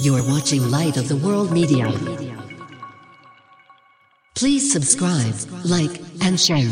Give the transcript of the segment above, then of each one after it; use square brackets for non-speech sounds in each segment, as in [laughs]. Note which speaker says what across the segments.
Speaker 1: You're watching Light of the World Media. Please subscribe, like, and share.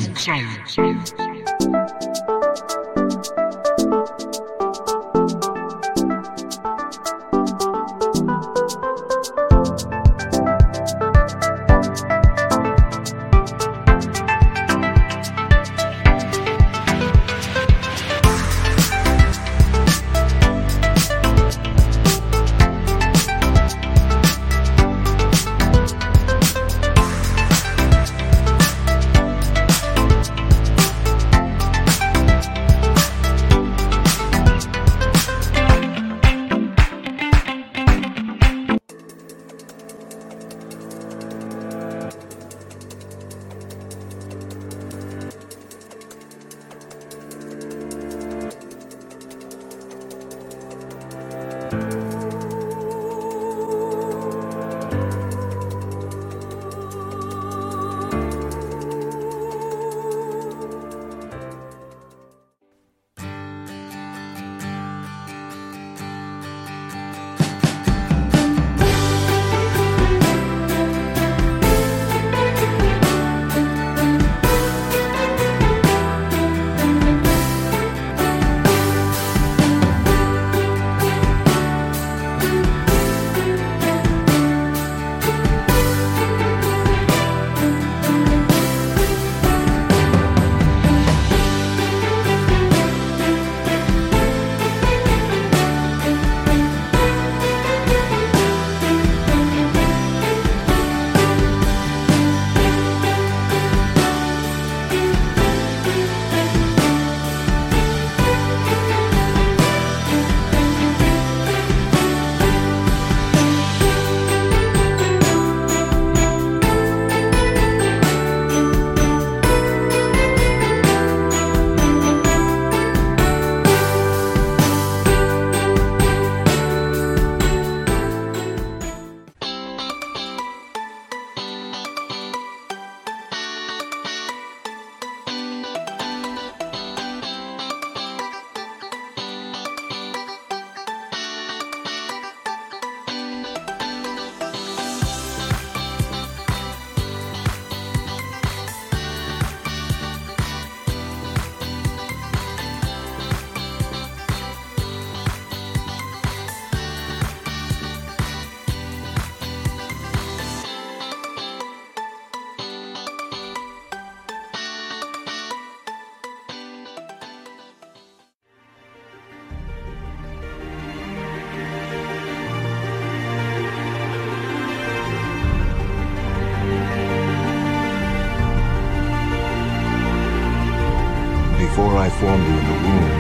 Speaker 2: Before I formed you in the womb,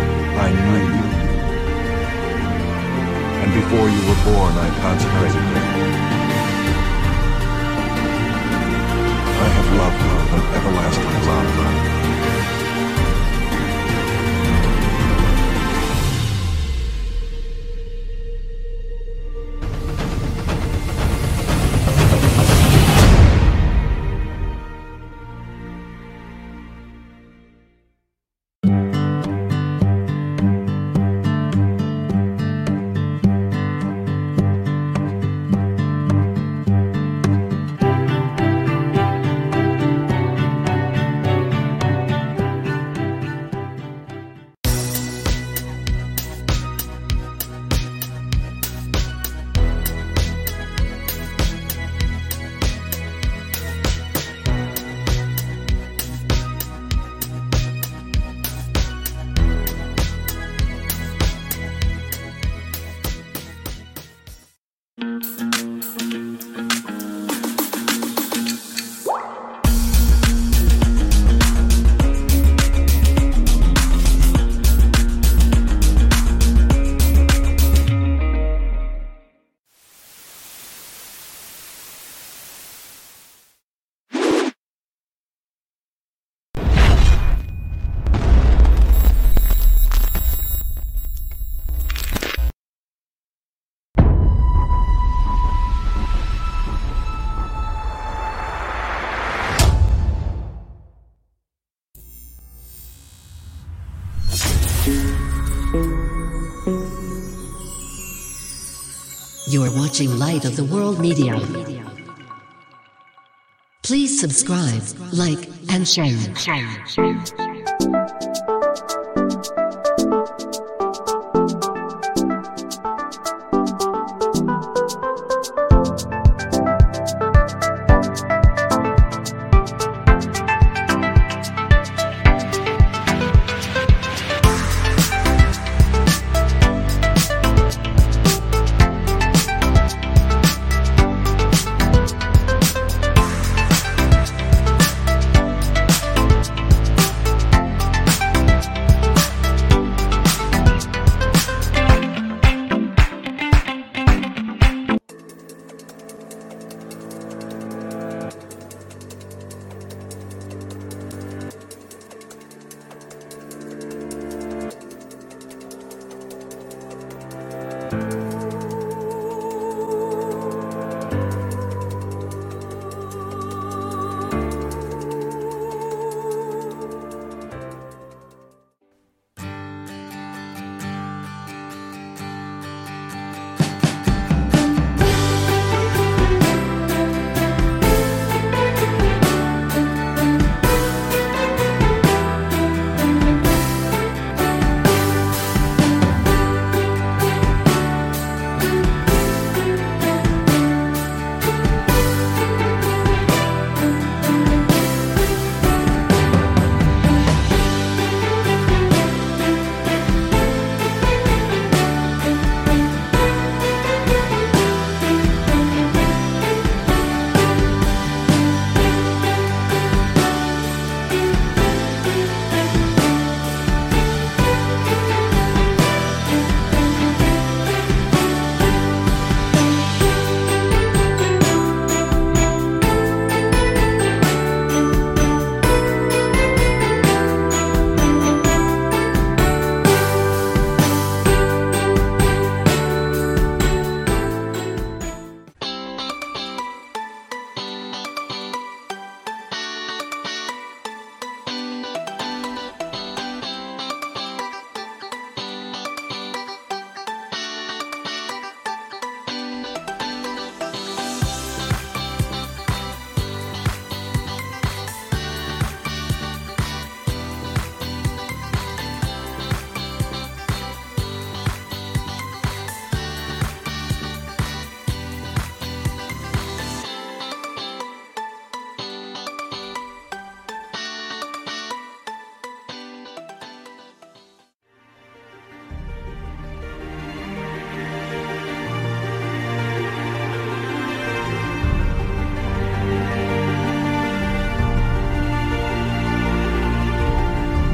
Speaker 2: I knew you. And before you were born, I consecrated you. I have loved you with an everlasting love.
Speaker 1: watching Light of the World Media. Please subscribe, like, and share.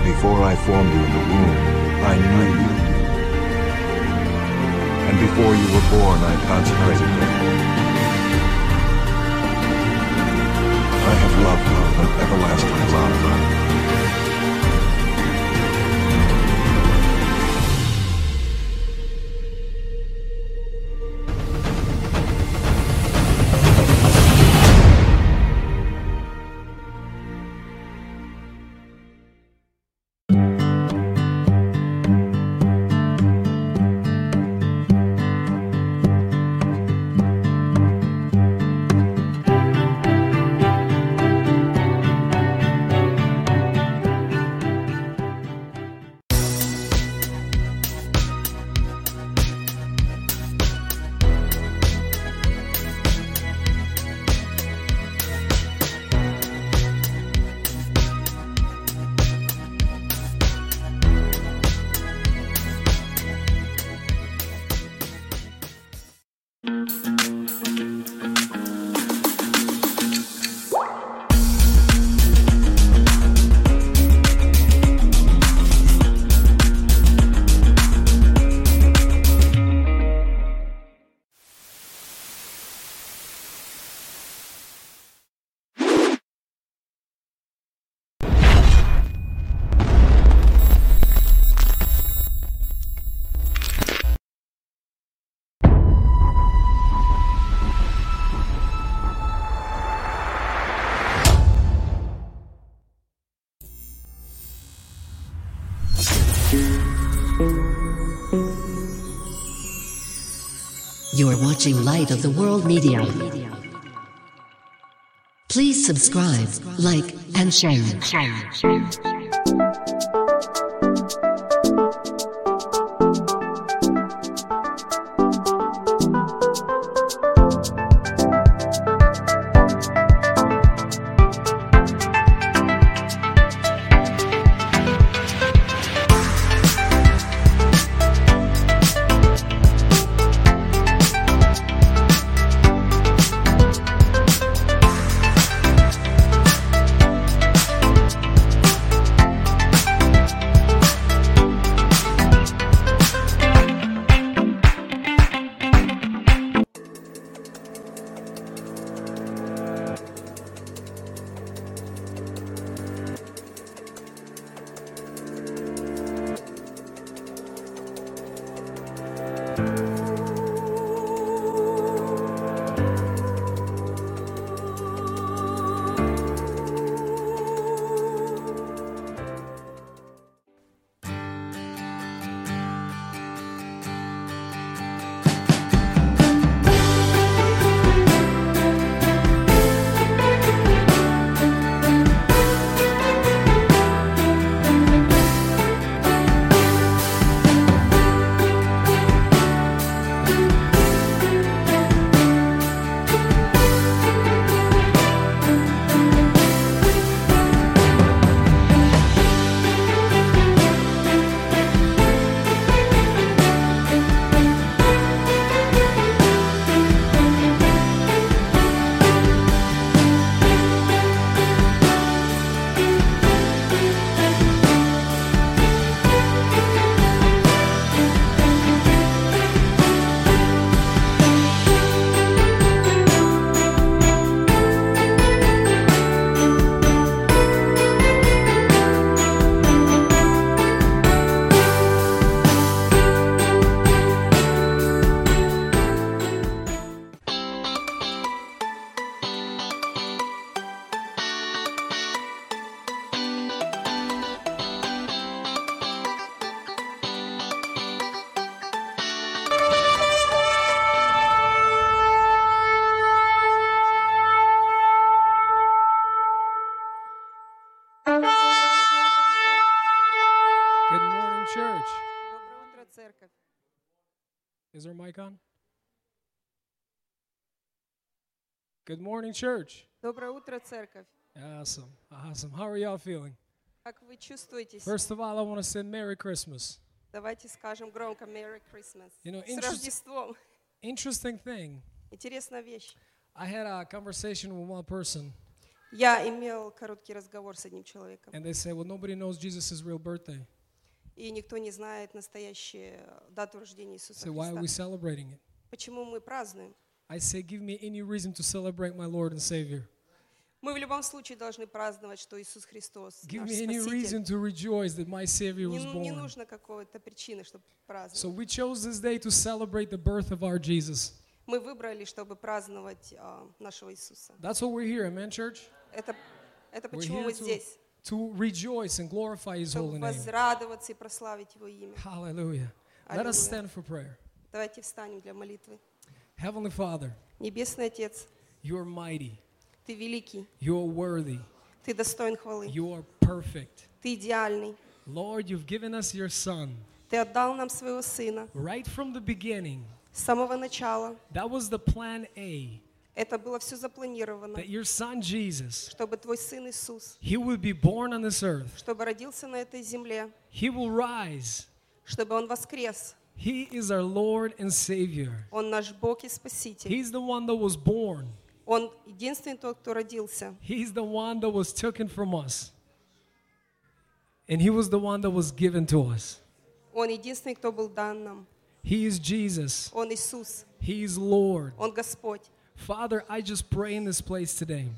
Speaker 2: Before I formed you in the womb, I knew you. And before you were born, I consecrated you. I have loved you with everlasting love.
Speaker 1: You're watching Light of the World Media. Please subscribe, like, and share.
Speaker 3: Good morning, church.
Speaker 4: Доброе утро, церковь.
Speaker 3: Is our mic on? Good morning, church.
Speaker 4: Доброе утро, церковь.
Speaker 3: Awesome. Awesome. How are y'all feeling?
Speaker 4: Как вы чувствуете себя?
Speaker 3: First of all, I want to say Merry Christmas.
Speaker 4: Давайте скажем громко Merry Christmas.
Speaker 3: You know,
Speaker 4: С
Speaker 3: interest-
Speaker 4: Рождеством.
Speaker 3: Interesting thing.
Speaker 4: Интересная вещь.
Speaker 3: I had a conversation with one person,
Speaker 4: Я имел короткий разговор с одним человеком,
Speaker 3: and they said, Well, nobody knows Jesus' real birthday.
Speaker 4: и никто не знает настоящую дату рождения Иисуса
Speaker 3: So why are
Speaker 4: Христа.
Speaker 3: we celebrating it?
Speaker 4: Почему мы празднуем?
Speaker 3: I say, Give me any reason to celebrate my Lord and Savior.
Speaker 4: Мы в любом случае должны праздновать, что Иисус Христос
Speaker 3: Give
Speaker 4: наш
Speaker 3: me any reason
Speaker 4: Спаситель.
Speaker 3: to rejoice that my Savior
Speaker 4: Не,
Speaker 3: was
Speaker 4: ну- не
Speaker 3: born.
Speaker 4: нужно какой-то причины, чтобы
Speaker 3: So
Speaker 4: праздновать.
Speaker 3: we chose this day to celebrate the birth of our Jesus.
Speaker 4: Мы выбрали, чтобы праздновать а, нашего Иисуса.
Speaker 3: That's what we're here, amen, church?
Speaker 4: Это, это
Speaker 3: We're
Speaker 4: почему
Speaker 3: here
Speaker 4: мы
Speaker 3: to,
Speaker 4: здесь.
Speaker 3: to rejoice and glorify His
Speaker 4: чтобы
Speaker 3: holy name.
Speaker 4: возрадоваться и прославить Его имя.
Speaker 3: Hallelujah. Let us
Speaker 4: Hallelujah.
Speaker 3: stand for prayer.
Speaker 4: Давайте встанем для молитвы.
Speaker 3: Heavenly Father,
Speaker 4: Небесный Отец,
Speaker 3: you are mighty,
Speaker 4: Ты великий,
Speaker 3: you are worthy,
Speaker 4: Ты достоин хвалы,
Speaker 3: you are perfect.
Speaker 4: Ты идеальный.
Speaker 3: Lord, you've given us your Son
Speaker 4: Ты отдал нам своего Сына
Speaker 3: right from the beginning.
Speaker 4: с самого начала.
Speaker 3: That was the plan A
Speaker 4: Это было все запланировано,
Speaker 3: that your Son Jesus,
Speaker 4: чтобы Твой Сын Иисус,
Speaker 3: He will be born on this earth,
Speaker 4: чтобы родился на этой земле,
Speaker 3: He will rise.
Speaker 4: чтобы Он воскрес.
Speaker 3: He is our Lord and Savior.
Speaker 4: Он наш Бог и Спаситель.
Speaker 3: He's the one that was born.
Speaker 4: Он единственный тот, кто родился.
Speaker 3: He's the one that was taken from us. And he was the one that was given to us.
Speaker 4: Он единственный, кто был дан нам.
Speaker 3: He is Jesus.
Speaker 4: Он Иисус,
Speaker 3: He is Lord.
Speaker 4: Он Господь.
Speaker 3: Father, I just pray in this place today.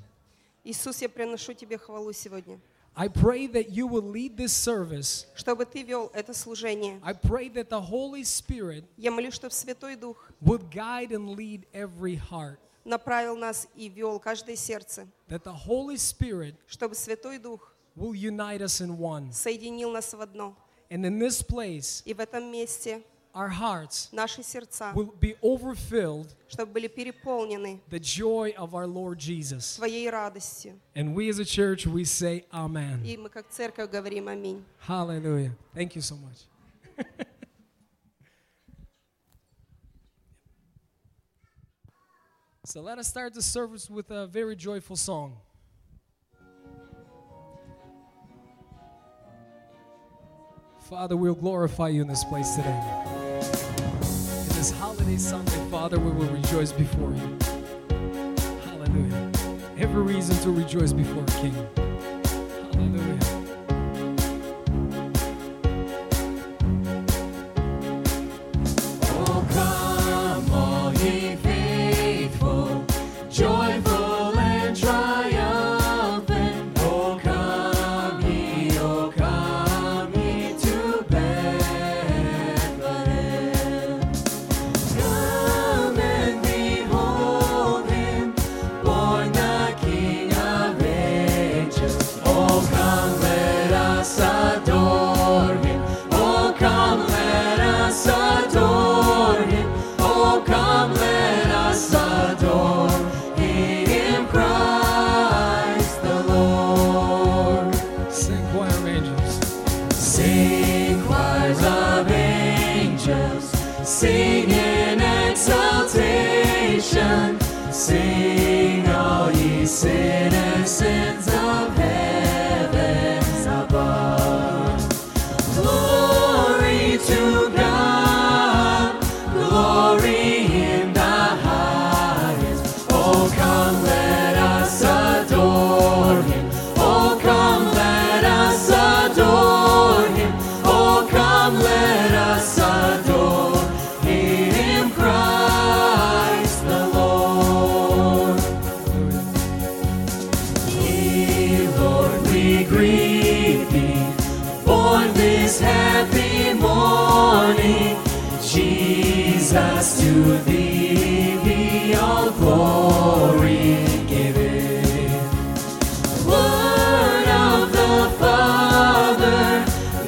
Speaker 4: Иисус, я приношу Тебе хвалу сегодня,
Speaker 3: I pray that you will lead this service.
Speaker 4: чтобы Ты вел это служение.
Speaker 3: I pray that the Holy Spirit
Speaker 4: Я молюсь, чтобы Святой Дух
Speaker 3: would guide and lead every heart.
Speaker 4: направил нас и вел каждое сердце,
Speaker 3: That the Holy Spirit
Speaker 4: чтобы Святой Дух
Speaker 3: will unite us in one.
Speaker 4: соединил нас в одно.
Speaker 3: And in this place,
Speaker 4: И в этом месте
Speaker 5: our hearts
Speaker 4: наши сердца,
Speaker 5: will be overfilled
Speaker 4: чтобы были переполнены
Speaker 5: the joy of our Lord Jesus.
Speaker 4: своей радостью.
Speaker 5: And we as a church, we say amen.
Speaker 4: И мы как церковь говорим аминь.
Speaker 5: Hallelujah. Thank you so much. [laughs] so let us start the service with a very joyful song. Father, we'll glorify you in this place today. In this holiday Sunday, Father, we will rejoice before you. Hallelujah. Every reason to rejoice before King. Hallelujah. Oh, come, all ye faithful, joyful and triumphant. Oh, come ye, oh, come ye to Bethlehem. Come and behold him, born the King of ages. Oh, come, let us adore him. Oh, come, let us adore him. Oh, come, let us adore him, Christ the Lord. Sing, choir of angels. Sing, choirs of angels, sing in exaltation. Sing, all ye citizens of heavens above. Glory to God, glory in the highest. Oh, come, let us adore him. Oh, come, let us adore him. Oh, come, let us adore him, Christ the Lord. Ye Lord, we greet thee, born this happy morning. Jesus, to thee be all glory given. Word of the Father,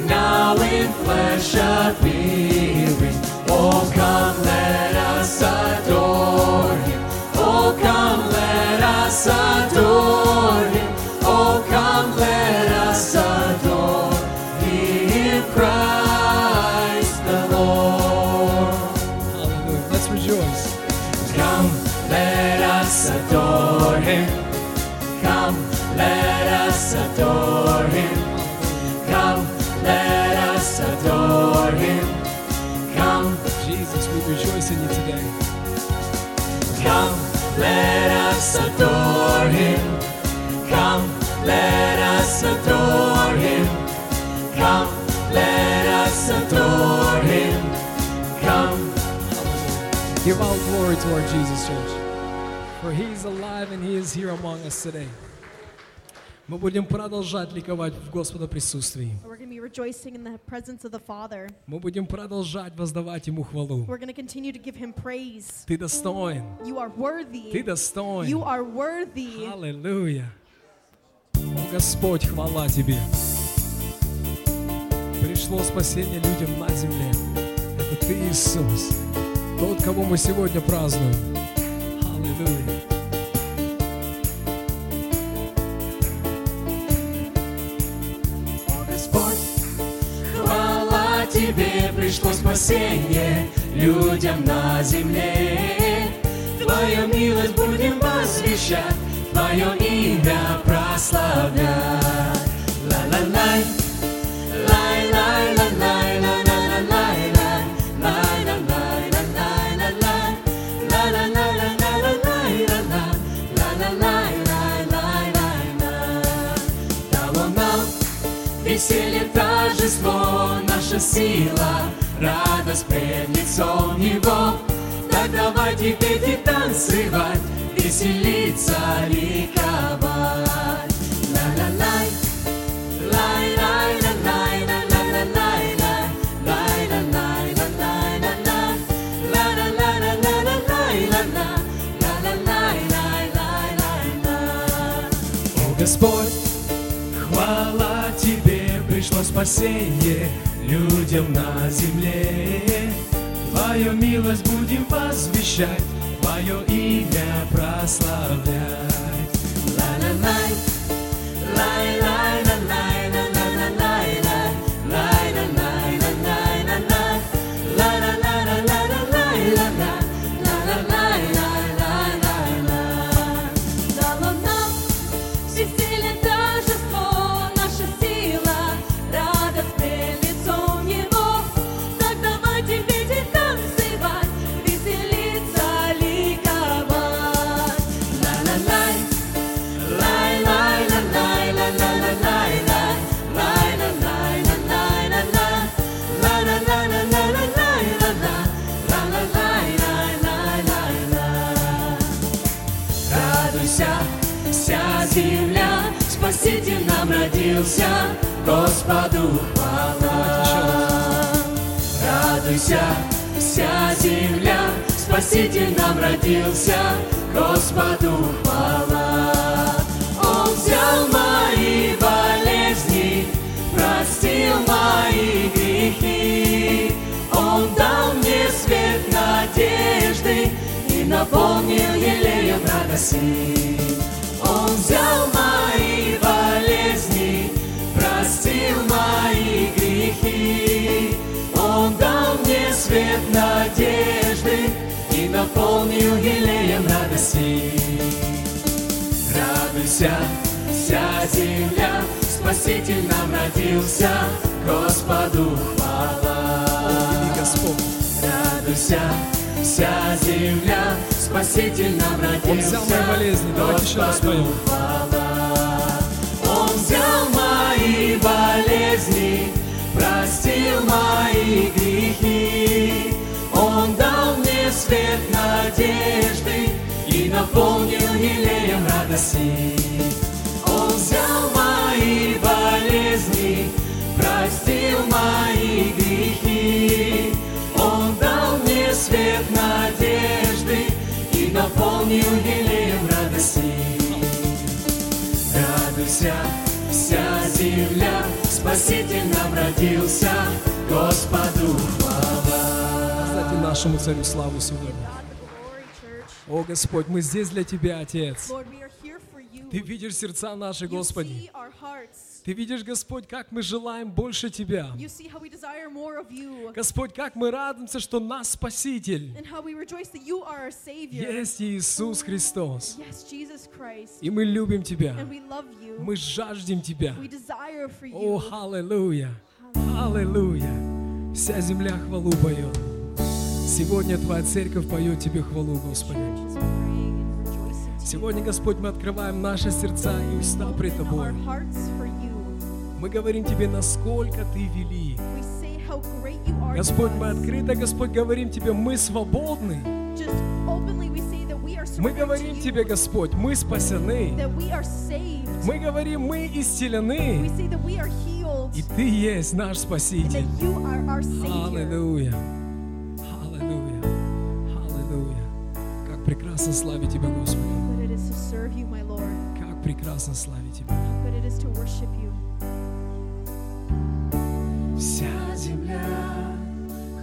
Speaker 5: now in flesh appearing. Oh, come, let us adore him. Oh, come, let us adore him. Oh, come, let us adore him, Christ the Lord. Hallelujah. Let's rejoice. Come, let us adore him. Come, let us adore him. Come, let us adore him. Come, Jesus, we rejoice in you today. Come, let us adore him. Come, let us adore him. Come, let us adore him. Come. Give all glory to our Jesus, church. For He is alive and He is here among us today. Мы будем продолжать ликовать в Господа присутствии.
Speaker 6: We're going to be rejoicing in the presence of the Father.
Speaker 5: Мы будем продолжать воздавать Ему хвалу.
Speaker 6: We're going to continue to give him praise.
Speaker 5: Ты достоин.
Speaker 6: You are worthy.
Speaker 5: Ты достоин.
Speaker 6: You are worthy.
Speaker 5: Аллилуйя. О, Господь, хвала Тебе. Пришло спасение людям на земле. Это Ты, Иисус, тот, кого мы сегодня празднуем. Аллилуйя. О, Господь, хвала Тебе, пришло спасение людям на земле. Твою милость будем возвещать, Твое имя прославлять. Ла-ла-лай, лай-лай-лай-лай, ла-ла-ла-лай-лай, лай-ла-лай-лай-лай-лай, ла-ла-ла-ла-ла-лай-ла-ла, ла-ла-лай-лай-лай-лай. Дало нам Веселье торжество, наша сила, радость пред лицом Его. Так давайте петь и танцевать, веселиться, ликовать. Ла-ла-лай, лай-лай-ла-лай, ла-ла-ла-лай-лай, лай-ла-лай-ла-лай-ла-лай, ла-ла-ла-ла-ла-лай-ла-ла, ла-ла-лай-лай-лай-лай-лай. О, Господь, Хвала тебе, пришло спасение людям на земле.
Speaker 3: Твою милость будем возвещать, Твое имя прославлять. Ла-ла-лай, лай-лай-ла-лай, ла-ла-ла-лай-лай, лай-ла-лай-ла-лай-ла-лай, ла-ла-ла-ла-ла-лай-ла-ла, ла-ла-лай-лай-лай-лай.
Speaker 5: Дало нам веселье торжество, наша сила, радость пред лицом Его. Так давайте петь и танцевать, веселиться, ликовать. Ла-ла-лай, лай-лай-ла-лай, ла-ла-ла-лай-лай, лай-ла-лай-ла-лай-ла-ла, ла-ла-ла-ла-лай-лай-ла-ла, ла-ла-лай-лай-лай-лай-ла. Радуйся, вся земля, Спаситель нам родился, Господу хвала. Радуйся, вся земля, Спаситель нам родился, Господу хвала. Он взял мои болезни, простил мои грехи. Он дал мне свет надежды и наполнил елеем радости. Он взял мои болезни, простил мои грехи. Он дал мне свет надежды и наполнил елеем радости. Радуйся, вся земля, Спаситель нам родился, Господу хвала. Радуйся, вся земля, Спаситель нам родился.
Speaker 3: Он взял мои болезни. Давайте еще раз Господу поем.
Speaker 5: хвала. Он взял мои болезни, простил мои грехи. Он дал мне свет надежды и наполнил елеем радости. Он взял мои болезни, простил мои грехи. Он дал мне свет надежды и наполнил елеем радости. Радуйся, вся земля, Спаситель нам родился, Господу хвала.
Speaker 3: Воздайте нашему царю славу сегодня.
Speaker 6: God the glory, church.
Speaker 3: О Господь, мы здесь для Тебя, Отец.
Speaker 6: Lord, we are here for you.
Speaker 3: Ты видишь сердца наши,
Speaker 6: You
Speaker 3: Господи.
Speaker 6: see our hearts.
Speaker 3: Ты видишь, Господь, как мы желаем больше Тебя.
Speaker 6: You see how we desire more of you
Speaker 3: Господь, как мы радуемся, что нас Спаситель
Speaker 6: and how we rejoice that you are our Savior.
Speaker 3: есть Иисус Христос.
Speaker 6: Yes, Jesus Christ.
Speaker 3: И мы любим Тебя.
Speaker 6: And we love you.
Speaker 3: Мы жаждем Тебя.
Speaker 6: we desire for you.
Speaker 3: О, аллилуйя! Аллилуйя! Вся земля хвалу поет. Сегодня Твоя церковь поет Тебе хвалу, Господи.
Speaker 6: Just praying and rejoicing to
Speaker 3: Сегодня, Господь, мы открываем наши сердца и уста
Speaker 6: you.
Speaker 3: пред
Speaker 6: Open Our
Speaker 3: Тобой.
Speaker 6: hearts for you.
Speaker 3: Мы говорим Тебе, насколько Ты велик.
Speaker 6: We say how great you are. to
Speaker 3: Господь, мы
Speaker 6: us.
Speaker 3: открыто, Господь, говорим Тебе, мы свободны.
Speaker 6: Just openly we say that we are
Speaker 3: Мы
Speaker 6: surrendered
Speaker 3: говорим
Speaker 6: to
Speaker 3: Тебе,
Speaker 6: you.
Speaker 3: Господь, мы спасены.
Speaker 6: That we are saved.
Speaker 3: Мы говорим, мы
Speaker 6: We
Speaker 3: исцелены.
Speaker 6: say that we are healed.
Speaker 3: И Ты есть наш
Speaker 6: and
Speaker 3: Спаситель.
Speaker 6: that you are our Savior.
Speaker 3: Аллилуйя! Аллилуйя! Аллилуйя! Как прекрасно славить Тебя, Господи!
Speaker 6: How good it is to serve you, my Lord.
Speaker 3: Как прекрасно славить Тебя!
Speaker 6: How good it is to worship you.
Speaker 3: Вся земля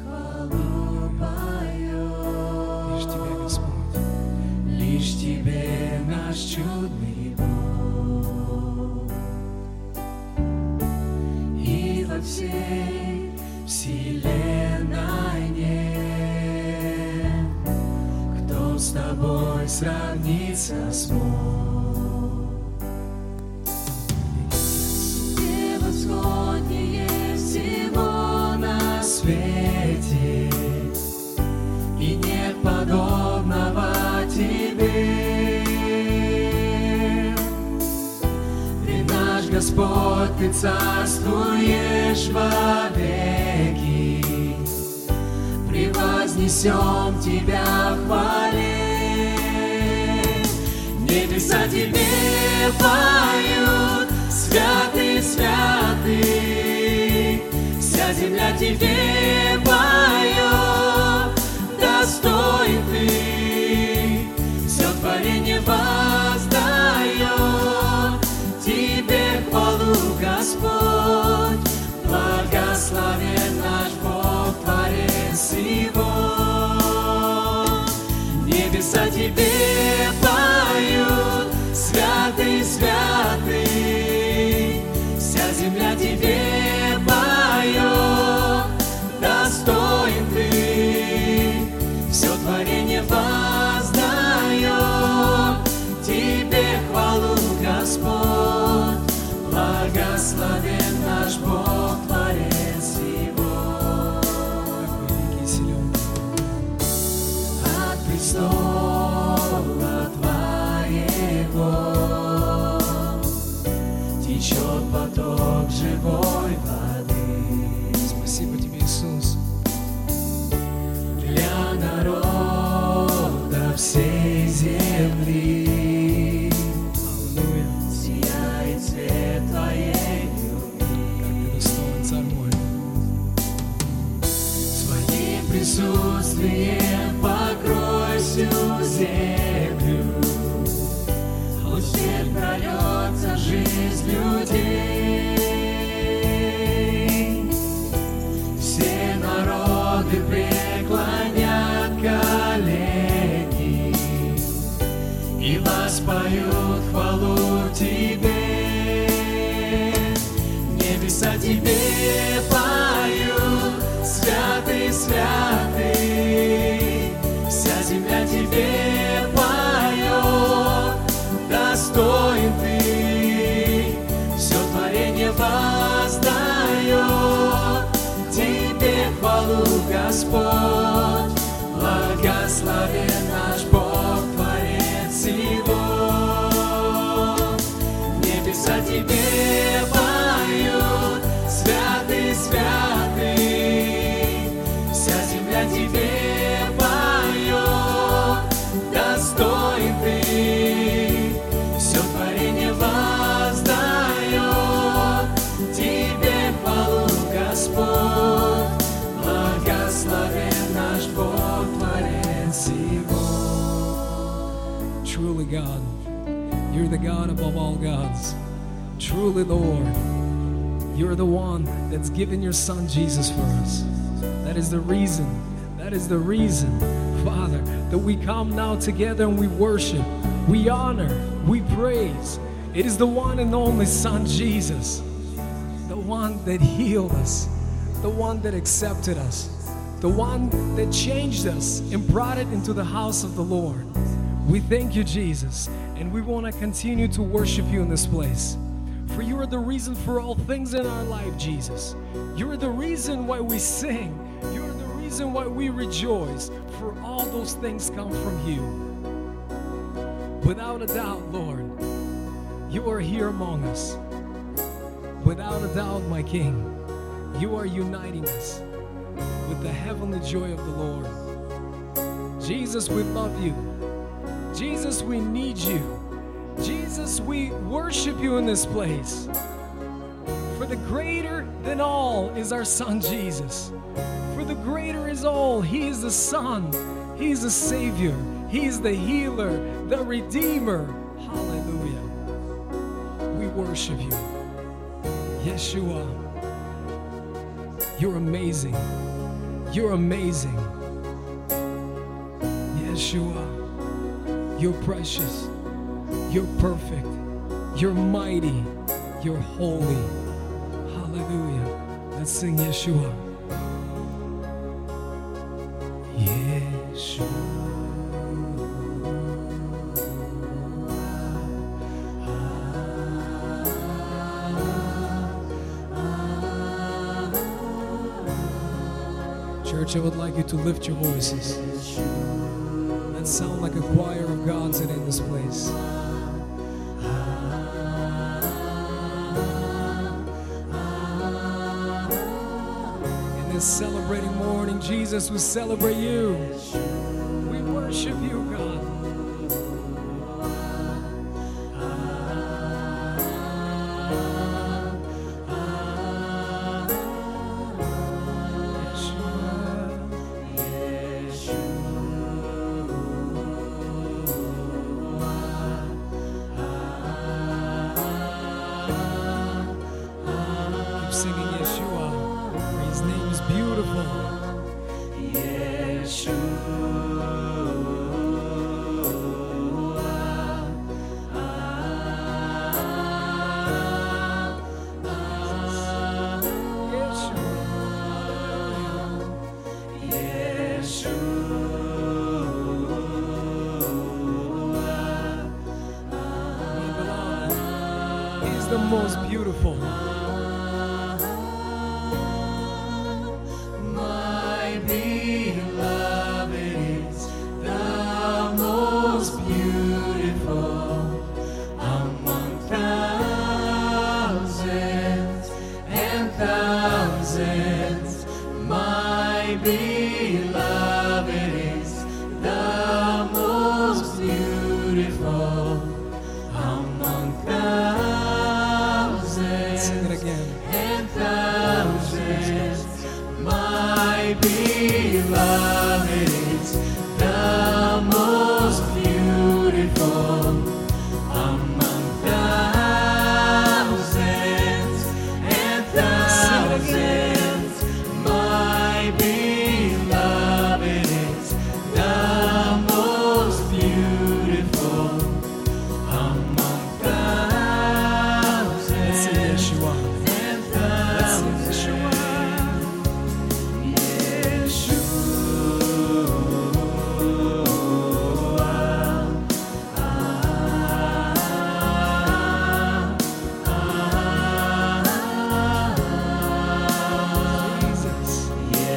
Speaker 3: хвалу поет. Лишь Тебе, Господь, лишь Тебе наш чудный Бог. И во всей вселенной нет, кто с Тобой сравнится смог. Превосходнее всего на свете, И нет подобного тебе. Ты наш Господь, Ты царствуешь вовеки, Превознесем Тебя в хвале. Небеса Тебе поют, Святый, Святый, Вся земля Тебе поет, Достоин Ты, Все творение воздает Тебе хвалу, Господь, Благословен наш Бог, Творец его.
Speaker 5: Бесчувствие покрой всю землю. Лучи прольется жизнь людей. Все народы преклонят колени И воспоют хвалу Тебе Небеса Тебе поют Святый, святый Вся земля Тебе поет Достоин Ты Все творение воздает Тебе хвалу, Господь Благословен наш Бог, Творец всего Небеса тебе поют, святый, святый. Вся земля тебе поет, достоин ты. Все творение воздает, тебе хвалу, Господь. Благословен наш Бог, Творец его.
Speaker 3: Truly God, you're the God above all gods. Truly Lord, you're the one that's given your son Jesus for us. That is the reason, that is the reason, Father, that we come now together and we worship, we honor, we praise. It is the one and only Son Jesus, the one that healed us, the one that accepted us, the one that changed us and brought it into the house of the Lord. We thank you, Jesus, and we want to continue to worship you in this place. For you are the reason for all things in our life, Jesus. You are the reason why we sing. You are the reason why we rejoice. For all those things come from you. Without a doubt, Lord, you are here among us. Without a doubt, my King, you are uniting us with the heavenly joy of the Lord. Jesus, we love you. Jesus, we need you. Jesus, we worship you in this place. For the greater than all is our Son Jesus. For the greater is all. He is the Son, He is the Savior, He is the Healer, the Redeemer. Hallelujah. We worship you. Yeshua, you're amazing. You're amazing. Yeshua, you're precious. You're perfect. You're mighty. You're holy. Hallelujah. Let's sing Yeshua. Yeshua. Church, I would like you to lift your voices. Let's sound like a choir of God today in this place. In this celebrating morning, Jesus, we celebrate you. We worship you, God. Keep singing Yeshua, for his name is beautiful. Yeshua. He's the most beautiful.
Speaker 5: My beloved is the most beautiful among thousands and thousands. My beloved is the most beautiful among thousands
Speaker 3: Sing it again.
Speaker 5: and thousands, my beloved love is the most beautiful among thousands and thousands. My beloved is the most beautiful among
Speaker 3: Let's sing
Speaker 5: thousands.
Speaker 3: Yeshua. Let's sing Yeshua.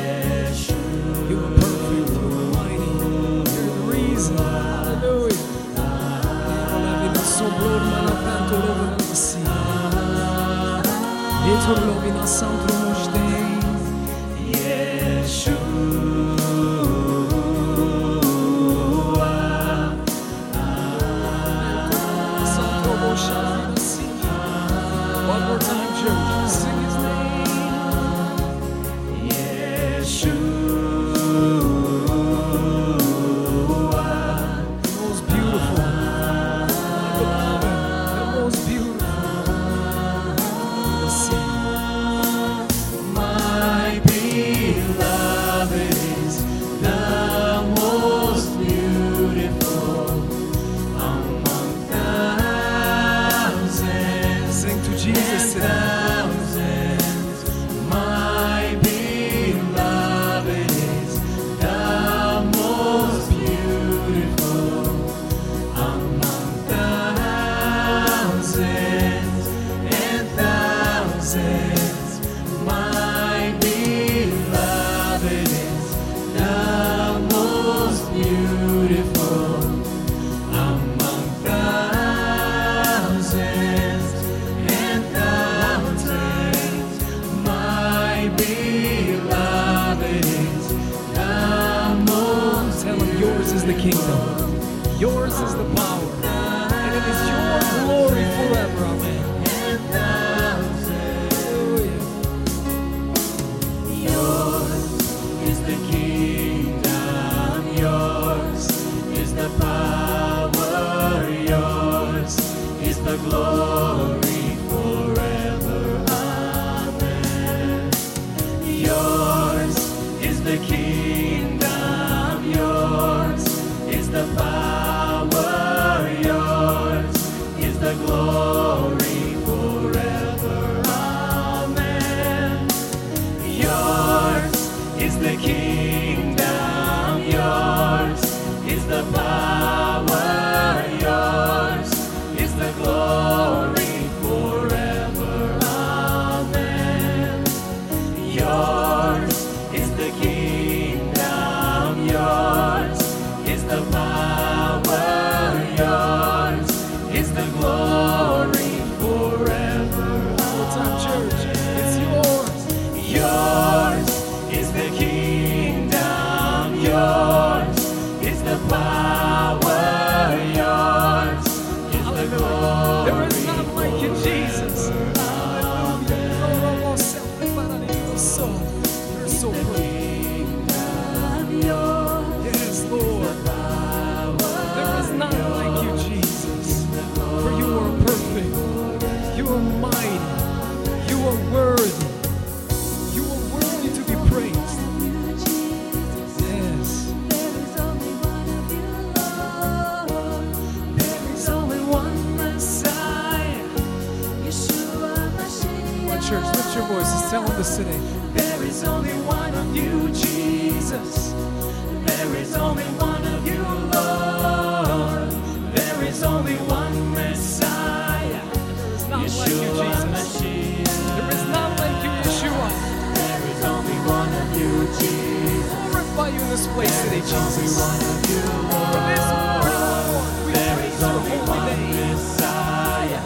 Speaker 3: You are perfect. You are mighty. You're the reason. Hallelujah. Ela vida sobrou uma tanto louvo na si. Dentro louvo na santo nos tem. Santo louvo na si. One more time, church. Sing his name. The most beautiful. Like a woman, the most beautiful. The sea.
Speaker 5: My beloved is the most beautiful among thousands
Speaker 3: Sing to
Speaker 5: and
Speaker 3: Jesus today.
Speaker 5: thousands. My beloved is the most beautiful among thousands and thousands. My beloved is the most beautiful among thousands and thousands. My beloved is the most
Speaker 3: Tell him yours is the kingdom. Yours is the power. And it is your glory forever. Amen. Hallelujah.
Speaker 5: is the kingdom yours is the power yours is the glory forever amen yours is the kingdom yours is the power yours is the glory forever amen Yours is the kingdom, yours is the power, yours is the glory forever. Amen. Yours is the kingdom, yours is the power, yours is the glory forever.
Speaker 3: What's up, church? It's yours.
Speaker 5: Yours is the kingdom, yours is the power, yours is the glory.
Speaker 3: There is none like you, Jesus. Hallelujah. Lord, all our self, we bow down in your soul. You're so perfect. Yes, Lord. There is none like you, Jesus. For you are perfect. You are mighty. You are worthy. You are worthy to be praised. Yes. There's only one Messiah. Come on, church, lift your voices. Tell them this today. There is only one of you, Jesus.
Speaker 5: There is only one of you, Lord. There is only one Messiah.
Speaker 3: There's not like you, Jesus.
Speaker 5: Mashiach.
Speaker 3: There is not like you, Yeshua.
Speaker 5: There is only one of you, Jesus.
Speaker 3: Glorify you in this place today,
Speaker 5: Only
Speaker 3: Jesus.
Speaker 5: one of you,
Speaker 3: For
Speaker 5: Lord.
Speaker 3: this morning, Lord, we
Speaker 5: There
Speaker 3: praise
Speaker 5: is
Speaker 3: your
Speaker 5: only
Speaker 3: holy
Speaker 5: one
Speaker 3: name.
Speaker 5: Messiah,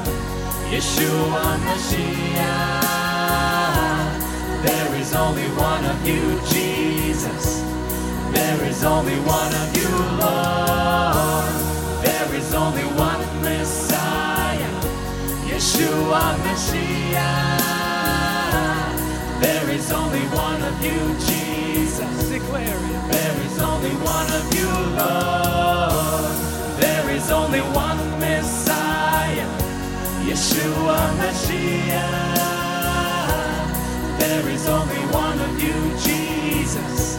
Speaker 5: Yeshua Mashiach. There is only one of you, Jesus. There is only one of you, Lord. There is only one Messiah, Yeshua Mashiach. There is only one of you, Jesus. Jesus.
Speaker 3: Declare it.
Speaker 5: There is only one of you, Lord. There is only one Messiah, Yeshua Mashiach. There is only one of you, Jesus.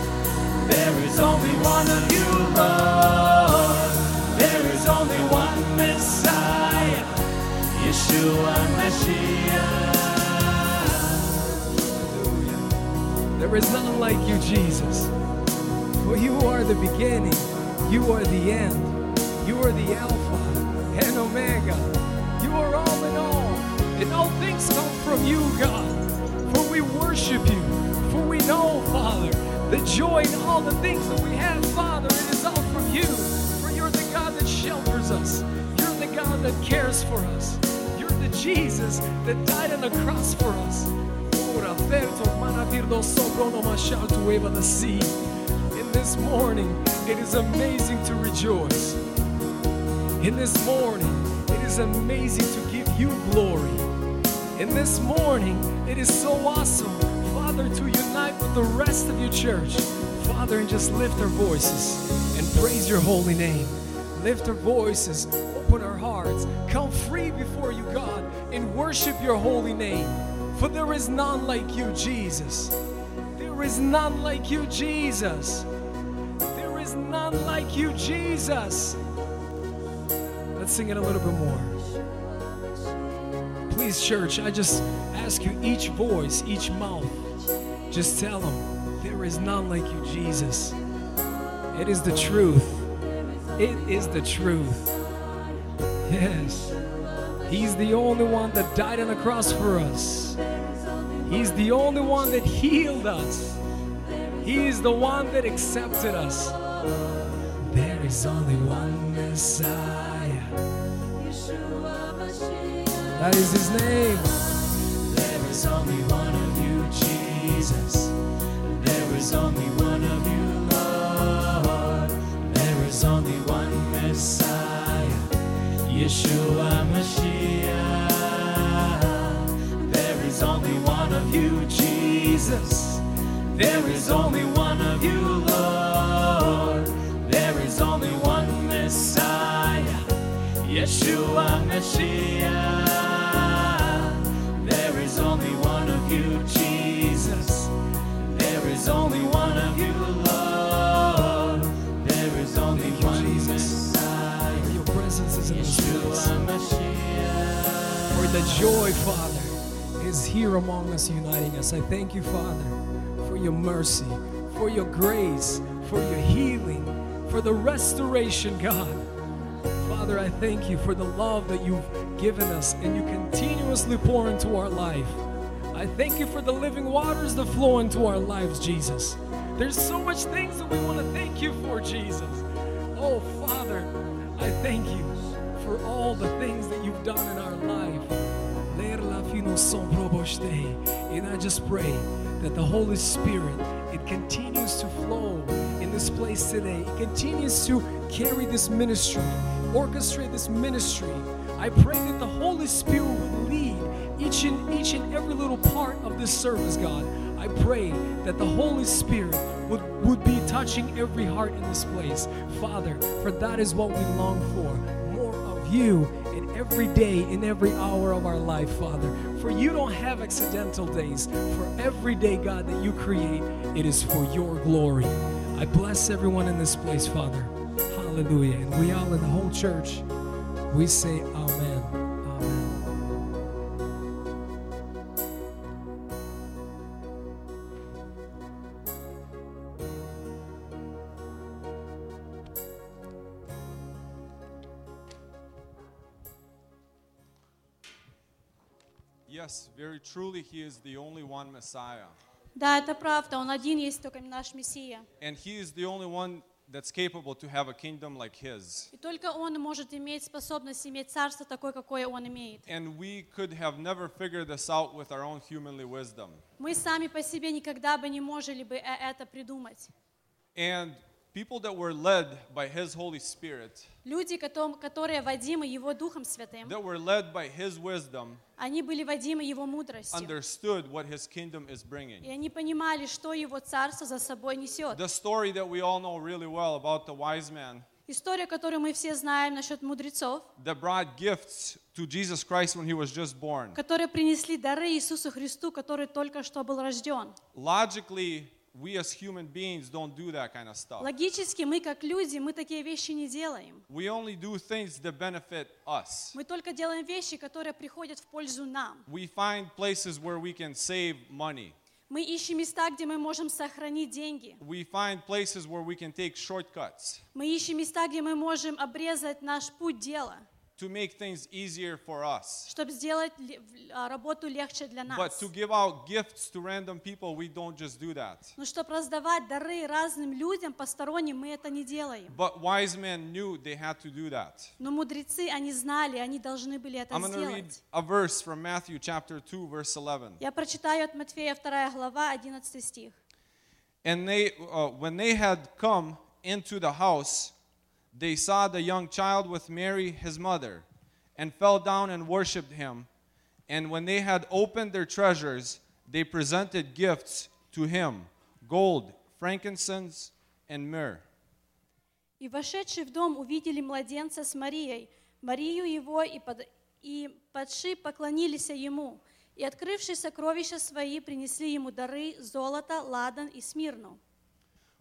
Speaker 5: There is only one of you, Lord. There is only one Messiah, Yeshua Mashiach.
Speaker 3: There is none like you, Jesus. For you are the beginning, you are the end, you are the Alpha and Omega. You are all in all, and all things come from you, God. For we worship you, for we know, Father, the joy in all the things that we have, Father, it is all from you. For you're the God that shelters us, you're the God that cares for us, you're the Jesus that died on the cross for us. Ora verto mana virdo soprono mashal to wave on the sea. In this morning, it is amazing to rejoice. In this morning, it is amazing to give you glory. In this morning, it is so awesome, Father, to unite with the rest of your church. Father, and just lift our voices and praise your holy name. Lift our voices, open our hearts, come free before you, God, and worship your holy name. For there is none like you, Jesus. There is none like you, Jesus. There is none like you, Jesus. Let's sing it a little bit more. Please, church, I just ask you, each voice, each mouth, just tell them, there is none like you, Jesus. It is the truth. It is the truth. Yes. He's the only one that died on the cross for us. He's the only one that healed us. He is the one that accepted us. There is only one Messiah. That is his name.
Speaker 5: There is only one of you, Jesus. There is only one of you, Lord. There is only one Messiah, Yeshua Mashiach. There is only one of you, Jesus. There is only one of you, Lord. There is only one Messiah. Yeshua Mashiach. There is only one of you, Jesus. There is only one of you, Lord. There is only
Speaker 3: you,
Speaker 5: one
Speaker 3: Jesus.
Speaker 5: Messiah.
Speaker 3: Your presence is in this place.
Speaker 5: Yeshua Mashiach.
Speaker 3: For the joy, Father, is here among us, uniting us. I thank you, Father, for your mercy, for your grace, for your healing, for the restoration, God. Father, I thank you for the love that you've given us and you continuously pour into our life. I thank you for the living waters that flow into our lives, Jesus. There's so much things that we want to thank you for, Jesus. Oh, Father, I thank you for all the things that you've done in our life. Leer la fino son proboste. And I just pray that the Holy Spirit, it continues to flow in this place today. It continues to carry this ministry, orchestrate this ministry. I pray that the Holy Spirit would lead each and each and every little part of this service, God. I pray that the Holy Spirit would, would be touching every heart in this place. Father, for that is what we long for. More of you in every day, in every hour of our life, Father. For you don't have accidental days. For every day, God, that you create, it is for your glory. I bless everyone in this place, Father. Hallelujah. And we all in the whole church, we say amen. Amen.
Speaker 7: Yes, very truly, He is the only one Messiah.
Speaker 8: Да, это правда, Он один есть, только наш Мессия.
Speaker 7: And He is the only one that's capable to have a kingdom like His.
Speaker 8: И только Он может иметь способность иметь царство такое, какое Он имеет.
Speaker 7: And we could have never figured this out with our own humanly wisdom.
Speaker 8: Мы сами по себе никогда бы не можели бы э- это придумать.
Speaker 7: And people that were led by His Holy Spirit,
Speaker 8: Люди, котом- которые водимы Его Духом Святым,
Speaker 7: that were led by His wisdom,
Speaker 8: они были водимы Его мудростью.
Speaker 7: understood what His kingdom is
Speaker 8: И
Speaker 7: bringing.
Speaker 8: они понимали, что Его Царство за собой несет.
Speaker 7: The story that we all know really well about the wise man
Speaker 8: История, которую мы все знаем насчет мудрецов,
Speaker 7: that brought gifts to Jesus Christ when He was just born.
Speaker 8: которые принесли дары Иисусу Христу, который только что был рожден.
Speaker 7: Logically, we as human beings don't do that kind of stuff.
Speaker 8: Логически мы, как люди, мы такие вещи не делаем.
Speaker 7: We only do things that benefit us.
Speaker 8: Мы только делаем вещи, которые приходят в пользу нам.
Speaker 7: We find places where we can save money.
Speaker 8: Мы ищем места, где мы можем сохранить деньги.
Speaker 7: We find places where we can take shortcuts
Speaker 8: Мы ищем места, где мы можем обрезать наш путь дела,
Speaker 7: to make things easier for us.
Speaker 8: чтобы сделать ле- в- а, работу легче для
Speaker 7: But
Speaker 8: нас.
Speaker 7: to give out gifts to random people, we don't just do that.
Speaker 8: Но чтобы Ну, раздавать дары разным людям, посторонним, мы это не делаем.
Speaker 7: But wise men knew they had to do that.
Speaker 8: Но мудрецы, они знали, они должны были это
Speaker 7: I'm going to read
Speaker 8: сделать.
Speaker 7: a verse from Matthew chapter 2 verse 11.
Speaker 8: Я прочитаю от Матфея 2 глава, 11 стих.
Speaker 7: And they, uh, when they had come into the house, they saw the young child with Mary, his mother, and fell down and worshipped him. And when they had opened their treasures, they presented gifts to him gold, frankincense, and myrrh.
Speaker 8: И вошедшие в дом увидели младенца с Марией, Марию его, и, под, и падши поклонились ему. И, открывшие сокровища свои, принесли ему дары, золото, ладан и смирну.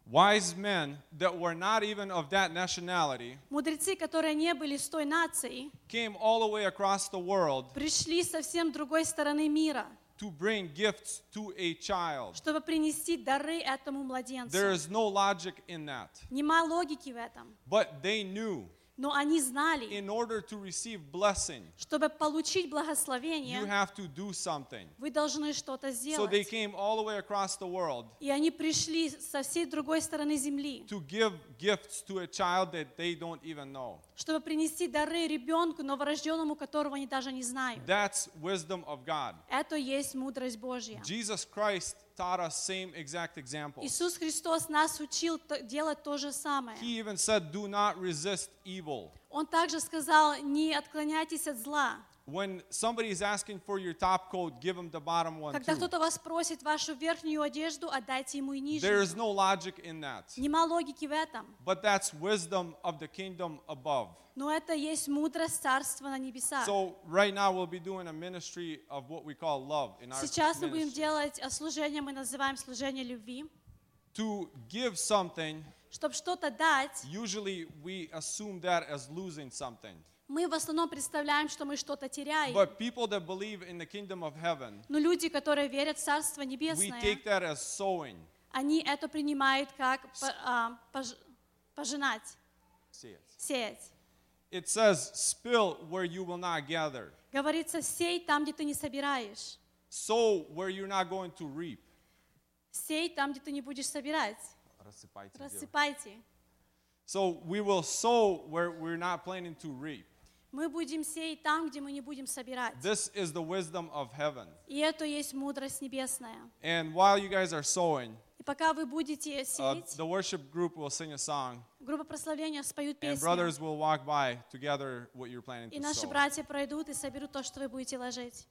Speaker 7: Wise men that were not even of that nationality
Speaker 8: Мудрецы, которые не были с той нацией,
Speaker 7: came all the way across the world
Speaker 8: пришли с совсем другой стороны мира,
Speaker 7: to bring gifts to a child.
Speaker 8: чтобы принести дары этому
Speaker 7: There
Speaker 8: младенцу.
Speaker 7: is no logic in that.
Speaker 8: Нема логики в этом.
Speaker 7: But they knew
Speaker 8: Но они знали,
Speaker 7: in order to receive blessing,
Speaker 8: чтобы получить
Speaker 7: you
Speaker 8: благословение,
Speaker 7: have to do something.
Speaker 8: вы должны что-то
Speaker 7: So they
Speaker 8: сделать.
Speaker 7: came all the way across the world
Speaker 8: И они пришли со всей другой стороны земли.
Speaker 7: to give gifts to a child that they don't even know.
Speaker 8: чтобы принести дары ребенку, новорожденному, которого они даже не знают.
Speaker 7: That's wisdom of God.
Speaker 8: Это есть мудрость Божья.
Speaker 7: Jesus Christ taught us same exact example.
Speaker 8: Иисус Христос нас учил то- делать то же самое.
Speaker 7: He even said, "Do not resist evil."
Speaker 8: Он также сказал, не отклоняйтесь от зла.
Speaker 7: When somebody is asking for your top coat, give them the bottom one
Speaker 8: Когда
Speaker 7: too.
Speaker 8: кто-то вас просит вашу верхнюю одежду, отдайте ему и
Speaker 7: There is
Speaker 8: нижнюю.
Speaker 7: no logic in that.
Speaker 8: Нема логики в этом,
Speaker 7: But that's wisdom of the kingdom above.
Speaker 8: но это есть мудрость Царства на небесах.
Speaker 7: So right now we'll be doing a ministry of what we call love in our
Speaker 8: Сейчас мы будем
Speaker 7: ministry.
Speaker 8: делать а, служение, мы называем служение любви.
Speaker 7: To give something,
Speaker 8: Чтобы что-то дать,
Speaker 7: usually we assume that as losing something.
Speaker 8: мы в основном представляем, что мы что-то теряем.
Speaker 7: But people that believe in the kingdom of heaven,
Speaker 8: Но Ну, люди, которые верят в Царство
Speaker 7: we
Speaker 8: Небесное,
Speaker 7: take that as sowing.
Speaker 8: они это принимают как по- а, пож- пожинать,
Speaker 7: See it.
Speaker 8: сеять.
Speaker 7: It says, "Spill where you will not gather,
Speaker 8: Говорится, сей там, где ты не собираешь,
Speaker 7: sow where you're not going to reap."
Speaker 8: сей там, где ты не будешь собирать,
Speaker 7: Рассыпайте дерево.
Speaker 8: рассыпайте.
Speaker 7: So we will sow where we're not planning to reap.
Speaker 8: Мы будем сеять там, где мы не будем собирать.
Speaker 7: This is the wisdom of heaven.
Speaker 8: И это есть мудрость небесная.
Speaker 7: And while you guys are sowing,
Speaker 8: И пока вы будете
Speaker 7: uh,
Speaker 8: сеять,
Speaker 7: the worship group will sing a song,
Speaker 8: группа прославления споют
Speaker 7: and
Speaker 8: песню.
Speaker 7: brothers will walk by to gather what you're planning
Speaker 8: И
Speaker 7: to
Speaker 8: наши
Speaker 7: sow.
Speaker 8: братья пройдут и соберут то, что вы будете ложить.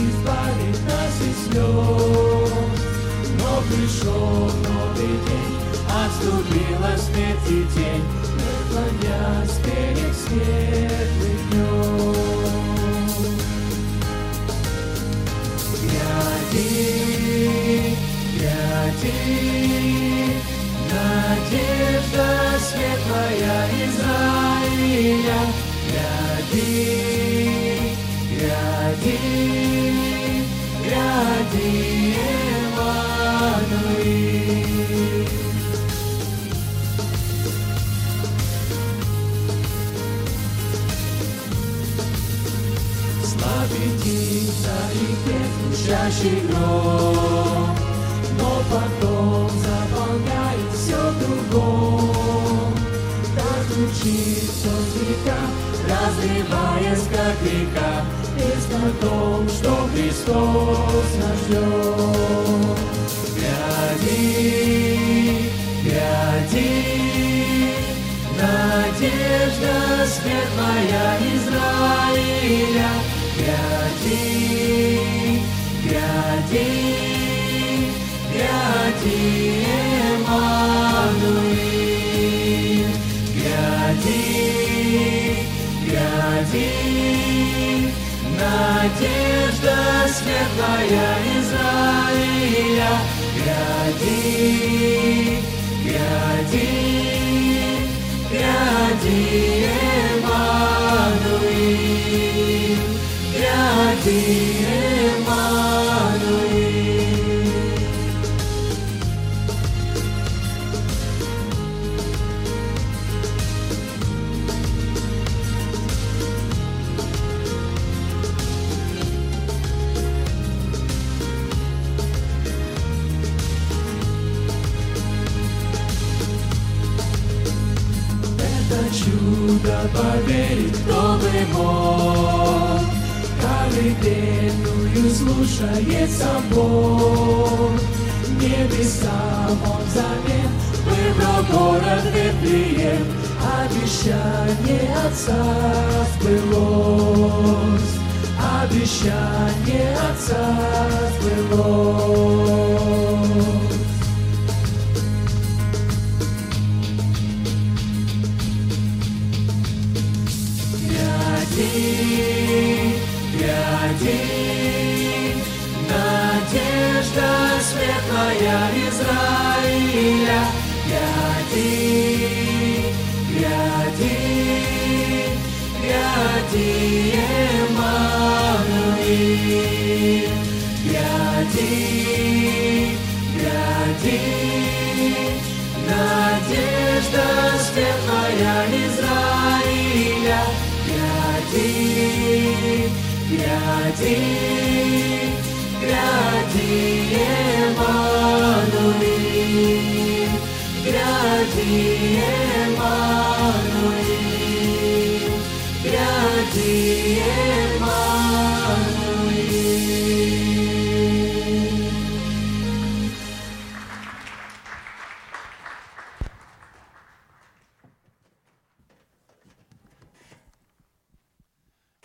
Speaker 5: Избавит нас и слез, но пришел, но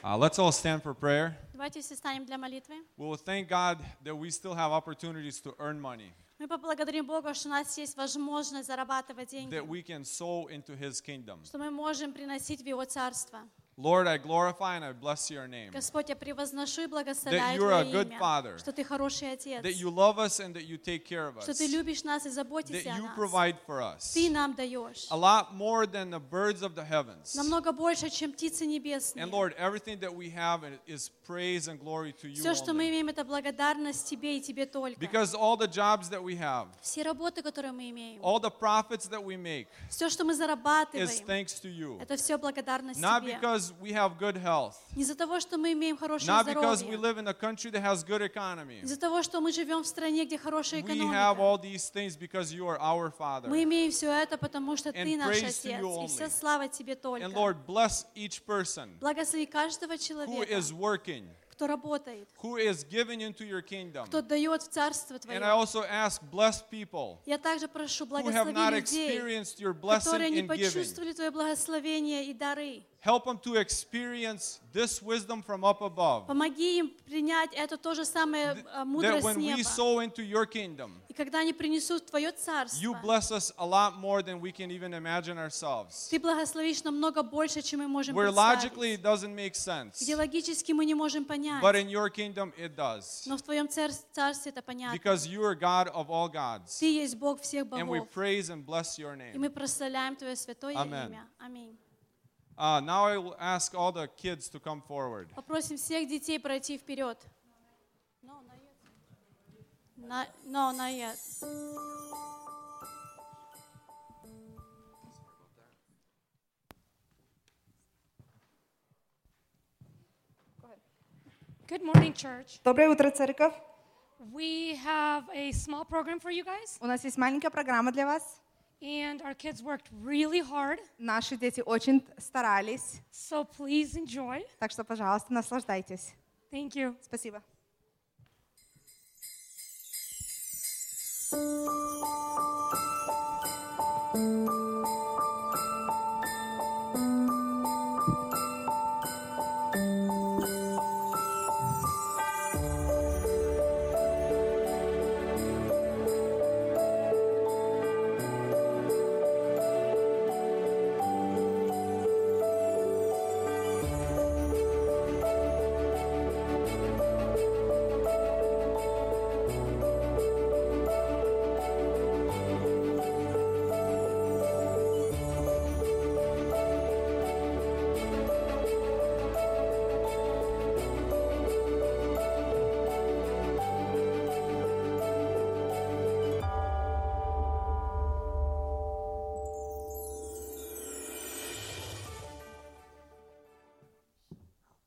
Speaker 5: Uh, let's all stand for prayer.
Speaker 8: Давайте все станем для молитвы.
Speaker 5: We will thank God that we still have opportunities to earn money,
Speaker 8: Мы поблагодарим Бога, что у нас есть возможность зарабатывать деньги,
Speaker 5: that we can sow into His kingdom.
Speaker 8: что мы можем приносить в Его Царство.
Speaker 5: Lord, I glorify and I bless your name.
Speaker 8: Господь, я превозношу и благословляю
Speaker 5: you are a
Speaker 8: Твое
Speaker 5: good
Speaker 8: имя,
Speaker 5: father.
Speaker 8: что Ты хороший Отец,
Speaker 5: That you love us and that you take care of us.
Speaker 8: что Ты
Speaker 5: That
Speaker 8: любишь нас и заботишься о
Speaker 5: you
Speaker 8: нас.
Speaker 5: provide for us.
Speaker 8: Ты нам даешь
Speaker 5: A lot more than the birds of the heavens.
Speaker 8: намного больше, чем птицы небесные.
Speaker 5: And Lord, everything that we have is praise and glory to you.
Speaker 8: Все, что мы
Speaker 5: Only.
Speaker 8: имеем, это благодарность Тебе и Тебе только.
Speaker 5: Because all the jobs that we have,
Speaker 8: Все работы, которые мы имеем,
Speaker 5: all the profits that we make,
Speaker 8: все, что мы
Speaker 5: is
Speaker 8: зарабатываем,
Speaker 5: thanks to you.
Speaker 8: это все благодарность
Speaker 5: Not
Speaker 8: Тебе.
Speaker 5: because we have good health,
Speaker 8: Не из-за того, что мы имеем хорошее
Speaker 5: not because we
Speaker 8: здоровье,
Speaker 5: live in a country that has good economy.
Speaker 8: из-за того, что мы живем в стране, где хорошая
Speaker 5: We have
Speaker 8: экономика.
Speaker 5: all these things because you are our Father.
Speaker 8: Мы имеем все это, потому что
Speaker 5: And
Speaker 8: Ты наш
Speaker 5: praise to
Speaker 8: Отец,
Speaker 5: you
Speaker 8: и вся
Speaker 5: only.
Speaker 8: слава Тебе
Speaker 5: And
Speaker 8: только.
Speaker 5: Lord, bless each person
Speaker 8: Благослови каждого
Speaker 5: who
Speaker 8: человека,
Speaker 5: is working,
Speaker 8: кто работает,
Speaker 5: who is giving into your kingdom.
Speaker 8: кто дает в Царство
Speaker 5: And I
Speaker 8: Твое.
Speaker 5: also ask, bless people
Speaker 8: Я также прошу,
Speaker 5: who have not
Speaker 8: благослови людей,
Speaker 5: experienced your blessing
Speaker 8: которые не
Speaker 5: in giving.
Speaker 8: почувствовали Твое благословение и дары.
Speaker 5: Help them to experience this wisdom from up above.
Speaker 8: Помоги им принять это то же самое э,
Speaker 5: That
Speaker 8: мудрость
Speaker 5: when we
Speaker 8: неба.
Speaker 5: sow into your kingdom,
Speaker 8: И когда они принесут Твое
Speaker 5: you
Speaker 8: Царство,
Speaker 5: bless us a lot more than we can even imagine ourselves.
Speaker 8: Ты благословишь намного больше, чем мы можем
Speaker 5: Where logically
Speaker 8: представить.
Speaker 5: it doesn't make sense,
Speaker 8: Где логически мы не можем
Speaker 5: but
Speaker 8: понять,
Speaker 5: in your kingdom it does.
Speaker 8: но в Твоем цар- Царстве это понятно.
Speaker 5: Because you are God of all gods.
Speaker 8: Ты есть Бог всех
Speaker 5: And we
Speaker 8: богов.
Speaker 5: praise and bless your
Speaker 8: И мы
Speaker 5: name.
Speaker 8: прославляем Твое святое
Speaker 5: Amen.
Speaker 8: имя. Аминь.
Speaker 5: Uh, now I will ask all the kids to come forward.
Speaker 8: Попросим всех детей пройти вперед. No, not yet. Not- no, not yet.
Speaker 9: Go ahead.
Speaker 8: Good morning, church.
Speaker 10: Доброе утро, церковь.
Speaker 8: We have a small program for you guys,
Speaker 11: У нас есть маленькая программа для вас.
Speaker 8: and our kids worked really hard,
Speaker 11: Наши дети очень старались,
Speaker 8: so please enjoy.
Speaker 11: так что, пожалуйста, наслаждайтесь.
Speaker 8: Thank you.
Speaker 11: Спасибо.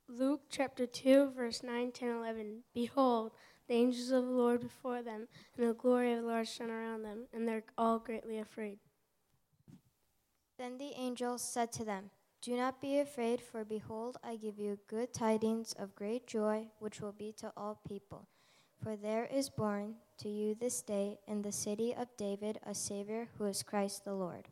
Speaker 12: Luke chapter 2, verse 9, 10, 11. Behold, the angels of the Lord before them, and the glory of the Lord shone around them, and they're all greatly afraid.
Speaker 13: Then the angel said to them, Do not be afraid, for behold, I give you good tidings of great joy, which will be to all people. For there is born to you this day in the city of David a Savior who is Christ the Lord.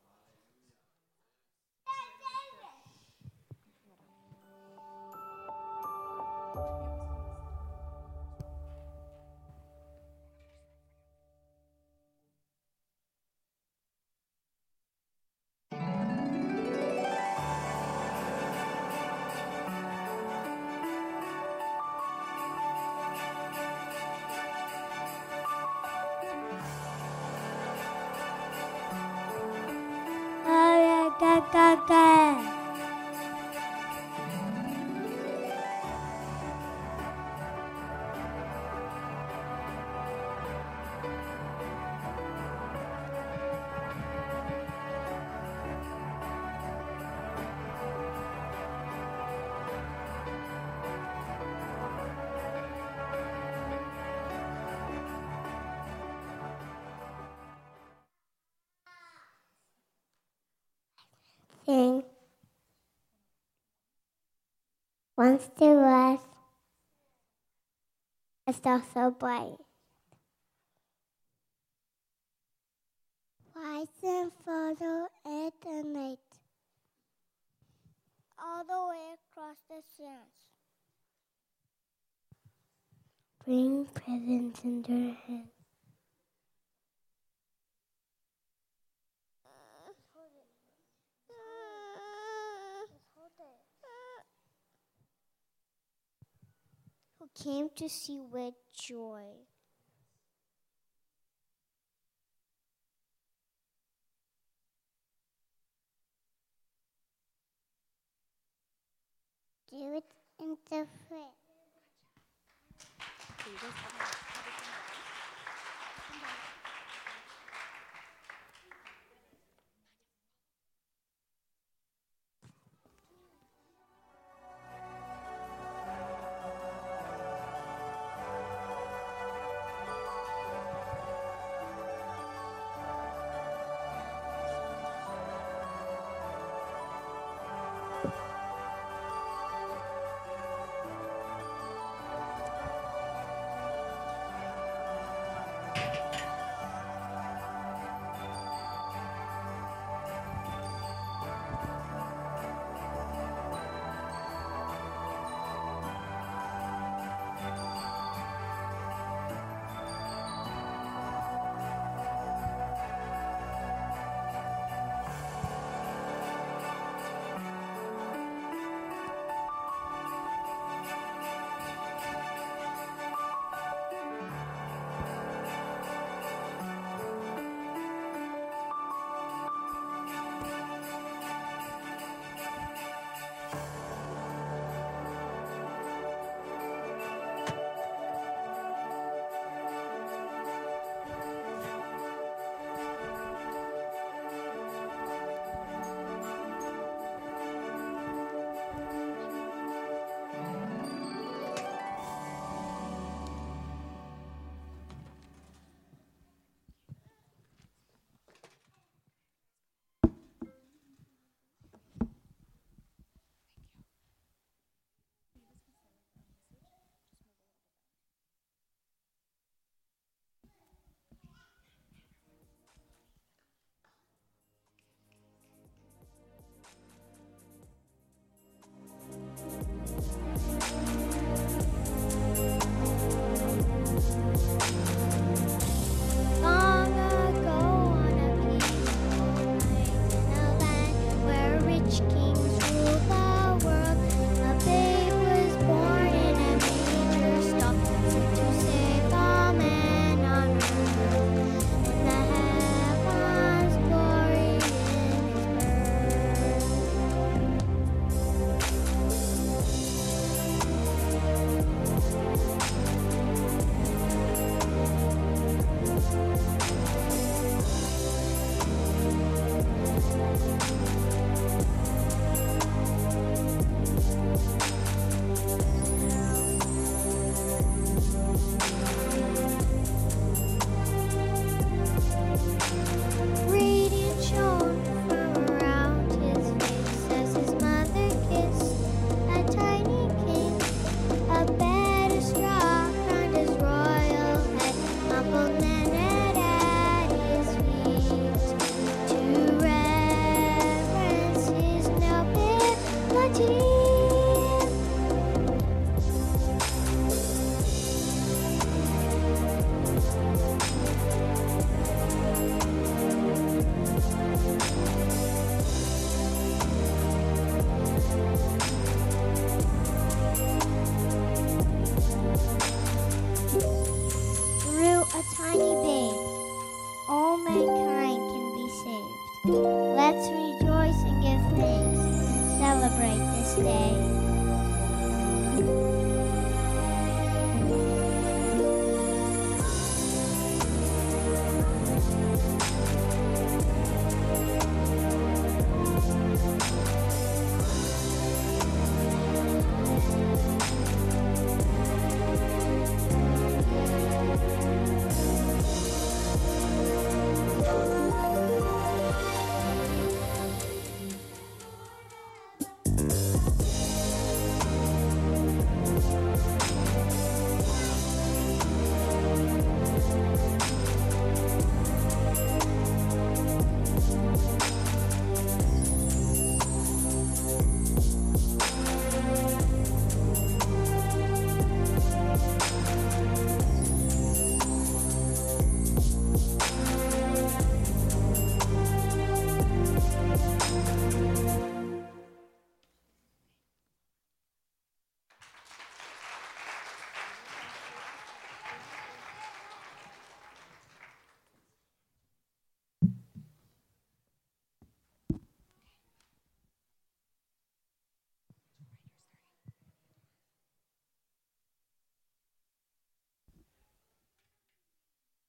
Speaker 14: thing once there was a star so bright. Wise and follow at the night. All the way across the sands. Bring presents in their hands.
Speaker 5: Who came to see with joy.
Speaker 14: Do it in the face.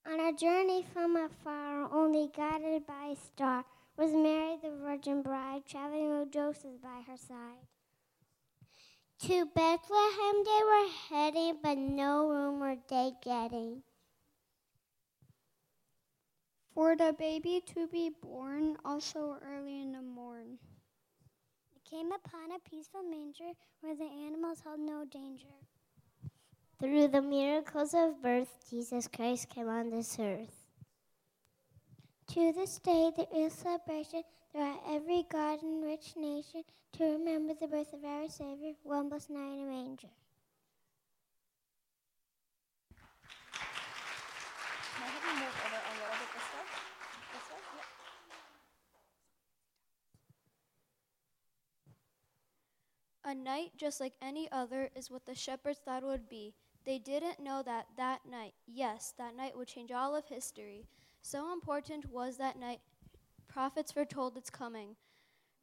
Speaker 14: On a journey from afar, only guided by a star, was Mary the Virgin Bride, traveling with Joseph by her side. To Bethlehem they were heading, but no room were they getting.
Speaker 15: For the baby to be born, also early in the morn.
Speaker 14: It came upon a peaceful manger where the animals held no danger. Through the miracles of birth, Jesus Christ came on this earth. To this day, there is celebration throughout every God and rich nation to remember the birth of our Savior, one blessed night in a manger.
Speaker 16: A night just like any other is what the shepherds thought it would be. They didn't know that that night, yes, that night would change all of history. So important was that night, prophets foretold its coming.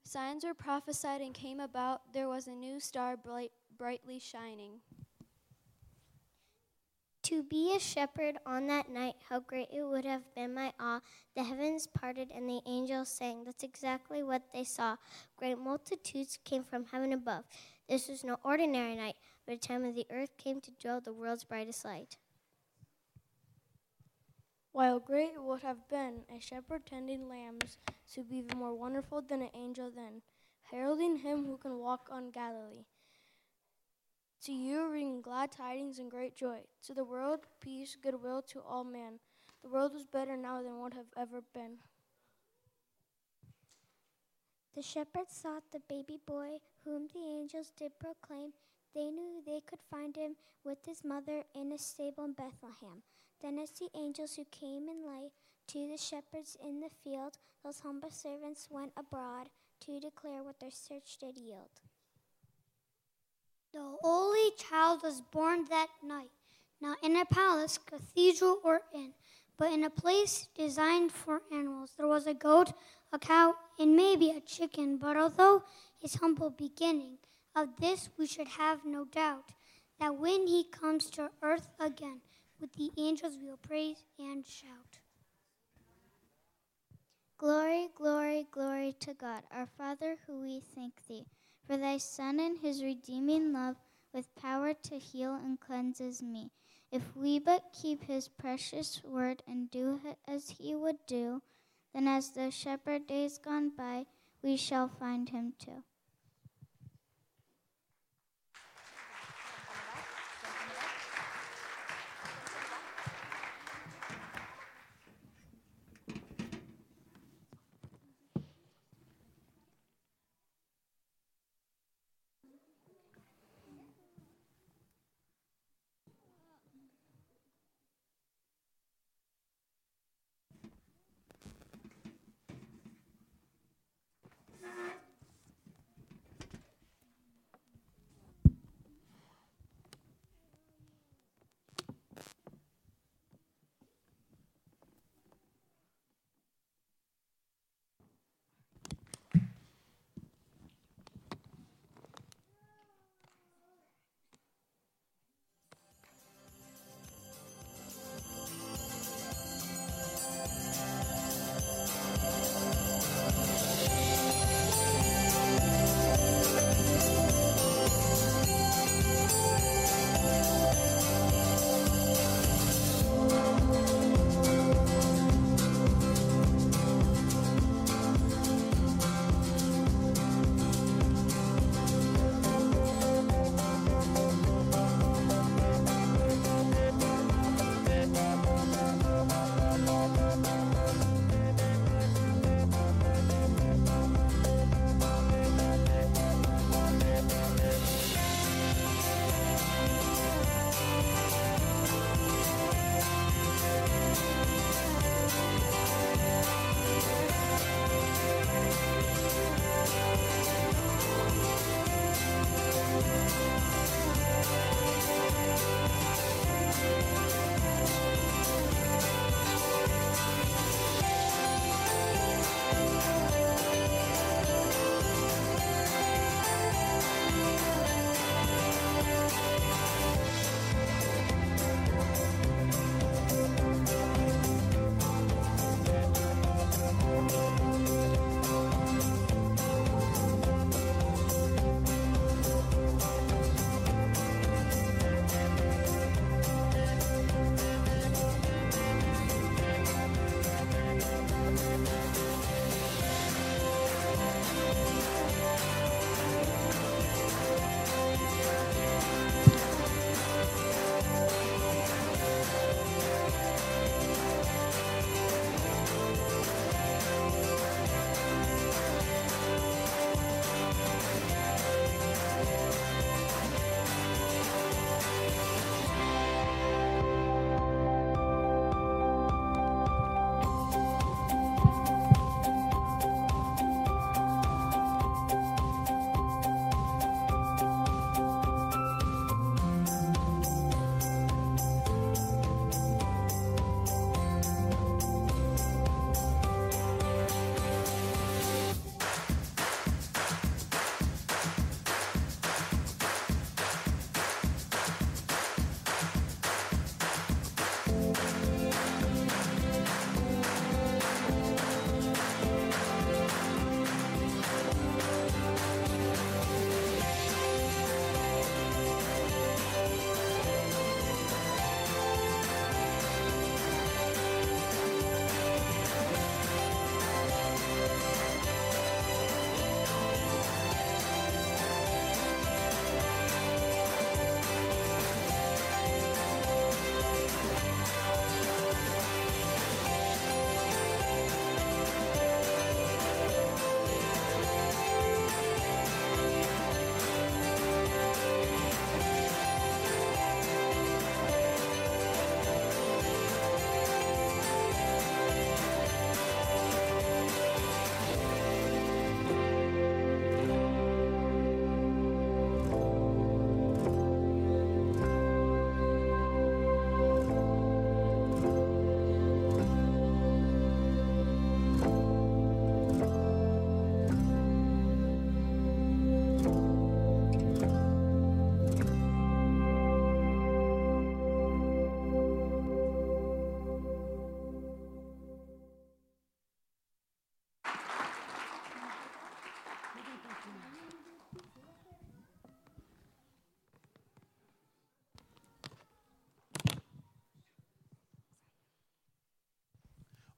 Speaker 16: Signs were prophesied and came about. There was a new star bright, brightly shining.
Speaker 14: To be a shepherd on that night, how great it would have been my awe. The heavens parted and the angels sang. That's exactly what they saw. Great multitudes came from heaven above. This was no ordinary night, but a time when the earth came to dwell the world's brightest light.
Speaker 12: While great it would have been a shepherd tending lambs to be even more wonderful than an angel then, heralding him who can walk on Galilee. To you bring glad tidings and great joy. To the world, peace, goodwill to all men. The world is better now than would have ever been.
Speaker 14: The shepherds sought the baby boy, whom the angels did proclaim. They knew they could find him with his mother in a stable in Bethlehem. Then, as the angels who came in light to the shepherds in the field, those humble servants went abroad to declare what their search did yield.
Speaker 17: The holy child was born that night, not in a palace, cathedral, or inn, but in a place designed for animals. There was a goat, a cow, and maybe a chicken, but although his humble beginning, of this we should have no doubt that when he comes to earth again, with the angels we will praise and shout.
Speaker 18: Glory, glory, glory to God, our Father, who we thank thee for thy Son and his redeeming love, with power to heal and cleanses me. If we but keep his precious word and do h- as he would do, then as the shepherd days gone by, we shall find him too.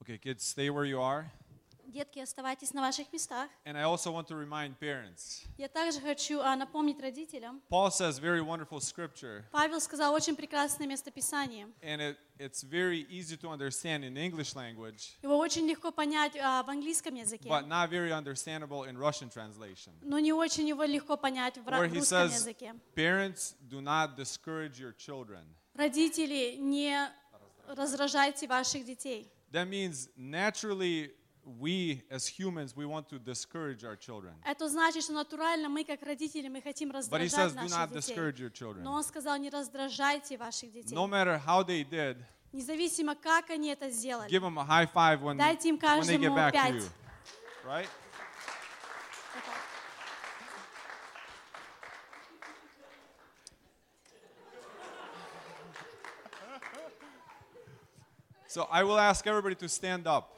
Speaker 7: Okay, kids, stay where you are.
Speaker 8: Детки, оставайтесь на ваших местах.
Speaker 7: And I also want to remind parents.
Speaker 8: Я также хочу а, напомнить родителям.
Speaker 7: Paul says very wonderful scripture,
Speaker 8: Павел сказал очень прекрасное местописание.
Speaker 7: and it, it's very easy to understand in English language,
Speaker 8: Его очень легко понять а, в английском языке,
Speaker 7: but not very understandable in Russian translation.
Speaker 8: но не очень его легко понять в ра-
Speaker 7: Where he
Speaker 8: русском
Speaker 7: says,
Speaker 8: языке.
Speaker 7: Parents, do not discourage your children.
Speaker 8: Родители, не раздражайте ваших детей.
Speaker 7: That means naturally, we as humans, we want to discourage our children.
Speaker 8: Это значит, что натурально мы, как родители, мы хотим
Speaker 7: But he
Speaker 8: раздражать
Speaker 7: says, do not
Speaker 8: наших
Speaker 7: discourage
Speaker 8: детей.
Speaker 7: your children.
Speaker 8: Но он сказал, не раздражайте ваших детей.
Speaker 7: No matter how they did,
Speaker 8: Независимо, как они это сделали.
Speaker 7: give them a high five when,
Speaker 8: Дайте им
Speaker 7: when they get
Speaker 8: каждому
Speaker 7: back to
Speaker 8: пять.
Speaker 7: you. Right? So I will ask everybody to stand up.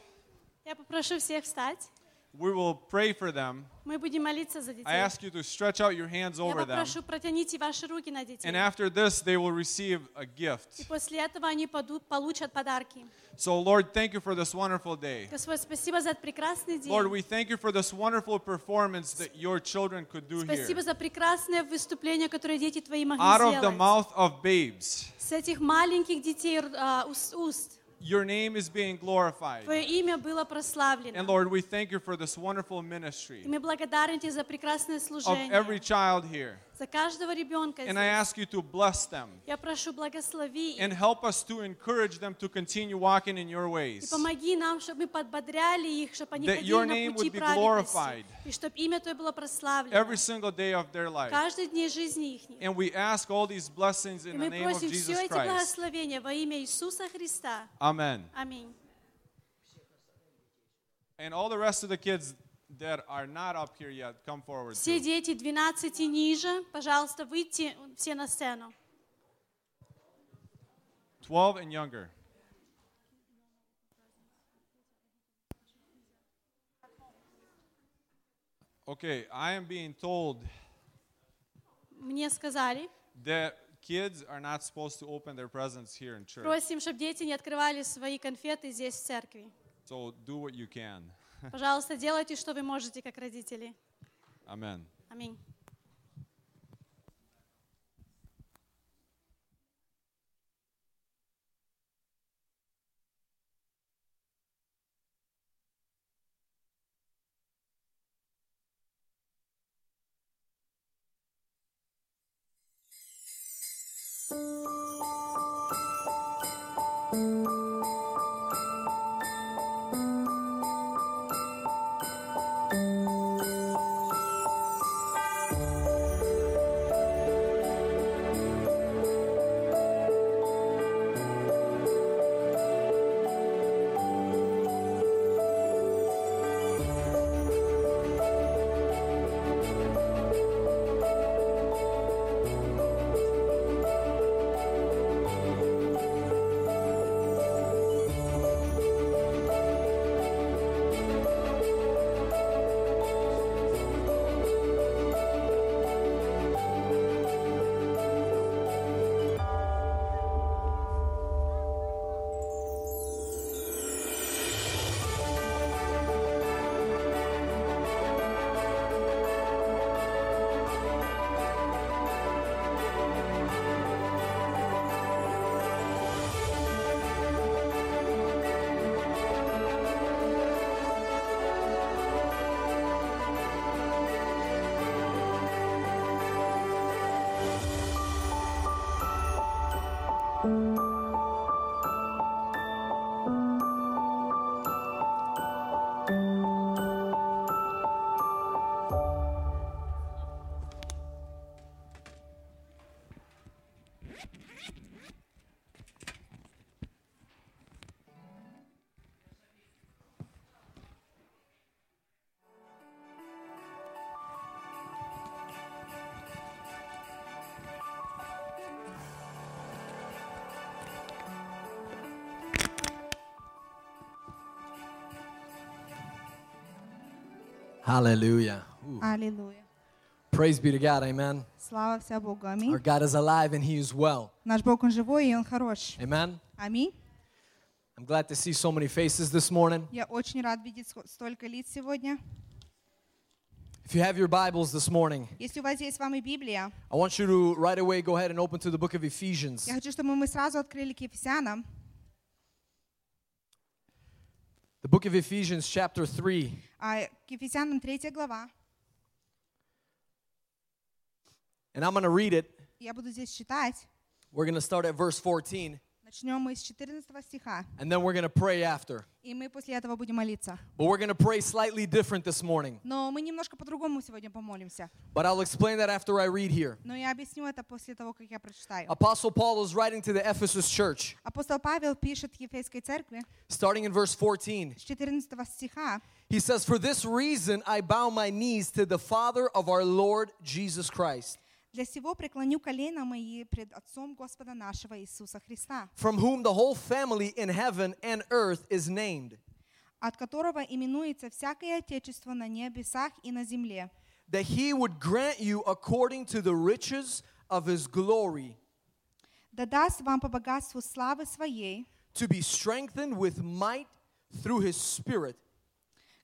Speaker 8: Я попрошу всех встать.
Speaker 7: We will pray for them.
Speaker 8: Мы будем молиться за
Speaker 7: I
Speaker 8: детей.
Speaker 7: ask you to stretch out your hands
Speaker 8: Я
Speaker 7: over them.
Speaker 8: попрошу, протяните ваши руки на детей.
Speaker 7: And after this, they will receive a
Speaker 8: И
Speaker 7: gift.
Speaker 8: после этого они поду- получат подарки.
Speaker 7: So, Lord, thank you for this wonderful day.
Speaker 8: Господь, спасибо за этот прекрасный день.
Speaker 7: Lord, we thank you for this wonderful performance that your children could do
Speaker 8: Спасибо
Speaker 7: here.
Speaker 8: за прекрасное выступление, которое дети твои могли
Speaker 7: Out of the
Speaker 8: сделать.
Speaker 7: mouth of babes,
Speaker 8: С этих маленьких детей р- а, уст, уст
Speaker 7: your name is being glorified.
Speaker 8: твое имя было прославлено.
Speaker 7: And Lord, we thank you for this wonderful
Speaker 8: И
Speaker 7: ministry
Speaker 8: мы благодарны Тебе за прекрасное
Speaker 7: of
Speaker 8: служение,
Speaker 7: every child here.
Speaker 8: за каждого ребенка
Speaker 7: And I
Speaker 8: здесь.
Speaker 7: ask you to bless them
Speaker 8: Я прошу, благослови их.
Speaker 7: and help us to encourage them to continue walking in your
Speaker 8: И
Speaker 7: ways.
Speaker 8: помоги нам, чтобы мы подбодряли их, чтобы они
Speaker 7: That your
Speaker 8: ходили
Speaker 7: name
Speaker 8: на пути
Speaker 7: would be glorified.
Speaker 8: праведности. И чтобы имя Твое было прославлено.
Speaker 7: Every single day of their life.
Speaker 8: Каждый день жизни их.
Speaker 7: And we ask all these blessings
Speaker 8: И
Speaker 7: in the
Speaker 8: мы
Speaker 7: name of
Speaker 8: просим все
Speaker 7: Jesus
Speaker 8: эти
Speaker 7: Christ.
Speaker 8: благословения во имя Иисуса Христа.
Speaker 7: Amen.
Speaker 8: Аминь.
Speaker 7: And all the rest of the kids that are not up here yet, come forward.
Speaker 8: Все
Speaker 7: too.
Speaker 8: дети 12 и ниже, пожалуйста, выйти все на сцену.
Speaker 7: 12 and younger. Okay, I am being told
Speaker 8: Мне сказали,
Speaker 7: that kids are not supposed to open their presents here in church.
Speaker 8: просим, чтобы дети не открывали свои конфеты здесь, в церкви.
Speaker 7: So do what you can. [laughs]
Speaker 8: Пожалуйста, делайте, что вы можете, как родители.
Speaker 7: Amen.
Speaker 8: Аминь.
Speaker 19: Hallelujah. Ooh.
Speaker 11: Аллилуйя.
Speaker 19: Praise be to God. Amen.
Speaker 11: Слава вся Богу.
Speaker 19: Our
Speaker 11: Аминь.
Speaker 19: God is alive and He is well.
Speaker 11: Наш Бог, Он живой, и Он хорош.
Speaker 19: Amen.
Speaker 11: Аминь.
Speaker 19: I'm glad to see so many faces this morning.
Speaker 11: Я очень рад видеть ско- столько лиц сегодня.
Speaker 19: If you have your Bibles this morning,
Speaker 11: Если у вас есть с вами Библия,
Speaker 19: I want you to right away go ahead and open to the book of Ephesians.
Speaker 11: я хочу, чтобы мы сразу открыли к Ефесянам.
Speaker 19: The book of Ephesians, chapter 3.
Speaker 11: А, К Ефесянам 3 глава.
Speaker 19: And I'm going to read it.
Speaker 11: Я буду здесь читать.
Speaker 19: We're going to start at verse 14,
Speaker 11: Начнем мы с 14 стиха.
Speaker 19: and then we're going to pray after.
Speaker 11: И мы после этого будем молиться.
Speaker 19: But we're going to pray slightly different this morning.
Speaker 11: Но мы немножко по-другому сегодня помолимся.
Speaker 19: But I'll explain that after I read here.
Speaker 11: Но я объясню это после того, как я прочитаю.
Speaker 19: Apostle Paul is writing to the Ephesus church,
Speaker 11: Апостол Павел пишет Ефейской церкви
Speaker 19: starting in verse 14.
Speaker 11: с 14 стиха.
Speaker 19: He says, For this reason I bow my knees to the Father of our Lord Jesus Christ,
Speaker 11: «Для сего преклоню колено мои пред Отцом Господа нашего Иисуса Христа,
Speaker 19: from whom the whole family in heaven and earth is named,
Speaker 11: от которого именуется всякое Отечество на небесах и на земле,
Speaker 19: that he would grant you according to the riches of his glory
Speaker 11: да даст вам по богатству славы своей,
Speaker 19: to be strengthened with might through his Spirit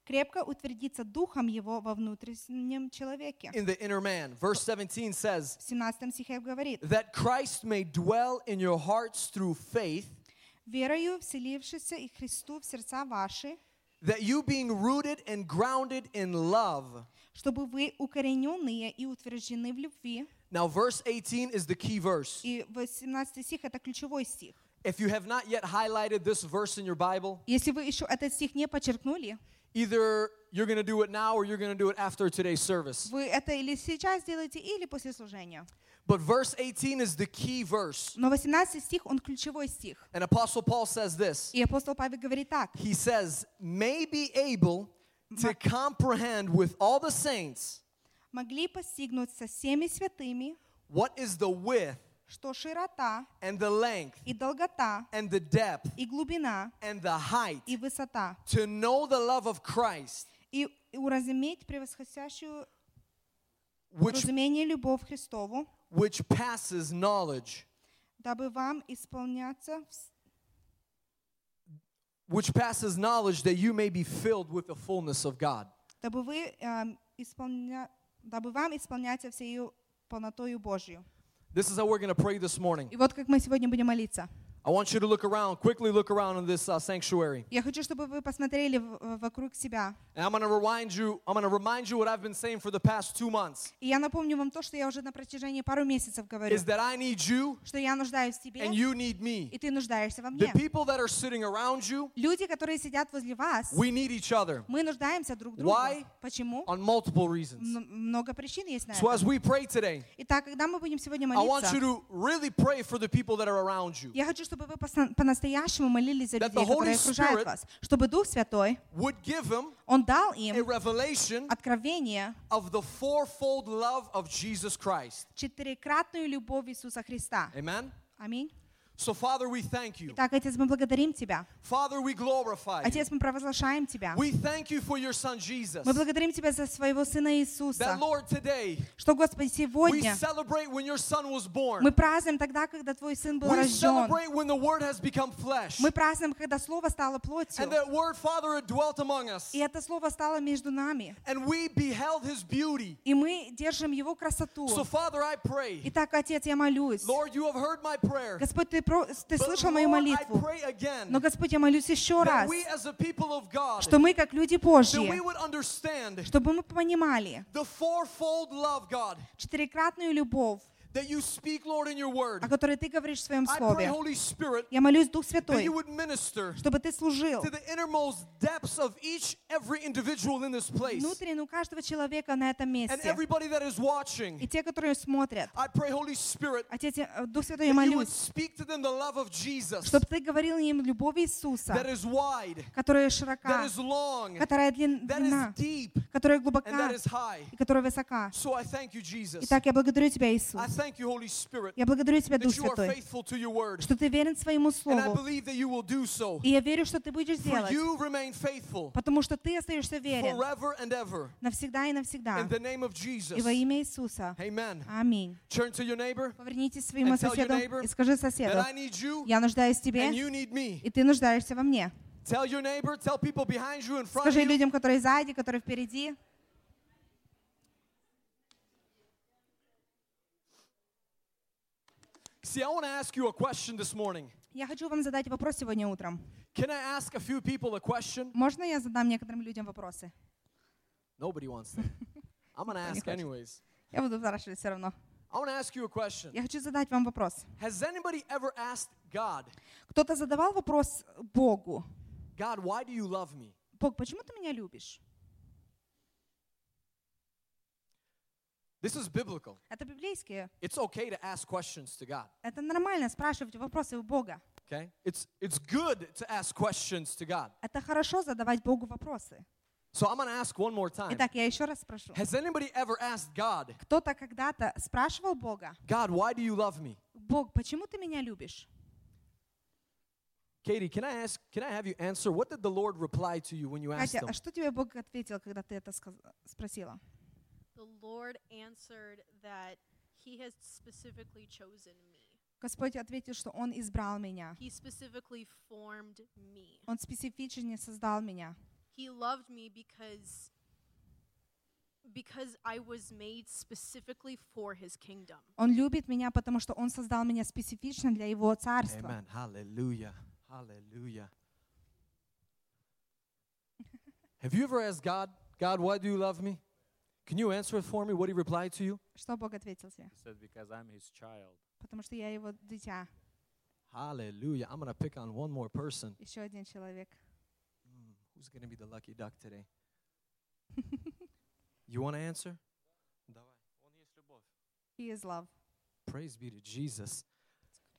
Speaker 11: крепко утвердиться Духом Его во внутреннем человеке».
Speaker 19: in the inner man. Verse 17 says,
Speaker 11: В 17 стихе говорит,
Speaker 19: That Christ may dwell in your hearts through faith,
Speaker 11: «Верою вселившийся и Христу в сердца ваши,
Speaker 19: that you being rooted and grounded in love.
Speaker 11: чтобы вы укорененные и утверждены в любви».
Speaker 19: Now, verse 18 is the key verse.
Speaker 11: И 18 стих — это ключевой стих.
Speaker 19: If you have not yet highlighted this verse in your Bible,
Speaker 11: Если вы еще этот стих не подчеркнули,
Speaker 19: either you're going to do it now or you're going to do it after today's service.
Speaker 11: Вы это или сейчас делаете, или после служения.
Speaker 19: But verse 18 is the key verse.
Speaker 11: Но 18 стих, он ключевой стих.
Speaker 19: And Apostle Paul says this
Speaker 11: И апостол Павел говорит так.
Speaker 19: He says, may be able to comprehend with all the saints
Speaker 11: «Могли постигнуть со всеми святыми,
Speaker 19: what is the width
Speaker 11: что широта
Speaker 19: and the length
Speaker 11: и долгота
Speaker 19: and the depth
Speaker 11: и глубина
Speaker 19: and the height,
Speaker 11: и высота,
Speaker 19: to know the love of Christ,
Speaker 11: и и уразуметь превосходящую
Speaker 19: which,
Speaker 11: разумение любовь Христову,
Speaker 19: which passes knowledge,
Speaker 11: дабы вам исполняться вс-
Speaker 19: which passes knowledge that you may be filled with the fullness of God.
Speaker 11: дабы вы эм, исполня- дабы вам исполняться всею полнотою Божью.
Speaker 19: This is how we're going to pray this morning.
Speaker 11: И вот как мы сегодня будем молиться.
Speaker 19: I want you to look around, quickly look around in this uh, sanctuary.
Speaker 11: Я хочу, чтобы вы посмотрели в- в- вокруг себя.
Speaker 19: And I'm going to remind you, I'm going to remind you what I've been saying for the past 2 months
Speaker 11: И я напомню вам то, что я уже на протяжении пару месяцев говорю,
Speaker 19: is that I need you
Speaker 11: что я нуждаюсь в тебе,
Speaker 19: and you need me.
Speaker 11: и ты нуждаешься во
Speaker 19: The
Speaker 11: мне.
Speaker 19: people that are sitting around you,
Speaker 11: Люди, которые сидят возле вас,
Speaker 19: we need each other
Speaker 11: мы нуждаемся друг в другу.
Speaker 19: Why?
Speaker 11: Почему?
Speaker 19: on multiple reasons.
Speaker 11: М- Много причин есть на
Speaker 19: So as
Speaker 11: это.
Speaker 19: we pray today,
Speaker 11: Итак, когда мы будем сегодня
Speaker 19: I want you
Speaker 11: молиться,
Speaker 19: to really pray for the people that are around you.
Speaker 11: я хочу, чтобы вы посна- по-настоящему молились за
Speaker 19: That
Speaker 11: людей,
Speaker 19: the Holy
Speaker 11: которые окружают
Speaker 19: Spirit
Speaker 11: вас, чтобы Дух Святой,
Speaker 19: Would give them
Speaker 11: Он дал
Speaker 19: a
Speaker 11: им
Speaker 19: revelation
Speaker 11: откровение,
Speaker 19: of the fourfold love of Jesus Christ.
Speaker 11: четырекратную любовь Иисуса Христа.
Speaker 19: Amen.
Speaker 11: Аминь.
Speaker 19: So Father, we thank you.
Speaker 11: Итак, Отец, мы благодарим Тебя.
Speaker 19: Father, we glorify you.
Speaker 11: Отец, мы провозглашаем Тебя.
Speaker 19: We thank you for your son Jesus.
Speaker 11: Мы благодарим Тебя за своего Сына
Speaker 19: That
Speaker 11: Иисуса,
Speaker 19: Lord today
Speaker 11: что, Господи,
Speaker 19: we
Speaker 11: сегодня
Speaker 19: celebrate when your son was born.
Speaker 11: мы празднуем тогда, когда Твой Сын был
Speaker 19: We
Speaker 11: рожден.
Speaker 19: celebrate when the word has become flesh.
Speaker 11: Мы празднуем, когда Слово стало плотью.
Speaker 19: And that word Father it dwelt among us.
Speaker 11: И это Слово стало между нами.
Speaker 19: And we beheld his beauty.
Speaker 11: И мы держим Его красоту.
Speaker 19: So Father, I pray.
Speaker 11: Итак, Отец, я молюсь.
Speaker 19: Lord, you have heard my prayer.
Speaker 11: Господь, Ты, про- ты
Speaker 19: But
Speaker 11: слышал мою
Speaker 19: Lord, I
Speaker 11: молитву.
Speaker 19: pray again
Speaker 11: Но, Господь, я молюсь еще
Speaker 19: that
Speaker 11: раз,
Speaker 19: we as a people of God
Speaker 11: что мы, как люди
Speaker 19: that we
Speaker 11: Божьи,
Speaker 19: would understand
Speaker 11: чтобы мы понимали
Speaker 19: the fourfold love, God,
Speaker 11: четырекратную любовь,
Speaker 19: that you speak, Lord, in your word.
Speaker 11: о которой Ты говоришь в Своем
Speaker 19: I pray,
Speaker 11: Слове.
Speaker 19: Holy Spirit,
Speaker 11: Я молюсь, Дух
Speaker 19: that
Speaker 11: Святой,
Speaker 19: you would minister
Speaker 11: чтобы Ты служил
Speaker 19: to the innermost depths of each every individual in this place
Speaker 11: внутренне у каждого человека на этом
Speaker 19: and
Speaker 11: месте.
Speaker 19: everybody that is watching.
Speaker 11: И те, которые смотрят.
Speaker 19: I pray, Holy Spirit,
Speaker 11: Отец, я- э, Дух Святой, я
Speaker 19: that you would
Speaker 11: молюсь,
Speaker 19: speak to them the love of Jesus
Speaker 11: чтобы Ты говорил им любовь
Speaker 19: that
Speaker 11: Иисуса,
Speaker 19: is wide,
Speaker 11: которая широка,
Speaker 19: that is long,
Speaker 11: которая длин-
Speaker 19: that is
Speaker 11: длинна,
Speaker 19: deep,
Speaker 11: которая
Speaker 19: and that
Speaker 11: глубока
Speaker 19: is high.
Speaker 11: и которая высока.
Speaker 19: So I thank you, Jesus.
Speaker 11: Итак, я благодарю Тебя, Иисус.
Speaker 19: I thank you, Holy Spirit,
Speaker 11: Я благодарю Тебя, Дух
Speaker 19: that you are
Speaker 11: Святой,
Speaker 19: faithful to your word.
Speaker 11: что Ты верен своему
Speaker 19: And I
Speaker 11: Слову.
Speaker 19: believe that you will do so.
Speaker 11: И я верю, что Ты будешь
Speaker 19: For
Speaker 11: делать,
Speaker 19: you remain faithful
Speaker 11: потому что Ты остаешься верен
Speaker 19: forever and ever.
Speaker 11: навсегда и навсегда.
Speaker 19: In the name of
Speaker 11: И
Speaker 19: Jesus.
Speaker 11: во имя Иисуса.
Speaker 19: Amen.
Speaker 11: Аминь.
Speaker 19: Turn to your neighbor
Speaker 11: Повернитесь к своему
Speaker 19: and tell your
Speaker 11: соседу
Speaker 19: neighbor
Speaker 11: и скажи соседу,
Speaker 19: that I need you.
Speaker 11: я нуждаюсь в тебе,
Speaker 19: and you need me.
Speaker 11: и ты нуждаешься во мне.
Speaker 19: Tell your neighbor, tell people behind you and front
Speaker 11: Скажи
Speaker 19: of you.
Speaker 11: людям, которые сзади, которые впереди,
Speaker 19: See, I want to ask you a question this morning.
Speaker 11: я хочу вам задать вопрос сегодня утром.
Speaker 19: Can I ask a few people a question?
Speaker 11: Можно я задам некоторым людям вопросы?
Speaker 19: Nobody wants
Speaker 11: [laughs]
Speaker 19: that. I'm going to ask anyways.
Speaker 11: Я буду спрашивать все равно.
Speaker 19: I want to ask you a question.
Speaker 11: Я хочу задать вам вопрос.
Speaker 19: Has anybody ever asked God,
Speaker 11: Кто-то задавал вопрос Богу.
Speaker 19: God, why do you love me?
Speaker 11: Бог, почему ты меня любишь?
Speaker 19: This is biblical.
Speaker 11: Это библейские.
Speaker 19: It's okay to ask questions to God.
Speaker 11: Это нормально спрашивать вопросы у Бога.
Speaker 19: Okay? It's it's good to ask questions to God.
Speaker 11: Это хорошо задавать Богу вопросы.
Speaker 19: So I'm going to ask one more time.
Speaker 11: Итак, я еще раз спрошу.
Speaker 19: Has anybody ever asked God,
Speaker 11: Кто-то когда-то спрашивал Бога,
Speaker 19: God, why do you love me?
Speaker 11: Бог, почему ты меня любишь?
Speaker 19: Katie, can I ask can I have you answer what did the Lord reply to you when you asked
Speaker 11: Катя,
Speaker 19: him?
Speaker 11: а что тебе Бог ответил, когда ты это сказ- спросила?
Speaker 20: The Lord answered that He has specifically chosen me.
Speaker 11: Господь ответил, что Он избрал меня.
Speaker 20: He specifically formed me.
Speaker 11: Он специфично создал меня.
Speaker 20: He loved me because because I was made specifically for His kingdom.
Speaker 11: Он любит меня, потому что Он создал меня специфично для Его царства.
Speaker 19: Amen. Hallelujah.
Speaker 11: [laughs]
Speaker 19: Hallelujah. Have you ever asked God, God, why do you love me? Can you answer it for me? What he replied to you?
Speaker 11: Что Бог ответил тебе?
Speaker 21: He said, Because I'm his child.
Speaker 11: Потому что я Его дитя,
Speaker 19: Hallelujah. I'm going to pick on one more person.
Speaker 11: еще один человек.
Speaker 19: Who's going to be the lucky duck
Speaker 11: [laughs]
Speaker 19: today? you want to answer?
Speaker 11: He is love.
Speaker 19: Praise be to Jesus.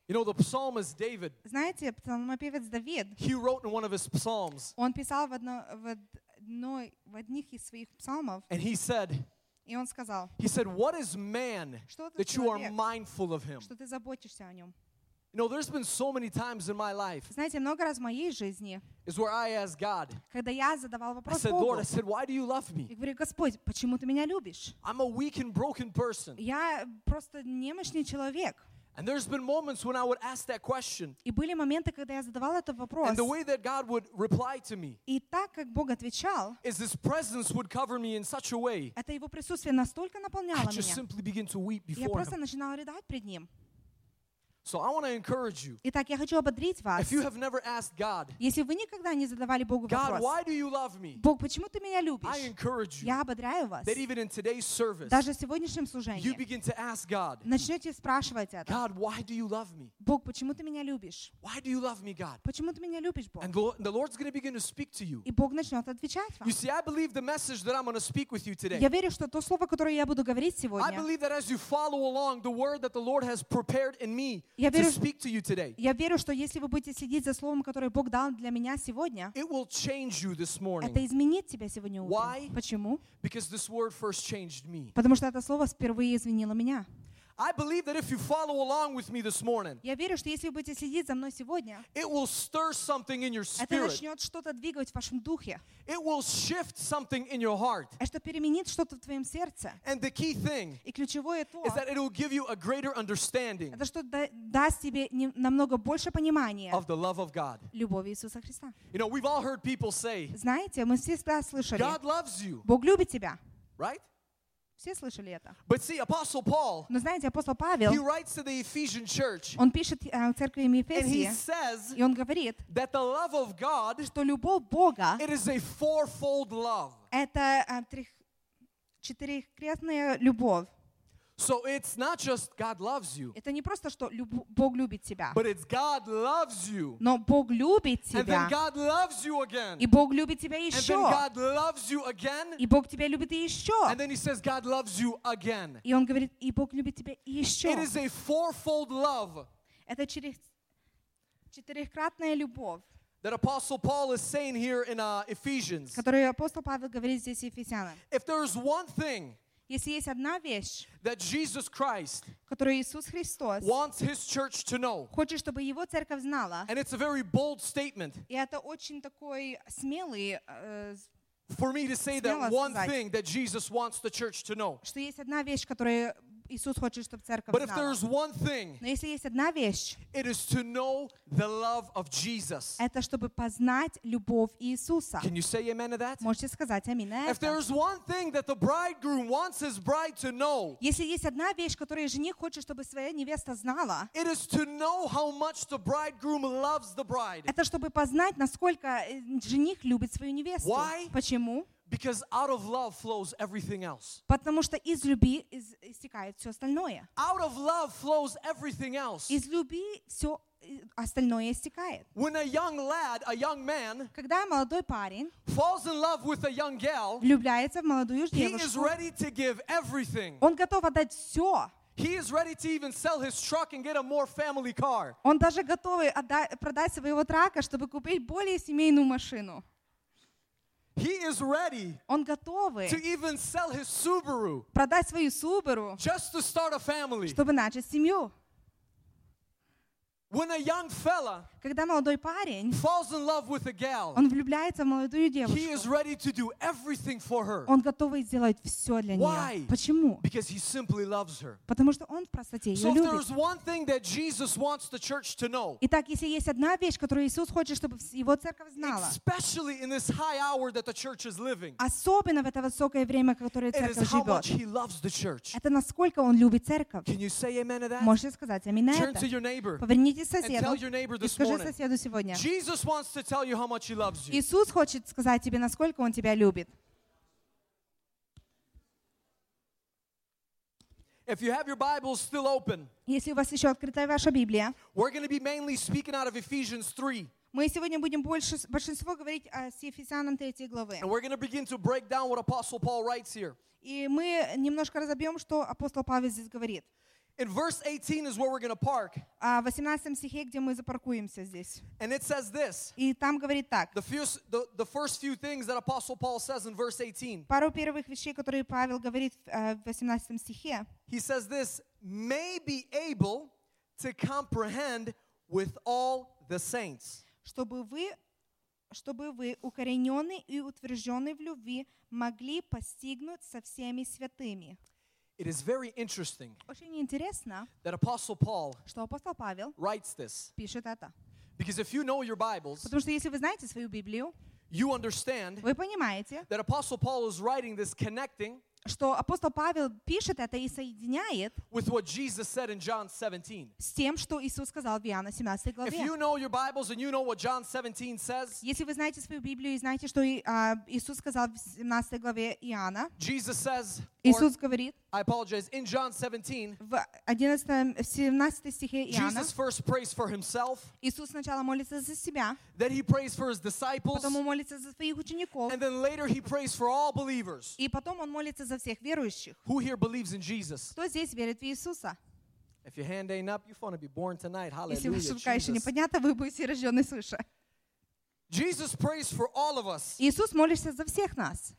Speaker 19: You know, the psalmist David,
Speaker 11: Знаете, псалмопевец Давид,
Speaker 19: he wrote in one of his psalms,
Speaker 11: он писал в, одно, в, одной, в одних из своих псалмов,
Speaker 19: and he said,
Speaker 11: и он сказал,
Speaker 19: he said, What is man
Speaker 11: Что ты,
Speaker 19: that you are
Speaker 11: человек?
Speaker 19: mindful of him?
Speaker 11: что ты заботишься о нем.
Speaker 19: You know, there's been so many times in my life
Speaker 11: Знаете, много раз в моей жизни,
Speaker 19: is where I ask God,
Speaker 11: когда я задавал
Speaker 19: I
Speaker 11: вопрос
Speaker 19: said, Lord,
Speaker 11: Богу,
Speaker 19: I said, why do you love me?
Speaker 11: я говорю, Господь, почему ты меня любишь?
Speaker 19: I'm a weak and broken person.
Speaker 11: Я просто немощный человек.
Speaker 19: And there's been moments when I would ask that question.
Speaker 11: И были моменты, когда я задавала этот вопрос,
Speaker 19: And the way that God would reply to me
Speaker 11: и так как Бог отвечал,
Speaker 19: is His presence would cover me in such a way
Speaker 11: это Его присутствие настолько
Speaker 19: I
Speaker 11: наполняло
Speaker 19: just
Speaker 11: меня,
Speaker 19: simply begin to weep
Speaker 11: я
Speaker 19: before
Speaker 11: просто
Speaker 19: Him.
Speaker 11: начинала рыдать пред Ним.
Speaker 19: So I want to encourage you.
Speaker 11: Итак, я хочу ободрить вас.
Speaker 19: If you have never asked God,
Speaker 11: Если вы никогда не задавали Богу
Speaker 19: God,
Speaker 11: вопрос,
Speaker 19: why do you love me?
Speaker 11: Бог, почему ты меня
Speaker 19: I
Speaker 11: любишь?
Speaker 19: encourage you
Speaker 11: Я ободряю вас.
Speaker 19: that even in today's service,
Speaker 11: Даже в сегодняшнем
Speaker 19: you
Speaker 11: служении
Speaker 19: begin to ask God,
Speaker 11: начнете спрашивать это.
Speaker 19: God, why do you love me?
Speaker 11: Бог, почему ты меня любишь?
Speaker 19: Why do you love me, God?
Speaker 11: Почему ты меня любишь, Бог?
Speaker 19: And the Lord- the Lord's going to begin to speak to you.
Speaker 11: И Бог начнет отвечать вам.
Speaker 19: You see, I believe the message that I'm going to speak with you today.
Speaker 11: Я верю, что то слово, которое я буду говорить
Speaker 19: I
Speaker 11: сегодня,
Speaker 19: believe that as you follow along, the word that the Lord has prepared in me
Speaker 11: Я
Speaker 19: to
Speaker 11: верю,
Speaker 19: speak to you today,
Speaker 11: я верю, что если вы будете следить за словом, которое Бог дал для меня сегодня,
Speaker 19: it will change you this
Speaker 11: это
Speaker 19: morning.
Speaker 11: изменит тебя сегодня
Speaker 19: Why?
Speaker 11: утром. Почему?
Speaker 19: Because this word first changed me.
Speaker 11: Потому что это слово впервые извинило меня.
Speaker 19: I believe that if you follow along with me this morning,
Speaker 11: Я верю, что если вы будете следить за мной сегодня,
Speaker 19: it will stir something in your
Speaker 11: это
Speaker 19: spirit.
Speaker 11: начнет что-то двигать в вашем духе.
Speaker 19: It will shift something in your heart.
Speaker 11: Это переменит что-то в твоем сердце.
Speaker 19: And the key thing
Speaker 11: И ключевое то,
Speaker 19: is that it will give you a greater understanding
Speaker 11: это что да- даст тебе не- намного больше понимания
Speaker 19: of the love of God.
Speaker 11: любови Иисуса Христа.
Speaker 19: You know, we've all heard people say,
Speaker 11: Знаете, мы все всегда слышали,
Speaker 19: God loves you,
Speaker 11: Бог любит тебя.
Speaker 19: right?
Speaker 11: Все слышали это.
Speaker 19: But see, Apostle Paul,
Speaker 11: Но знаете, апостол Павел,
Speaker 19: he writes to the Ephesian church,
Speaker 11: он пишет э, церкви
Speaker 19: and he
Speaker 11: Ефесии,
Speaker 19: says
Speaker 11: и он говорит,
Speaker 19: that the love of God,
Speaker 11: что любовь Бога
Speaker 19: it is a fourfold love.
Speaker 11: — это э, трех- четырехкрестная любовь.
Speaker 19: So it's not just God loves you,
Speaker 11: Это не просто, что люб- Бог любит тебя,
Speaker 19: but it's God loves you.
Speaker 11: но Бог любит
Speaker 19: And then
Speaker 11: тебя,
Speaker 19: God loves you again.
Speaker 11: и Бог любит тебя
Speaker 19: And then
Speaker 11: еще,
Speaker 19: God loves you again.
Speaker 11: и Бог тебя любит и еще.
Speaker 19: And then he says God loves you again.
Speaker 11: И он говорит, и Бог любит тебя и еще.
Speaker 19: It is a fourfold love
Speaker 11: Это через четырехкратная любовь,
Speaker 19: that Apostle Paul is saying here in uh, Ephesians.
Speaker 11: которую апостол Павел говорит здесь Ефесянам.
Speaker 19: If there's one thing
Speaker 11: Если есть одна вещь,
Speaker 19: that Jesus Christ
Speaker 11: которую Иисус Христос
Speaker 19: wants his church to know,
Speaker 11: хочет, чтобы Его церковь знала,
Speaker 19: and it's a very bold statement
Speaker 11: и это очень такой смелый, э,
Speaker 19: for me to say
Speaker 11: Смело
Speaker 19: that one
Speaker 11: сказать.
Speaker 19: thing that Jesus wants the church to know.
Speaker 11: что есть одна вещь, которую Иисус хочет, чтобы церковь
Speaker 19: But if
Speaker 11: знала.
Speaker 19: there's one thing,
Speaker 11: Но если есть одна вещь,
Speaker 19: it is to know the love of Jesus.
Speaker 11: это чтобы познать любовь Иисуса.
Speaker 19: Can you say amen to that?
Speaker 11: Можете сказать аминь на
Speaker 19: If
Speaker 11: это?
Speaker 19: there's one thing that the bridegroom wants his bride to know,
Speaker 11: Если есть одна вещь, которую жених хочет, чтобы своя невеста знала,
Speaker 19: it is to know how much the bridegroom loves the bride.
Speaker 11: это чтобы познать, насколько э, жених любит свою невесту.
Speaker 19: Why?
Speaker 11: Почему?
Speaker 19: Because out of love flows everything else.
Speaker 11: Потому что из любви из- истекает все остальное.
Speaker 19: Out of love flows everything else.
Speaker 11: Из любви все остальное истекает.
Speaker 19: When a young lad, a young man,
Speaker 11: Когда молодой парень
Speaker 19: falls in love with a young gal,
Speaker 11: влюбляется в молодую
Speaker 19: he is
Speaker 11: девушку,
Speaker 19: ready to give everything.
Speaker 11: он готов отдать все.
Speaker 19: He is ready to even sell his truck and get a more family car.
Speaker 11: Он даже готов отда- продать своего трака, чтобы купить более семейную машину.
Speaker 19: He is ready
Speaker 11: Он готовы
Speaker 19: to even sell his Subaru
Speaker 11: продать свою Субару,
Speaker 19: just to start a family.
Speaker 11: чтобы начать семью.
Speaker 19: When a young fella
Speaker 11: Когда молодой парень,
Speaker 19: falls in love with a gal,
Speaker 11: он влюбляется в молодую
Speaker 19: he
Speaker 11: девушку,
Speaker 19: is ready to do everything for her
Speaker 11: он готов сделать все для
Speaker 19: Why?
Speaker 11: нее. Почему?
Speaker 19: because he simply loves her.
Speaker 11: Потому что он в простоте ее
Speaker 19: So if there's
Speaker 11: любит.
Speaker 19: one thing that Jesus wants the church to know,
Speaker 11: Итак, если есть одна вещь, которую Иисус хочет, чтобы вс- его церковь знала,
Speaker 19: especially in this high hour that the church is living,
Speaker 11: особенно в это высокое время, которое
Speaker 19: it is
Speaker 11: церковь
Speaker 19: how much
Speaker 11: живет,
Speaker 19: he loves the church.
Speaker 11: это насколько он любит церковь.
Speaker 19: Can you say amen to that?
Speaker 11: Можете сказать аминь на
Speaker 19: Turn
Speaker 11: это.
Speaker 19: to your neighbor
Speaker 11: Поверните
Speaker 19: and
Speaker 11: соседу
Speaker 19: tell your neighbor
Speaker 11: и
Speaker 19: this
Speaker 11: скажи
Speaker 19: morning.
Speaker 11: соседу сегодня.
Speaker 19: Jesus wants to tell you how much he loves you.
Speaker 11: Иисус хочет сказать тебе, насколько он тебя любит.
Speaker 19: If you have your Bibles still open,
Speaker 11: Если у вас еще открытая ваша Библия,
Speaker 19: we're going to be mainly speaking out of Ephesians 3.
Speaker 11: мы сегодня будем больше, большинство говорить о с Ефесянам 3 главы.
Speaker 19: And we're going to begin to break down what Apostle Paul writes here.
Speaker 11: И мы немножко разобьем, что апостол Павел здесь говорит.
Speaker 19: In verse 18 is where we're going to park.
Speaker 11: А, В 18 стихе, где мы запаркуемся здесь.
Speaker 19: And it says this
Speaker 11: И там говорит так.
Speaker 19: the, few, the, the first few things that Apostle Paul says in verse 18.
Speaker 11: Пару первых вещей, которые Павел говорит э, в 18 стихе.
Speaker 19: He says this may be able to comprehend with all the saints.
Speaker 11: Чтобы вы, чтобы вы, укорененные и утвержденные в любви, могли постигнуть со всеми святыми.
Speaker 19: It is very interesting
Speaker 11: Очень интересно,
Speaker 19: that Apostle Paul
Speaker 11: что апостол Павел
Speaker 19: writes this
Speaker 11: пишет это.
Speaker 19: because if you know your Bibles,
Speaker 11: Потому что если вы знаете свою Библию,
Speaker 19: you understand
Speaker 11: вы понимаете,
Speaker 19: that Apostle Paul is writing this connecting
Speaker 11: что апостол Павел пишет это и соединяет
Speaker 19: with what Jesus said in John 17.
Speaker 11: с тем, что Иисус сказал в Иоанна 17
Speaker 19: If
Speaker 11: главе.
Speaker 19: you know your Bibles and you know what John 17 says,
Speaker 11: Если вы знаете свою Библию и знаете, что и- а, Иисус сказал в 17 главе Иоанна,
Speaker 19: Jesus says, or,
Speaker 11: Иисус говорит
Speaker 19: I apologize, in John 17,
Speaker 11: в 11, в 17 стихе Иоанна,
Speaker 19: Jesus first prays for himself,
Speaker 11: Иисус сначала молится за себя,
Speaker 19: then he prays for his disciples,
Speaker 11: потом он молится за своих учеников,
Speaker 19: and then later he prays for all believers.
Speaker 11: и потом он молится за всех верующих.
Speaker 19: Who here believes in Jesus?
Speaker 11: Кто здесь верит в Иисуса?
Speaker 19: If your hand ain't up, you're going to be born tonight.
Speaker 11: Если
Speaker 19: Hallelujah.
Speaker 11: ваша рука еще не
Speaker 19: Jesus.
Speaker 11: поднята, вы будете рождены свыше.
Speaker 19: Jesus prays for all of us.
Speaker 11: Иисус молится за всех нас.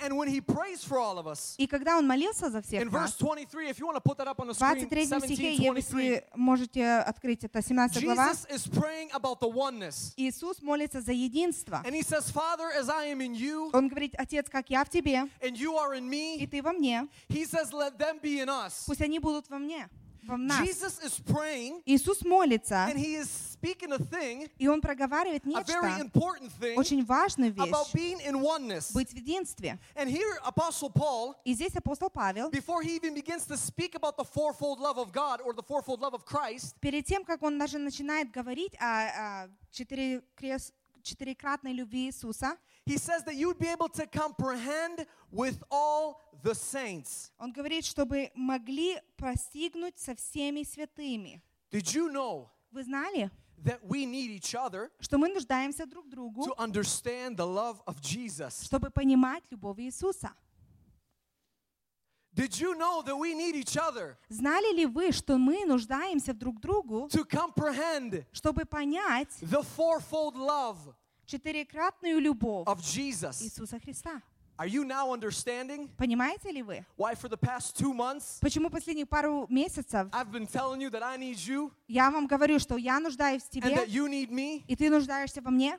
Speaker 19: And when he prays for all of us,
Speaker 11: И когда он молился за всех
Speaker 19: in verse
Speaker 11: нас,
Speaker 19: 23, if you want to put that up on the
Speaker 11: в
Speaker 19: screen,
Speaker 11: 23 стихе,
Speaker 19: 17,
Speaker 11: если можете открыть это 17 глава,
Speaker 19: Jesus is praying about the oneness.
Speaker 11: Иисус молится за единство.
Speaker 19: And he says, Father, as I am in you
Speaker 11: Он говорит, Отец, как я в тебе,
Speaker 19: and you are in
Speaker 11: и
Speaker 19: me,
Speaker 11: ты во мне,
Speaker 19: he says, let them be in us.
Speaker 11: пусть они будут во мне, во нас.
Speaker 19: Jesus is praying
Speaker 11: Иисус молится,
Speaker 19: and he is speaking a thing,
Speaker 11: и Он проговаривает
Speaker 19: a very
Speaker 11: нечто,
Speaker 19: important thing,
Speaker 11: очень важную
Speaker 19: about
Speaker 11: вещь,
Speaker 19: being in oneness.
Speaker 11: быть в единстве.
Speaker 19: And here, Apostle Paul,
Speaker 11: И здесь апостол Павел,
Speaker 19: before he even begins to speak about the fourfold love of God or the fourfold love of Christ,
Speaker 11: перед тем, как он даже начинает говорить о, о четыре крес- четырекратной любви Иисуса,
Speaker 19: he says that you'd be able to comprehend with all the saints.
Speaker 11: он говорит, чтобы могли постигнуть со всеми святыми.
Speaker 19: Did you know
Speaker 11: Вы знали,
Speaker 19: that we need each other
Speaker 11: что мы нуждаемся друг
Speaker 19: to
Speaker 11: другу,
Speaker 19: understand the love of Jesus?
Speaker 11: чтобы понимать любовь Иисуса?
Speaker 19: Did you know that we need each other
Speaker 11: Знали ли вы, что мы нуждаемся в друг другу,
Speaker 19: to comprehend
Speaker 11: чтобы понять
Speaker 19: the fourfold love
Speaker 11: четырекратную любовь
Speaker 19: of Jesus?
Speaker 11: Иисуса Христа?
Speaker 19: I Are you now understanding
Speaker 11: Понимаете ли вы?
Speaker 19: why for the past two months
Speaker 11: Почему последние пару месяцев
Speaker 19: I've been telling you that I need you
Speaker 11: я вам говорю, что я нуждаюсь в
Speaker 19: and that
Speaker 11: тебе,
Speaker 19: you need me?
Speaker 11: и ты нуждаешься во мне?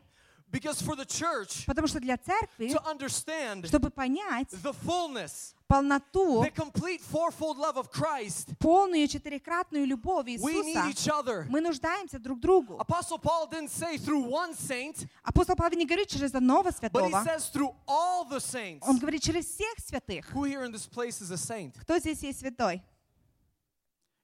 Speaker 19: Because for the church
Speaker 11: Потому что для церкви,
Speaker 19: to understand
Speaker 11: чтобы понять
Speaker 19: the fullness,
Speaker 11: полноту,
Speaker 19: the complete fourfold love of Christ,
Speaker 11: полную четырехкратную любовь
Speaker 19: we need each
Speaker 11: Иисуса,
Speaker 19: other.
Speaker 11: мы нуждаемся друг другу.
Speaker 19: Apostle Paul didn't say through one saint,
Speaker 11: Апостол Павел не говорит через одного
Speaker 19: but he
Speaker 11: святого,
Speaker 19: says through all the saints.
Speaker 11: он говорит через всех святых.
Speaker 19: Who here in this place is a saint?
Speaker 11: Кто здесь есть святой?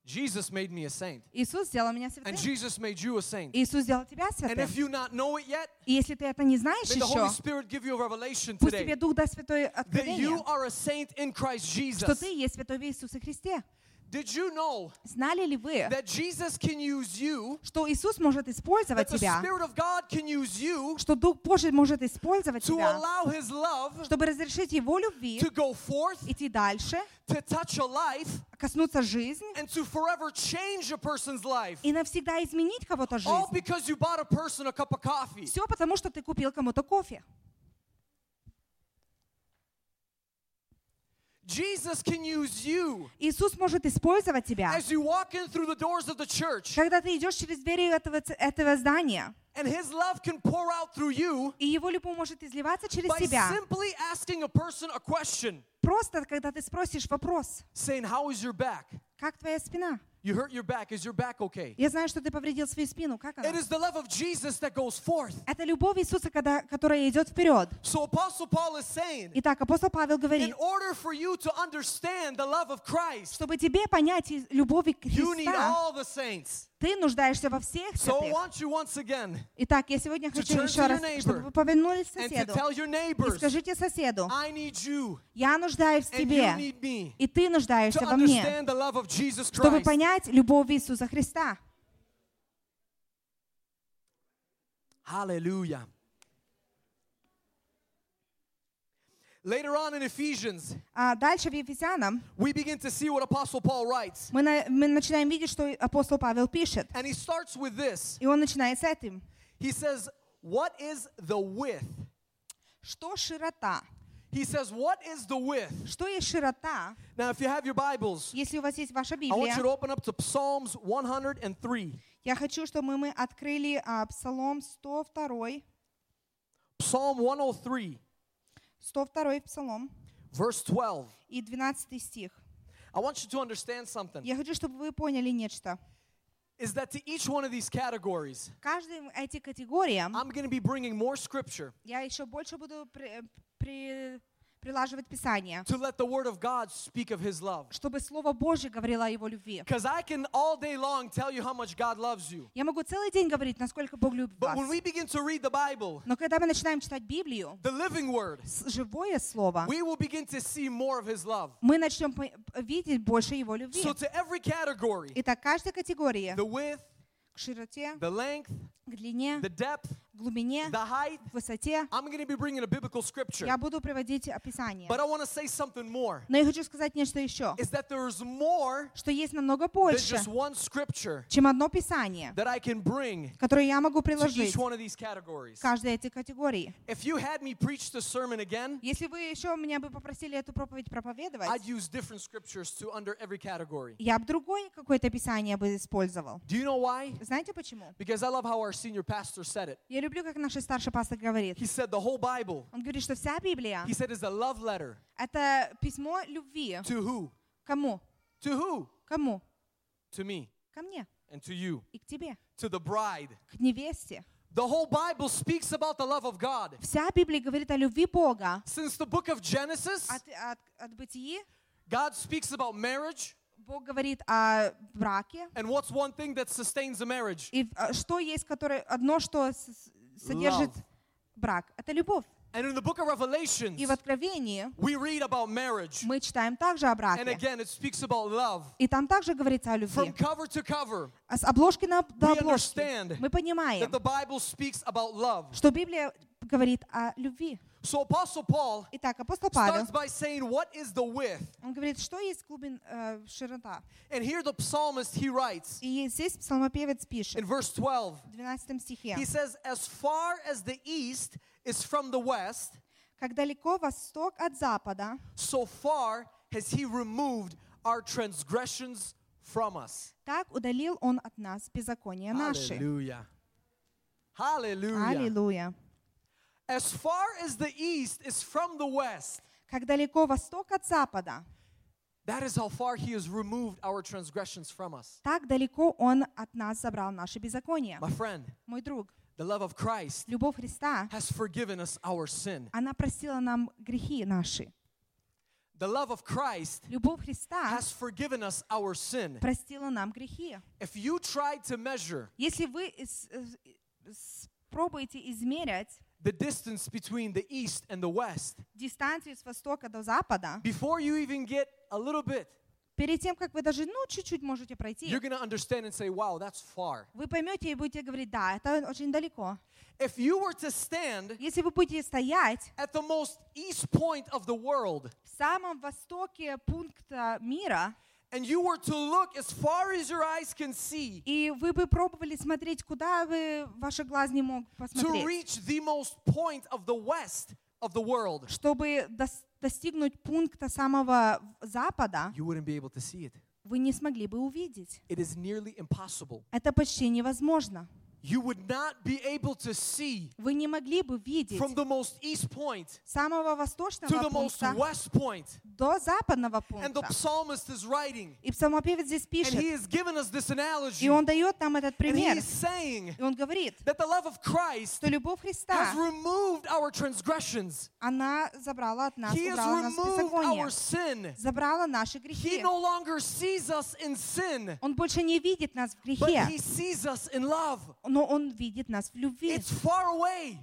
Speaker 19: Jesus made me a saint.
Speaker 11: Иисус сделал меня
Speaker 19: And
Speaker 11: святым.
Speaker 19: Jesus made you a saint.
Speaker 11: Иисус сделал тебя
Speaker 19: And
Speaker 11: святым.
Speaker 19: if you not know it yet,
Speaker 11: И если ты это не знаешь
Speaker 19: may the Holy
Speaker 11: еще,
Speaker 19: Spirit give you a revelation
Speaker 11: пусть тебе
Speaker 19: today
Speaker 11: Дух даст святое
Speaker 19: that you
Speaker 11: откровение,
Speaker 19: are a saint in Christ
Speaker 11: что
Speaker 19: Jesus.
Speaker 11: ты есть святой в Иисусе Христе.
Speaker 19: Did you know
Speaker 11: Знали ли вы,
Speaker 19: that Jesus can use you,
Speaker 11: что Иисус может
Speaker 19: that
Speaker 11: использовать
Speaker 19: the
Speaker 11: тебя,
Speaker 19: Spirit of God can use you
Speaker 11: что Дух Божий может использовать
Speaker 19: to
Speaker 11: тебя,
Speaker 19: allow His love
Speaker 11: чтобы разрешить Его любви
Speaker 19: to go forth,
Speaker 11: идти дальше,
Speaker 19: to touch a life,
Speaker 11: коснуться жизни
Speaker 19: and to forever change a person's life?
Speaker 11: и навсегда изменить кого-то
Speaker 19: All
Speaker 11: жизнь?
Speaker 19: because you bought a person a cup of coffee.
Speaker 11: Все потому, что ты купил кому-то кофе.
Speaker 19: Jesus can use you
Speaker 11: Иисус может использовать тебя,
Speaker 19: as you walk in through the doors of the church,
Speaker 11: когда ты идешь через двери этого, ц- этого здания,
Speaker 19: and His love can pour out through you
Speaker 11: и Его любовь может изливаться через
Speaker 19: by
Speaker 11: тебя.
Speaker 19: simply asking a person a question,
Speaker 11: Просто, когда ты спросишь вопрос,
Speaker 19: saying, How is your back?
Speaker 11: как твоя спина?
Speaker 19: You hurt your back. Is your back okay?
Speaker 11: Я знаю, что ты повредил свою спину. Как она?
Speaker 19: It is the love of Jesus that goes forth.
Speaker 11: Это любовь Иисуса, когда, которая идет вперед.
Speaker 19: So Apostle Paul is saying,
Speaker 11: Итак, апостол Павел
Speaker 19: in
Speaker 11: говорит,
Speaker 19: order for you to understand the love of Christ,
Speaker 11: чтобы тебе понять из- любовь к
Speaker 19: you need
Speaker 11: Христа,
Speaker 19: all the saints.
Speaker 11: ты нуждаешься во всех
Speaker 19: So I
Speaker 11: святых.
Speaker 19: want you once again
Speaker 11: Итак, я сегодня
Speaker 19: to
Speaker 11: хочу
Speaker 19: turn to
Speaker 11: еще
Speaker 19: your
Speaker 11: раз, чтобы
Speaker 19: neighbor
Speaker 11: вы повернулись к
Speaker 19: and to
Speaker 11: соседу
Speaker 19: tell your
Speaker 11: и
Speaker 19: neighbors,
Speaker 11: скажите соседу,
Speaker 19: I need you
Speaker 11: я нуждаюсь в
Speaker 19: and you
Speaker 11: тебе,
Speaker 19: need me
Speaker 11: и ты
Speaker 19: to
Speaker 11: нуждаешься во мне,
Speaker 19: understand the love of Jesus
Speaker 11: чтобы
Speaker 19: Christ.
Speaker 11: понять любовь Иисуса Христа.
Speaker 19: Hallelujah. Later on in Ephesians,
Speaker 11: А дальше в Ефесянам
Speaker 19: we begin to see what Apostle Paul writes.
Speaker 11: мы, на- мы начинаем видеть, что апостол Павел пишет.
Speaker 19: And he starts with this.
Speaker 11: И он начинает с этим.
Speaker 19: He says, What is the width?
Speaker 11: Что широта?
Speaker 19: He says, What is the width?
Speaker 11: Что есть широта?
Speaker 19: Now, if you have your Bibles,
Speaker 11: Если у вас есть ваша
Speaker 19: I want
Speaker 11: Библия,
Speaker 19: you to open up to Psalms 103.
Speaker 11: я хочу, чтобы мы, мы открыли а, Псалом 102,
Speaker 19: Psalm 103,
Speaker 11: 102 Псалом
Speaker 19: verse 12.
Speaker 11: и 12 стих.
Speaker 19: I want you to understand something
Speaker 11: Я хочу, чтобы вы поняли нечто.
Speaker 19: is that to each one of these categories,
Speaker 11: Каждой эти категориям
Speaker 19: I'm going to be bringing more scripture
Speaker 11: я еще больше буду при- э, при- прилаживать Писание,
Speaker 19: to let the Word of God speak of His love.
Speaker 11: чтобы Слово Божье говорило о его любви.
Speaker 19: Because I can all day long tell you how much God loves you.
Speaker 11: Я могу целый день говорить, насколько Бог любит
Speaker 19: But when
Speaker 11: вас.
Speaker 19: we begin to read the Bible,
Speaker 11: Но когда мы начинаем читать Библию,
Speaker 19: the living Word,
Speaker 11: с- живое Слово,
Speaker 19: we will begin to see more of His love.
Speaker 11: мы начнем по- видеть больше Его любви.
Speaker 19: So, to every category,
Speaker 11: Итак, каждая категория
Speaker 19: the width,
Speaker 11: к широте,
Speaker 19: the length,
Speaker 11: к длине,
Speaker 19: the depth,
Speaker 11: к глубине,
Speaker 19: the height,
Speaker 11: к высоте,
Speaker 19: I'm going to be bringing a biblical scripture.
Speaker 11: я буду приводить описание.
Speaker 19: But I want to say something more
Speaker 11: Но я хочу сказать нечто еще,
Speaker 19: is that there's more
Speaker 11: что есть намного
Speaker 19: than
Speaker 11: больше,
Speaker 19: just one scripture
Speaker 11: чем одно писание,
Speaker 19: that I can bring
Speaker 11: которое я могу
Speaker 19: to
Speaker 11: приложить
Speaker 19: each
Speaker 11: к
Speaker 19: one of these categories.
Speaker 11: каждой этой категории.
Speaker 19: If you had me preach the sermon again,
Speaker 11: Если вы еще меня бы попросили эту проповедь проповедовать,
Speaker 19: I'd use different scriptures to under every category.
Speaker 11: я бы другое какое-то писание бы использовал.
Speaker 19: Do you know why?
Speaker 11: Знаете почему?
Speaker 19: Because I love how our senior pastor said it.
Speaker 11: Я люблю, как наш старший пастор говорит.
Speaker 19: He said the whole Bible,
Speaker 11: Он говорит, что вся Библия
Speaker 19: he said, is a love letter
Speaker 11: — это pисьмо любви.
Speaker 19: to who?
Speaker 11: Кому?
Speaker 19: To who?
Speaker 11: Кому?
Speaker 19: To me
Speaker 11: Ко мне
Speaker 19: and to you,
Speaker 11: и к тебе,
Speaker 19: to the bride.
Speaker 11: к невесте.
Speaker 19: The whole Bible speaks about the love of God.
Speaker 11: Вся Библия говорит о любви Бога.
Speaker 19: Since the book of Genesis,
Speaker 11: От, от, от бытии
Speaker 19: God speaks about marriage,
Speaker 11: Бог говорит о браке.
Speaker 19: and what's one thing that sustains a marriage?
Speaker 11: И а, что есть, которое, одно, что с- с- содержит
Speaker 19: Love.
Speaker 11: брак, это любовь.
Speaker 19: And in the book of Revelations,
Speaker 11: И в Откровении
Speaker 19: we read about marriage.
Speaker 11: мы читаем также о
Speaker 19: And
Speaker 11: браке.
Speaker 19: again, it speaks about love.
Speaker 11: И там также говорится о любви.
Speaker 19: From cover to cover,
Speaker 11: А С обложки на, до
Speaker 19: we
Speaker 11: обложки
Speaker 19: understand
Speaker 11: мы
Speaker 19: that
Speaker 11: понимаем,
Speaker 19: the Bible speaks about love.
Speaker 11: что Библия говорит о любви.
Speaker 19: So Apostle Paul
Speaker 11: Итак, апостол Павел,
Speaker 19: starts by saying, What is the width?
Speaker 11: он говорит, что есть глубин, э, широта.
Speaker 19: And here the psalmist he writes
Speaker 11: И здесь псалмопевец
Speaker 19: in
Speaker 11: пишет
Speaker 19: verse 12,
Speaker 11: в 12 стихе,
Speaker 19: he says, As far as the east is from the west,
Speaker 11: Как далеко восток от запада,
Speaker 19: so far has He removed our transgressions from us.
Speaker 11: так удалил Он от нас беззаконие наши.
Speaker 19: Hallelujah. Hallelujah.
Speaker 11: Аллилуйя.
Speaker 19: As far as the east is from the west,
Speaker 11: Как далеко восток от запада,
Speaker 19: that is how far He has removed our transgressions from us.
Speaker 11: так далеко Он от нас забрал наши беззакония.
Speaker 19: My friend,
Speaker 11: Мой друг,
Speaker 19: the love of Christ
Speaker 11: любовь Христа,
Speaker 19: has forgiven us our sin.
Speaker 11: она простила нам грехи наши.
Speaker 19: The love of Christ
Speaker 11: Любовь Христа
Speaker 19: has forgiven us our sin.
Speaker 11: простила нам грехи.
Speaker 19: If you try to measure
Speaker 11: Если вы из- э, с- пробуете измерять
Speaker 19: the distance between the east and the west,
Speaker 11: дистанцию с востока до запада,
Speaker 19: before you even get a little bit,
Speaker 11: перед тем, как вы даже, ну, чуть-чуть можете пройти,
Speaker 19: you're going to understand and say, wow, that's far.
Speaker 11: вы поймете и будете говорить, да, это очень далеко.
Speaker 19: If you were to stand
Speaker 11: Если вы будете стоять
Speaker 19: at the most east point of the world
Speaker 11: в самом востоке пункта мира,
Speaker 19: and you were to look as far as your eyes can see
Speaker 11: и вы бы пробовали смотреть, куда вы ваши глаз не мог
Speaker 19: to
Speaker 11: посмотреть,
Speaker 19: reach the most point of the west of the world,
Speaker 11: чтобы дос- достигнуть пункта самого в- запада,
Speaker 19: you wouldn't be able to see it.
Speaker 11: вы не смогли бы увидеть.
Speaker 19: It is nearly impossible.
Speaker 11: Это почти невозможно.
Speaker 19: You would not be able to see
Speaker 11: Вы не могли бы видеть
Speaker 19: from the most east point
Speaker 11: самого
Speaker 19: to
Speaker 11: восточного
Speaker 19: the most
Speaker 11: пункта
Speaker 19: west point.
Speaker 11: до западного
Speaker 19: And the
Speaker 11: пункта.
Speaker 19: psalmist is writing,
Speaker 11: И псалмопевец здесь
Speaker 19: and he
Speaker 11: пишет,
Speaker 19: has given us this analogy.
Speaker 11: и он дает нам этот
Speaker 19: And
Speaker 11: пример.
Speaker 19: he's saying
Speaker 11: И он говорит,
Speaker 19: that the love of Christ
Speaker 11: что любовь
Speaker 19: has
Speaker 11: Христа,
Speaker 19: removed our transgressions.
Speaker 11: она забрала от нас,
Speaker 19: He has
Speaker 11: убрала нас
Speaker 19: removed our
Speaker 11: беззаконие,
Speaker 19: sin.
Speaker 11: забрала наши
Speaker 19: He
Speaker 11: грехи.
Speaker 19: no longer sees us in sin,
Speaker 11: Он больше не видит нас в
Speaker 19: but
Speaker 11: грехе,
Speaker 19: he sees us in love.
Speaker 11: но он видит нас в любви.
Speaker 19: It's far away.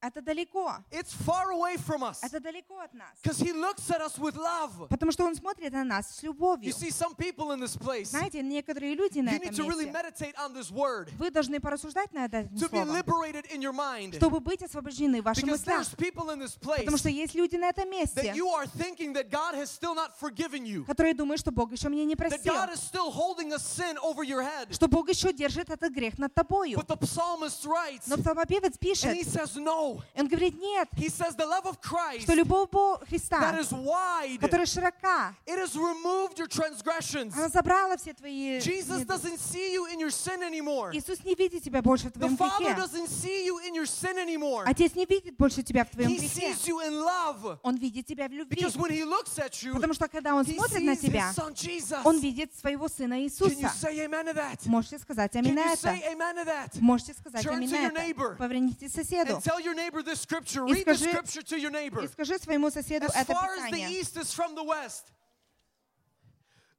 Speaker 11: Это далеко,
Speaker 19: It's far away from us
Speaker 11: это далеко от нас,
Speaker 19: because he looks at us with love.
Speaker 11: потому что он смотрит на нас с
Speaker 19: You
Speaker 11: любовью.
Speaker 19: see, some people in this place,
Speaker 11: Знаете, некоторые люди на
Speaker 19: you need to
Speaker 11: этом
Speaker 19: really
Speaker 11: месте,
Speaker 19: meditate on this word
Speaker 11: вы должны порассуждать на этом
Speaker 19: to be
Speaker 11: словом,
Speaker 19: liberated in your mind.
Speaker 11: чтобы быть освобождены в ваших
Speaker 19: Because there's
Speaker 11: мыслях.
Speaker 19: people in this
Speaker 11: Потому
Speaker 19: place
Speaker 11: что есть люди на этом месте,
Speaker 19: that you are thinking that God has still not forgiven you,
Speaker 11: которые думают, что Бог еще меня не
Speaker 19: that
Speaker 11: простил,
Speaker 19: God is still holding a sin over your head.
Speaker 11: что Бог еще держит этот грех над тобою.
Speaker 19: But the psalmist writes,
Speaker 11: Но псалмопевец
Speaker 19: and he
Speaker 11: пишет,
Speaker 19: says, No.
Speaker 11: и он говорит, нет,
Speaker 19: He says, The love of Christ
Speaker 11: что любовь Бо-
Speaker 19: that
Speaker 11: Христа,
Speaker 19: is wide,
Speaker 11: которая широка,
Speaker 19: it has removed your transgressions.
Speaker 11: она забрала все твои...
Speaker 19: Jesus
Speaker 11: недо-
Speaker 19: doesn't see you in your sin anymore.
Speaker 11: Иисус не видит тебя больше в
Speaker 19: The
Speaker 11: твоем
Speaker 19: Father
Speaker 11: грехе.
Speaker 19: doesn't see you in your sin anymore.
Speaker 11: Отец не видит больше тебя в твоем
Speaker 19: He
Speaker 11: грехе.
Speaker 19: sees you in love.
Speaker 11: Он видит тебя в любви.
Speaker 19: Because when he looks at you,
Speaker 11: Потому что когда Он
Speaker 19: he
Speaker 11: смотрит на
Speaker 19: sees
Speaker 11: тебя,
Speaker 19: his son Jesus.
Speaker 11: Он видит своего Сына
Speaker 19: Can you
Speaker 11: Иисуса.
Speaker 19: say amen to that?
Speaker 11: Можете сказать
Speaker 19: Can
Speaker 11: аминь на
Speaker 19: you
Speaker 11: это.
Speaker 19: say amen to that?
Speaker 11: Можете сказать
Speaker 19: Turn
Speaker 11: аминь
Speaker 19: to
Speaker 11: на
Speaker 19: your
Speaker 11: это.
Speaker 19: neighbor
Speaker 11: Поверните соседу
Speaker 19: and tell your neighbor this scripture.
Speaker 11: И
Speaker 19: Read the
Speaker 11: скажи-
Speaker 19: scripture to your neighbor.
Speaker 11: и скажи своему соседу
Speaker 19: As
Speaker 11: это
Speaker 19: far as the
Speaker 11: Писание.
Speaker 19: east is from the west,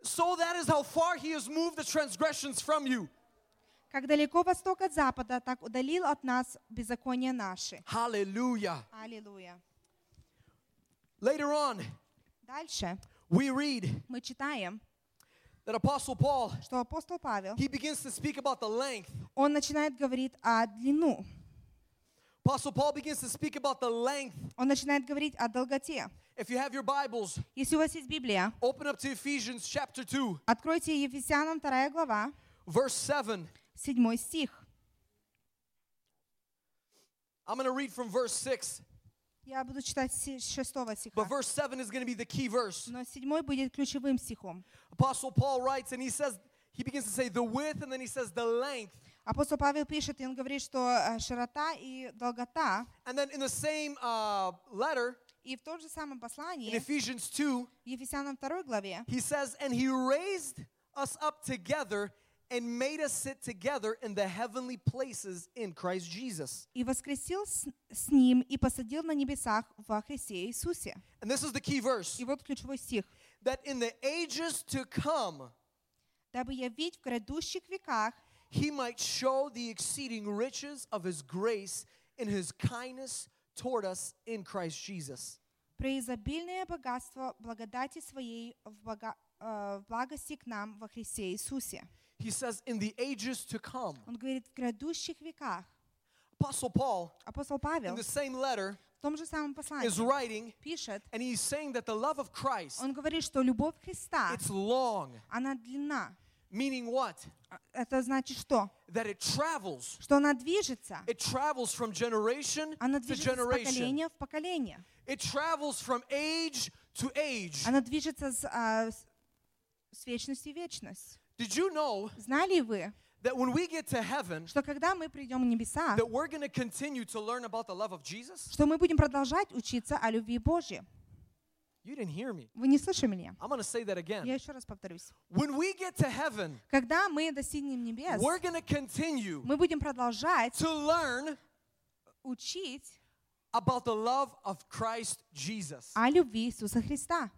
Speaker 19: so that is how far he has moved the transgressions from you.
Speaker 11: Как далеко восток от запада, так удалил от нас беззаконие наши.
Speaker 19: Hallelujah.
Speaker 11: Аллилуйя.
Speaker 19: Later on,
Speaker 11: Дальше
Speaker 19: we read
Speaker 11: мы читаем,
Speaker 19: that Apostle Paul
Speaker 11: что апостол Павел,
Speaker 19: he begins to speak about the length.
Speaker 11: он начинает говорить о длину,
Speaker 19: Apostle Paul begins to speak about the length.
Speaker 11: он начинает говорить о долготе.
Speaker 19: If you have your Bibles,
Speaker 11: Если у вас есть Библия,
Speaker 19: open up to Ephesians chapter 2,
Speaker 11: откройте Ефесянам 2 глава,
Speaker 19: verse 7.
Speaker 11: 7 стих.
Speaker 19: I'm going to read from verse 6,
Speaker 11: Я буду читать с 6
Speaker 19: but
Speaker 11: стиха,
Speaker 19: verse 7 is going to be the key verse.
Speaker 11: но 7 будет ключевым стихом.
Speaker 19: Apostle Paul writes and he says, he begins to say the width and then he says the length.
Speaker 11: Апостол Павел пишет, и он говорит, что э, широта и долгота,
Speaker 19: And then in the same uh, letter,
Speaker 11: и в том же самом
Speaker 19: in
Speaker 11: послании,
Speaker 19: Ephesians 2,
Speaker 11: в Ефесянам 2 главе,
Speaker 19: he says, And he raised us up together and made us sit together in the heavenly places in Christ Jesus.
Speaker 11: и воскресил с, с ним и посадил на небесах во Христе Иисусе.
Speaker 19: And this is the key verse
Speaker 11: И вот ключевой стих.
Speaker 19: that in the ages to come,
Speaker 11: «Дабы явить в грядущих веках
Speaker 19: he might show the exceeding riches of his grace in his kindness toward us in Christ Jesus.
Speaker 11: преизобильное богатство благодати своей в, бога- э, в благости к нам во Христе Иисусе».
Speaker 19: He says, In the ages to come.
Speaker 11: Он говорит, в грядущих веках.
Speaker 19: Apostle Paul,
Speaker 11: Апостол
Speaker 19: in
Speaker 11: Павел
Speaker 19: the same letter,
Speaker 11: в том же самом
Speaker 19: is
Speaker 11: послании
Speaker 19: writing
Speaker 11: пишет,
Speaker 19: and he's saying that the love of Christ
Speaker 11: он говорит, что любовь Христа,
Speaker 19: it's long
Speaker 11: она длинна,
Speaker 19: Meaning what?
Speaker 11: Это значит что?
Speaker 19: That it travels.
Speaker 11: Что она движется.
Speaker 19: It travels from generation
Speaker 11: Она
Speaker 19: to
Speaker 11: движется с
Speaker 19: generation.
Speaker 11: поколения в поколение.
Speaker 19: It travels from age to age.
Speaker 11: Она движется с, а, с- с вечности в вечность.
Speaker 19: Did you know
Speaker 11: Знали вы,
Speaker 19: that when we get to heaven,
Speaker 11: что когда мы придем в небеса,
Speaker 19: that we're going to continue to learn about the love of Jesus?
Speaker 11: что мы будем продолжать учиться о любви Божьей?
Speaker 19: You didn't hear me.
Speaker 11: Вы не слышали меня?
Speaker 19: I'm going to say that again.
Speaker 11: Я еще раз повторюсь.
Speaker 19: When we get to heaven,
Speaker 11: Когда мы достигнем небес,
Speaker 19: we're going to continue
Speaker 11: мы будем продолжать
Speaker 19: to learn
Speaker 11: учить
Speaker 19: about the love of Christ Jesus.
Speaker 11: о любви Иисуса Христа.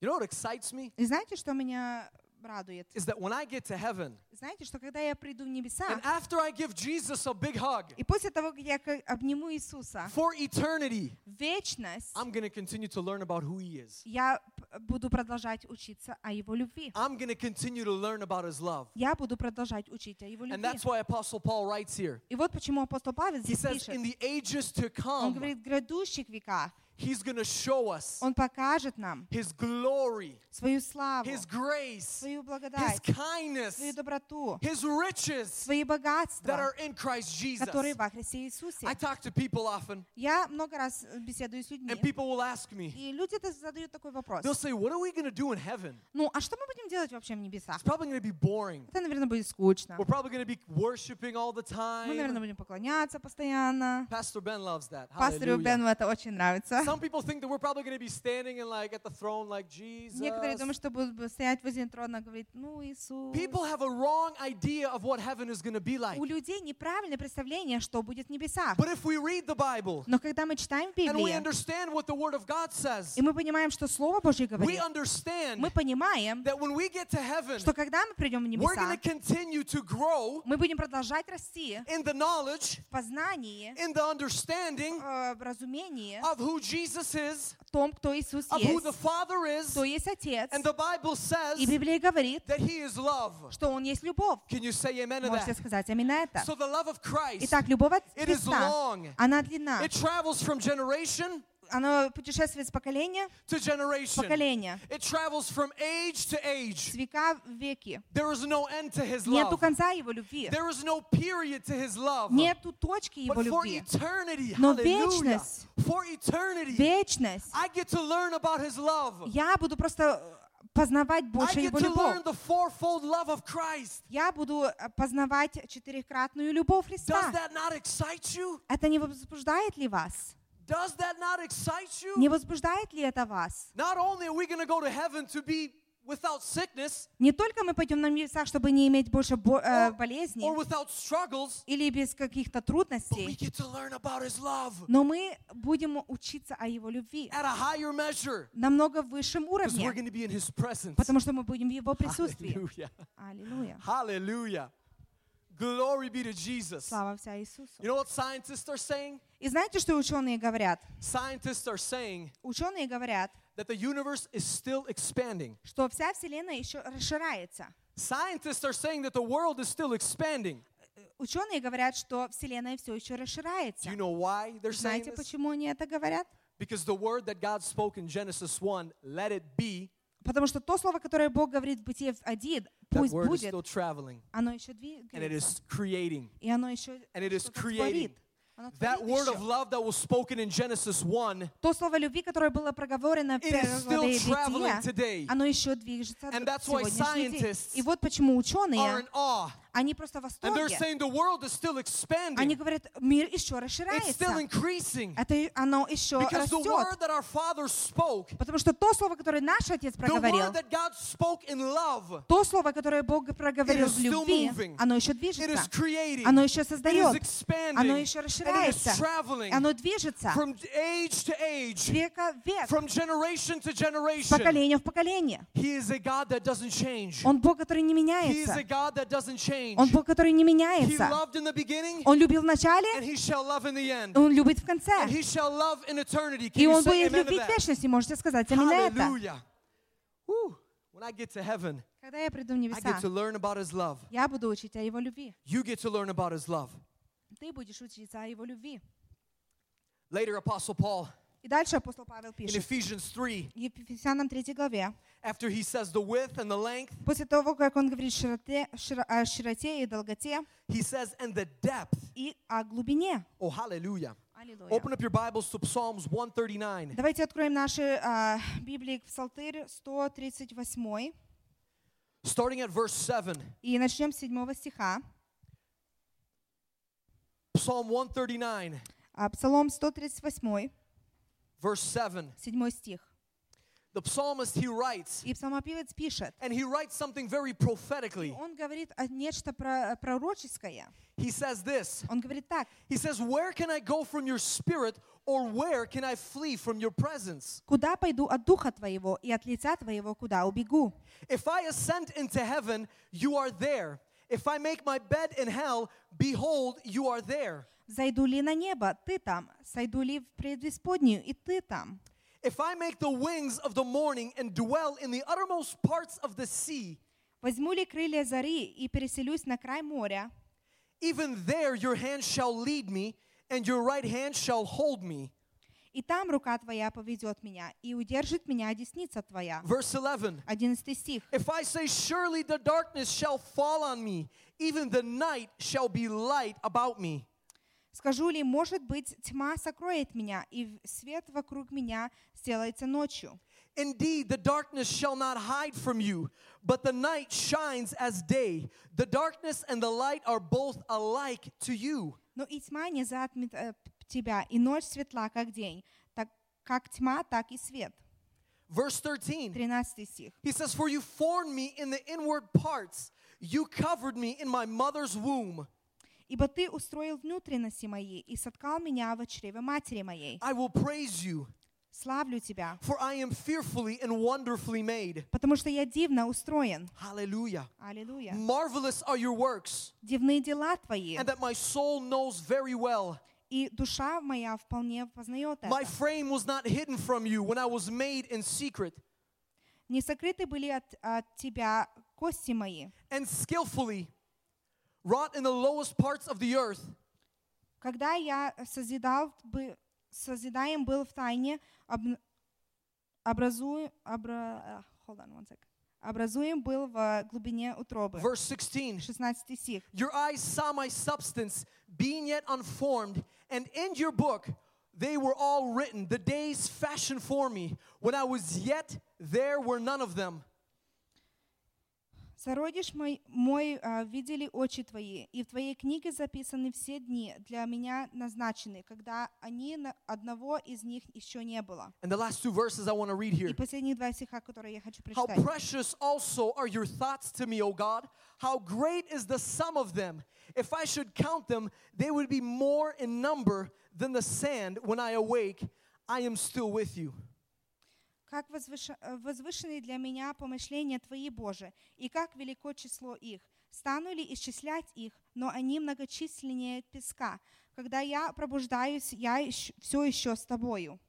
Speaker 19: You know what excites me?
Speaker 11: И знаете, что меня радует?
Speaker 19: Is that when I get to heaven,
Speaker 11: Знаете, что когда я приду в небеса,
Speaker 19: and after I give Jesus a big hug
Speaker 11: и после того, как я к- обниму Иисуса,
Speaker 19: for eternity,
Speaker 11: вечность,
Speaker 19: I'm going to continue to learn about who He is.
Speaker 11: я п- буду продолжать учиться о Его любви.
Speaker 19: I'm going to continue to learn about His love.
Speaker 11: Я буду продолжать учить о Его
Speaker 19: And
Speaker 11: любви.
Speaker 19: that's why Apostle Paul writes here.
Speaker 11: И вот почему апостол Павел
Speaker 19: He
Speaker 11: здесь
Speaker 19: says,
Speaker 11: пишет.
Speaker 19: in the ages to
Speaker 11: Он
Speaker 19: come,
Speaker 11: говорит, в грядущих веках
Speaker 19: He's going to show us
Speaker 11: Он покажет нам
Speaker 19: His glory,
Speaker 11: свою славу,
Speaker 19: His grace,
Speaker 11: свою
Speaker 19: His
Speaker 11: благодать,
Speaker 19: kindness,
Speaker 11: свою доброту,
Speaker 19: His riches
Speaker 11: свои
Speaker 19: that
Speaker 11: богатства,
Speaker 19: are in Christ Jesus.
Speaker 11: которые во Христе Иисусе.
Speaker 19: I talk to people often,
Speaker 11: Я много раз э, беседую с людьми,
Speaker 19: and people will ask me,
Speaker 11: и люди это задают такой вопрос.
Speaker 19: they'll say, What are we going to do in heaven?
Speaker 11: Ну, а что мы будем делать вообще в
Speaker 19: It's
Speaker 11: небесах?
Speaker 19: probably going to be boring.
Speaker 11: Это, наверное, будет скучно.
Speaker 19: We're probably going to be worshiping all the
Speaker 11: Мы, наверное,
Speaker 19: time.
Speaker 11: будем поклоняться постоянно.
Speaker 19: Pastor Ben loves that.
Speaker 11: Пастору
Speaker 19: Hallelujah.
Speaker 11: Бену это очень нравится.
Speaker 19: Some people think that we're probably going to be standing and like at the throne like Jesus.
Speaker 11: Некоторые думают, что будут бы стоять возле трона и говорить, ну, Иисус.
Speaker 19: People have a wrong idea of what heaven is going to be like.
Speaker 11: У людей неправильное представление, что будет в небесах.
Speaker 19: But if we read the Bible
Speaker 11: Но когда мы читаем
Speaker 19: and we
Speaker 11: Библию,
Speaker 19: understand what the Word of God says,
Speaker 11: и мы понимаем, что Слово Божье
Speaker 19: we
Speaker 11: говорит,
Speaker 19: understand
Speaker 11: мы понимаем,
Speaker 19: that when we get to heaven,
Speaker 11: что когда мы придем в
Speaker 19: we're going
Speaker 11: небеса,
Speaker 19: to continue to grow
Speaker 11: мы будем продолжать расти
Speaker 19: in the knowledge,
Speaker 11: в познании,
Speaker 19: in the understanding
Speaker 11: э, в разумении
Speaker 19: of who Jesus is,
Speaker 11: в том, кто Иисус
Speaker 19: of who
Speaker 11: есть,
Speaker 19: the Father is,
Speaker 11: кто есть Отец.
Speaker 19: and the Bible says
Speaker 11: И Библия говорит,
Speaker 19: that He is love.
Speaker 11: что Он есть любовь.
Speaker 19: Can you say amen to
Speaker 11: Можете
Speaker 19: that?
Speaker 11: сказать аминь на это.
Speaker 19: So the love of Christ,
Speaker 11: Итак, любовь от
Speaker 19: it is
Speaker 11: Христа,
Speaker 19: long.
Speaker 11: она длинна.
Speaker 19: It travels from generation
Speaker 11: Она путешествует с поколения
Speaker 19: to
Speaker 11: в
Speaker 19: generation.
Speaker 11: поколение,
Speaker 19: It travels from age to age.
Speaker 11: с века в веки.
Speaker 19: There is no end to His
Speaker 11: Нету
Speaker 19: love.
Speaker 11: конца Его любви.
Speaker 19: There is no period to His love.
Speaker 11: Нету точки Его
Speaker 19: But for
Speaker 11: любви.
Speaker 19: eternity,
Speaker 11: Но
Speaker 19: hallelujah,
Speaker 11: вечность,
Speaker 19: for eternity,
Speaker 11: вечность,
Speaker 19: I get to learn about His love.
Speaker 11: я буду просто э, познавать
Speaker 19: I
Speaker 11: больше
Speaker 19: get
Speaker 11: Его
Speaker 19: to learn
Speaker 11: любовь.
Speaker 19: the fourfold love of Christ.
Speaker 11: Я буду э, познавать четырехкратную любовь
Speaker 19: Does
Speaker 11: Христа.
Speaker 19: that not excite you?
Speaker 11: Это не возбуждает ли вас?
Speaker 19: Does that not excite you?
Speaker 11: Не возбуждает ли это вас?
Speaker 19: Not only are we going to go to heaven to be without sickness
Speaker 11: Не только мы пойдем на небеса, чтобы не иметь больше бо- э, болезней
Speaker 19: or without struggles,
Speaker 11: или без каких-то
Speaker 19: but we
Speaker 11: трудностей,
Speaker 19: get to learn about His love
Speaker 11: но мы будем учиться о Его любви
Speaker 19: at a higher measure
Speaker 11: намного высшем
Speaker 19: because we're
Speaker 11: уровне,
Speaker 19: going to be in His presence.
Speaker 11: потому что мы будем в Его присутствии.
Speaker 19: Hallelujah.
Speaker 11: Аллилуйя.
Speaker 19: Hallelujah. Glory be to Jesus.
Speaker 11: Слава вся Иисусу.
Speaker 19: You know what scientists are saying?
Speaker 11: И знаете, что ученые говорят?
Speaker 19: Scientists are saying
Speaker 11: Ученые говорят,
Speaker 19: that the universe is still expanding.
Speaker 11: что вся Вселенная еще расширяется.
Speaker 19: Scientists are saying that the world is still expanding.
Speaker 11: Ученые говорят, что Вселенная все еще расширяется.
Speaker 19: Do you know why they're saying
Speaker 11: Знаете,
Speaker 19: this?
Speaker 11: почему они это говорят?
Speaker 19: Because the word that God spoke in Genesis 1, let it be,
Speaker 11: Потому что то слово, которое Бог говорит в Бытие 1,
Speaker 19: that
Speaker 11: пусть
Speaker 19: word is
Speaker 11: будет,
Speaker 19: still traveling
Speaker 11: оно еще двигается.
Speaker 19: and it is creating.
Speaker 11: И оно еще
Speaker 19: And it is
Speaker 11: что-то творит.
Speaker 19: creating.
Speaker 11: Оно
Speaker 19: That
Speaker 11: творит
Speaker 19: word
Speaker 11: еще.
Speaker 19: of love that was spoken in Genesis 1,
Speaker 11: То слово любви, которое было проговорено в
Speaker 19: It is
Speaker 11: первой
Speaker 19: still
Speaker 11: главе
Speaker 19: traveling
Speaker 11: Бытия,
Speaker 19: today.
Speaker 11: оно еще движется
Speaker 19: And
Speaker 11: до
Speaker 19: that's why
Speaker 11: сегодняшних дней.
Speaker 19: scientists
Speaker 11: И вот почему
Speaker 19: are
Speaker 11: ученые,
Speaker 19: in awe.
Speaker 11: они просто в
Speaker 19: And they're
Speaker 11: восторге.
Speaker 19: saying the world is still
Speaker 11: Они
Speaker 19: expanding,
Speaker 11: говорят, мир еще
Speaker 19: it's still
Speaker 11: расширяется.
Speaker 19: increasing.
Speaker 11: Это и- оно еще
Speaker 19: Because the word
Speaker 11: растет.
Speaker 19: that our father spoke,
Speaker 11: Потому что то слово, которое наш Отец
Speaker 19: the
Speaker 11: проговорил,
Speaker 19: word that God spoke in love,
Speaker 11: то слово, которое Бог проговорил
Speaker 19: It is
Speaker 11: в
Speaker 19: still
Speaker 11: любви,
Speaker 19: moving.
Speaker 11: оно еще
Speaker 19: it is
Speaker 11: движется.
Speaker 19: creating,
Speaker 11: Оно еще
Speaker 19: it is
Speaker 11: создает.
Speaker 19: expanding,
Speaker 11: Оно
Speaker 19: and
Speaker 11: еще
Speaker 19: it is
Speaker 11: расширяется.
Speaker 19: traveling
Speaker 11: Оно движется
Speaker 19: from age to
Speaker 11: с
Speaker 19: age,
Speaker 11: века в век,
Speaker 19: from generation to
Speaker 11: с
Speaker 19: generation.
Speaker 11: поколения в поколение.
Speaker 19: He is a God that doesn't change.
Speaker 11: Он Бог, который не
Speaker 19: He is
Speaker 11: меняется.
Speaker 19: a God that doesn't change.
Speaker 11: Он Бог, который не
Speaker 19: He
Speaker 11: меняется.
Speaker 19: loved in the beginning,
Speaker 11: Он любил в начале,
Speaker 19: and He shall love in the end.
Speaker 11: Он любит в конце.
Speaker 19: And He shall love in eternity. Can
Speaker 11: И
Speaker 19: you
Speaker 11: Он
Speaker 19: say
Speaker 11: будет
Speaker 19: amen to
Speaker 11: любить в
Speaker 19: that?
Speaker 11: вечности, можете сказать аминь на это.
Speaker 19: Hallelujah. Woo. When I get to heaven,
Speaker 11: Когда я приду в
Speaker 19: I
Speaker 11: небеса,
Speaker 19: get to learn about His love.
Speaker 11: я буду учить о Его любви.
Speaker 19: You get to learn about His love.
Speaker 11: Ты будешь учиться о Его любви.
Speaker 19: Later, Apostle Paul
Speaker 11: И дальше апостол Павел
Speaker 19: In
Speaker 11: пишет,
Speaker 19: Ephesians 3,
Speaker 11: Ефесянам 3 главе,
Speaker 19: after he says the width and the length,
Speaker 11: после того, как он говорит широте- широ- о широте и долготе, и о глубине.
Speaker 19: oh, hallelujah.
Speaker 11: Hallelujah.
Speaker 19: Open up your Bibles to Psalms 139.
Speaker 11: Давайте откроем наши а, Библии к Псалтырь 138
Speaker 19: Starting at verse 7,
Speaker 11: и начнем с 7 стиха.
Speaker 19: Psalm 139,
Speaker 11: А, Псалом 138,
Speaker 19: verse 7.
Speaker 11: 7 стих.
Speaker 19: The psalmist, he writes,
Speaker 11: И псалмопевец пишет,
Speaker 19: and he writes something very prophetically.
Speaker 11: он говорит о нечто про- пророческое.
Speaker 19: He says this.
Speaker 11: Он говорит так.
Speaker 19: He says, Where can I go from your spirit, or where can I flee from your presence?
Speaker 11: «Куда пойду от Духа Твоего и от лица Твоего, куда убегу?
Speaker 19: If I ascend into heaven, you are there. If I make my bed in hell, behold, you are there.
Speaker 11: Зайду ли на небо, Ты там, сойду ли в предвесподнюю, и Ты там.
Speaker 19: If I make the wings of the morning and dwell in the uttermost parts of the sea,
Speaker 11: Возьму ли крылья зари и переселюсь на край моря?
Speaker 19: even there your hand shall lead me, and your right hand shall hold me.
Speaker 11: И там рука Твоя поведет меня, и удержит меня десница Твоя».
Speaker 19: Verse 11
Speaker 11: 11 стих.
Speaker 19: If I say, Surely the darkness shall fall on me, even the night shall be light about me.
Speaker 11: «Скажу ли, может быть, тьма сокроет меня, и в- свет вокруг меня сделается ночью?
Speaker 19: Indeed, the darkness shall not hide from you, but the night shines as day. The darkness and the light are both alike to you.
Speaker 11: Но и тьма не затмит э, п- тебя, и ночь светла, как день, так как тьма, так и свет».
Speaker 19: Verse 13.
Speaker 11: 13 стих.
Speaker 19: He says, For you formed me in the inward parts, you covered me in my mother's womb.
Speaker 11: «Ибо Ты устроил внутренности мои и соткал меня во чреве матери моей.
Speaker 19: I will praise you,
Speaker 11: Славлю Тебя,
Speaker 19: for I am fearfully and wonderfully made.
Speaker 11: потому что я дивно устроен.
Speaker 19: Hallelujah.
Speaker 11: Аллилуйя.
Speaker 19: Marvelous are your works,
Speaker 11: Дивные дела Твои,
Speaker 19: and that my soul knows very well.
Speaker 11: и душа моя вполне познает
Speaker 19: My
Speaker 11: это.
Speaker 19: frame was not hidden from you when I was made in secret.
Speaker 11: Не сокрыты были от, от Тебя кости мои,
Speaker 19: and skillfully wrought in the lowest parts of the earth.
Speaker 11: когда я созидал бы, созидаем был в тайне, обн- образую, обра- э, hold on one sec. образуем был в глубине утробы.
Speaker 19: Verse 16
Speaker 11: 16 стих.
Speaker 19: Your eyes saw my substance being yet unformed, and in your book they were all written, the days fashioned for me. When I was yet there were none of them.
Speaker 11: Сородиш мой, мой а, видели очи твои, и в твоей книге записаны все дни для меня назначены, когда они на- одного из них еще не было.
Speaker 19: And the last two verses I want to read
Speaker 11: И
Speaker 19: here.
Speaker 11: последние два стиха, которые я хочу
Speaker 19: How
Speaker 11: прочитать.
Speaker 19: precious also are your thoughts to me, O God. How great is the sum of them. If I should count them, they would be more in number than the sand. When I awake, I am still with you.
Speaker 11: Как возвыш- э, возвышены для меня помышления Твои, Боже, и как велико число их. Стану ли исчислять их, но они многочисленнее песка. Когда я пробуждаюсь, я все еще с Тобою.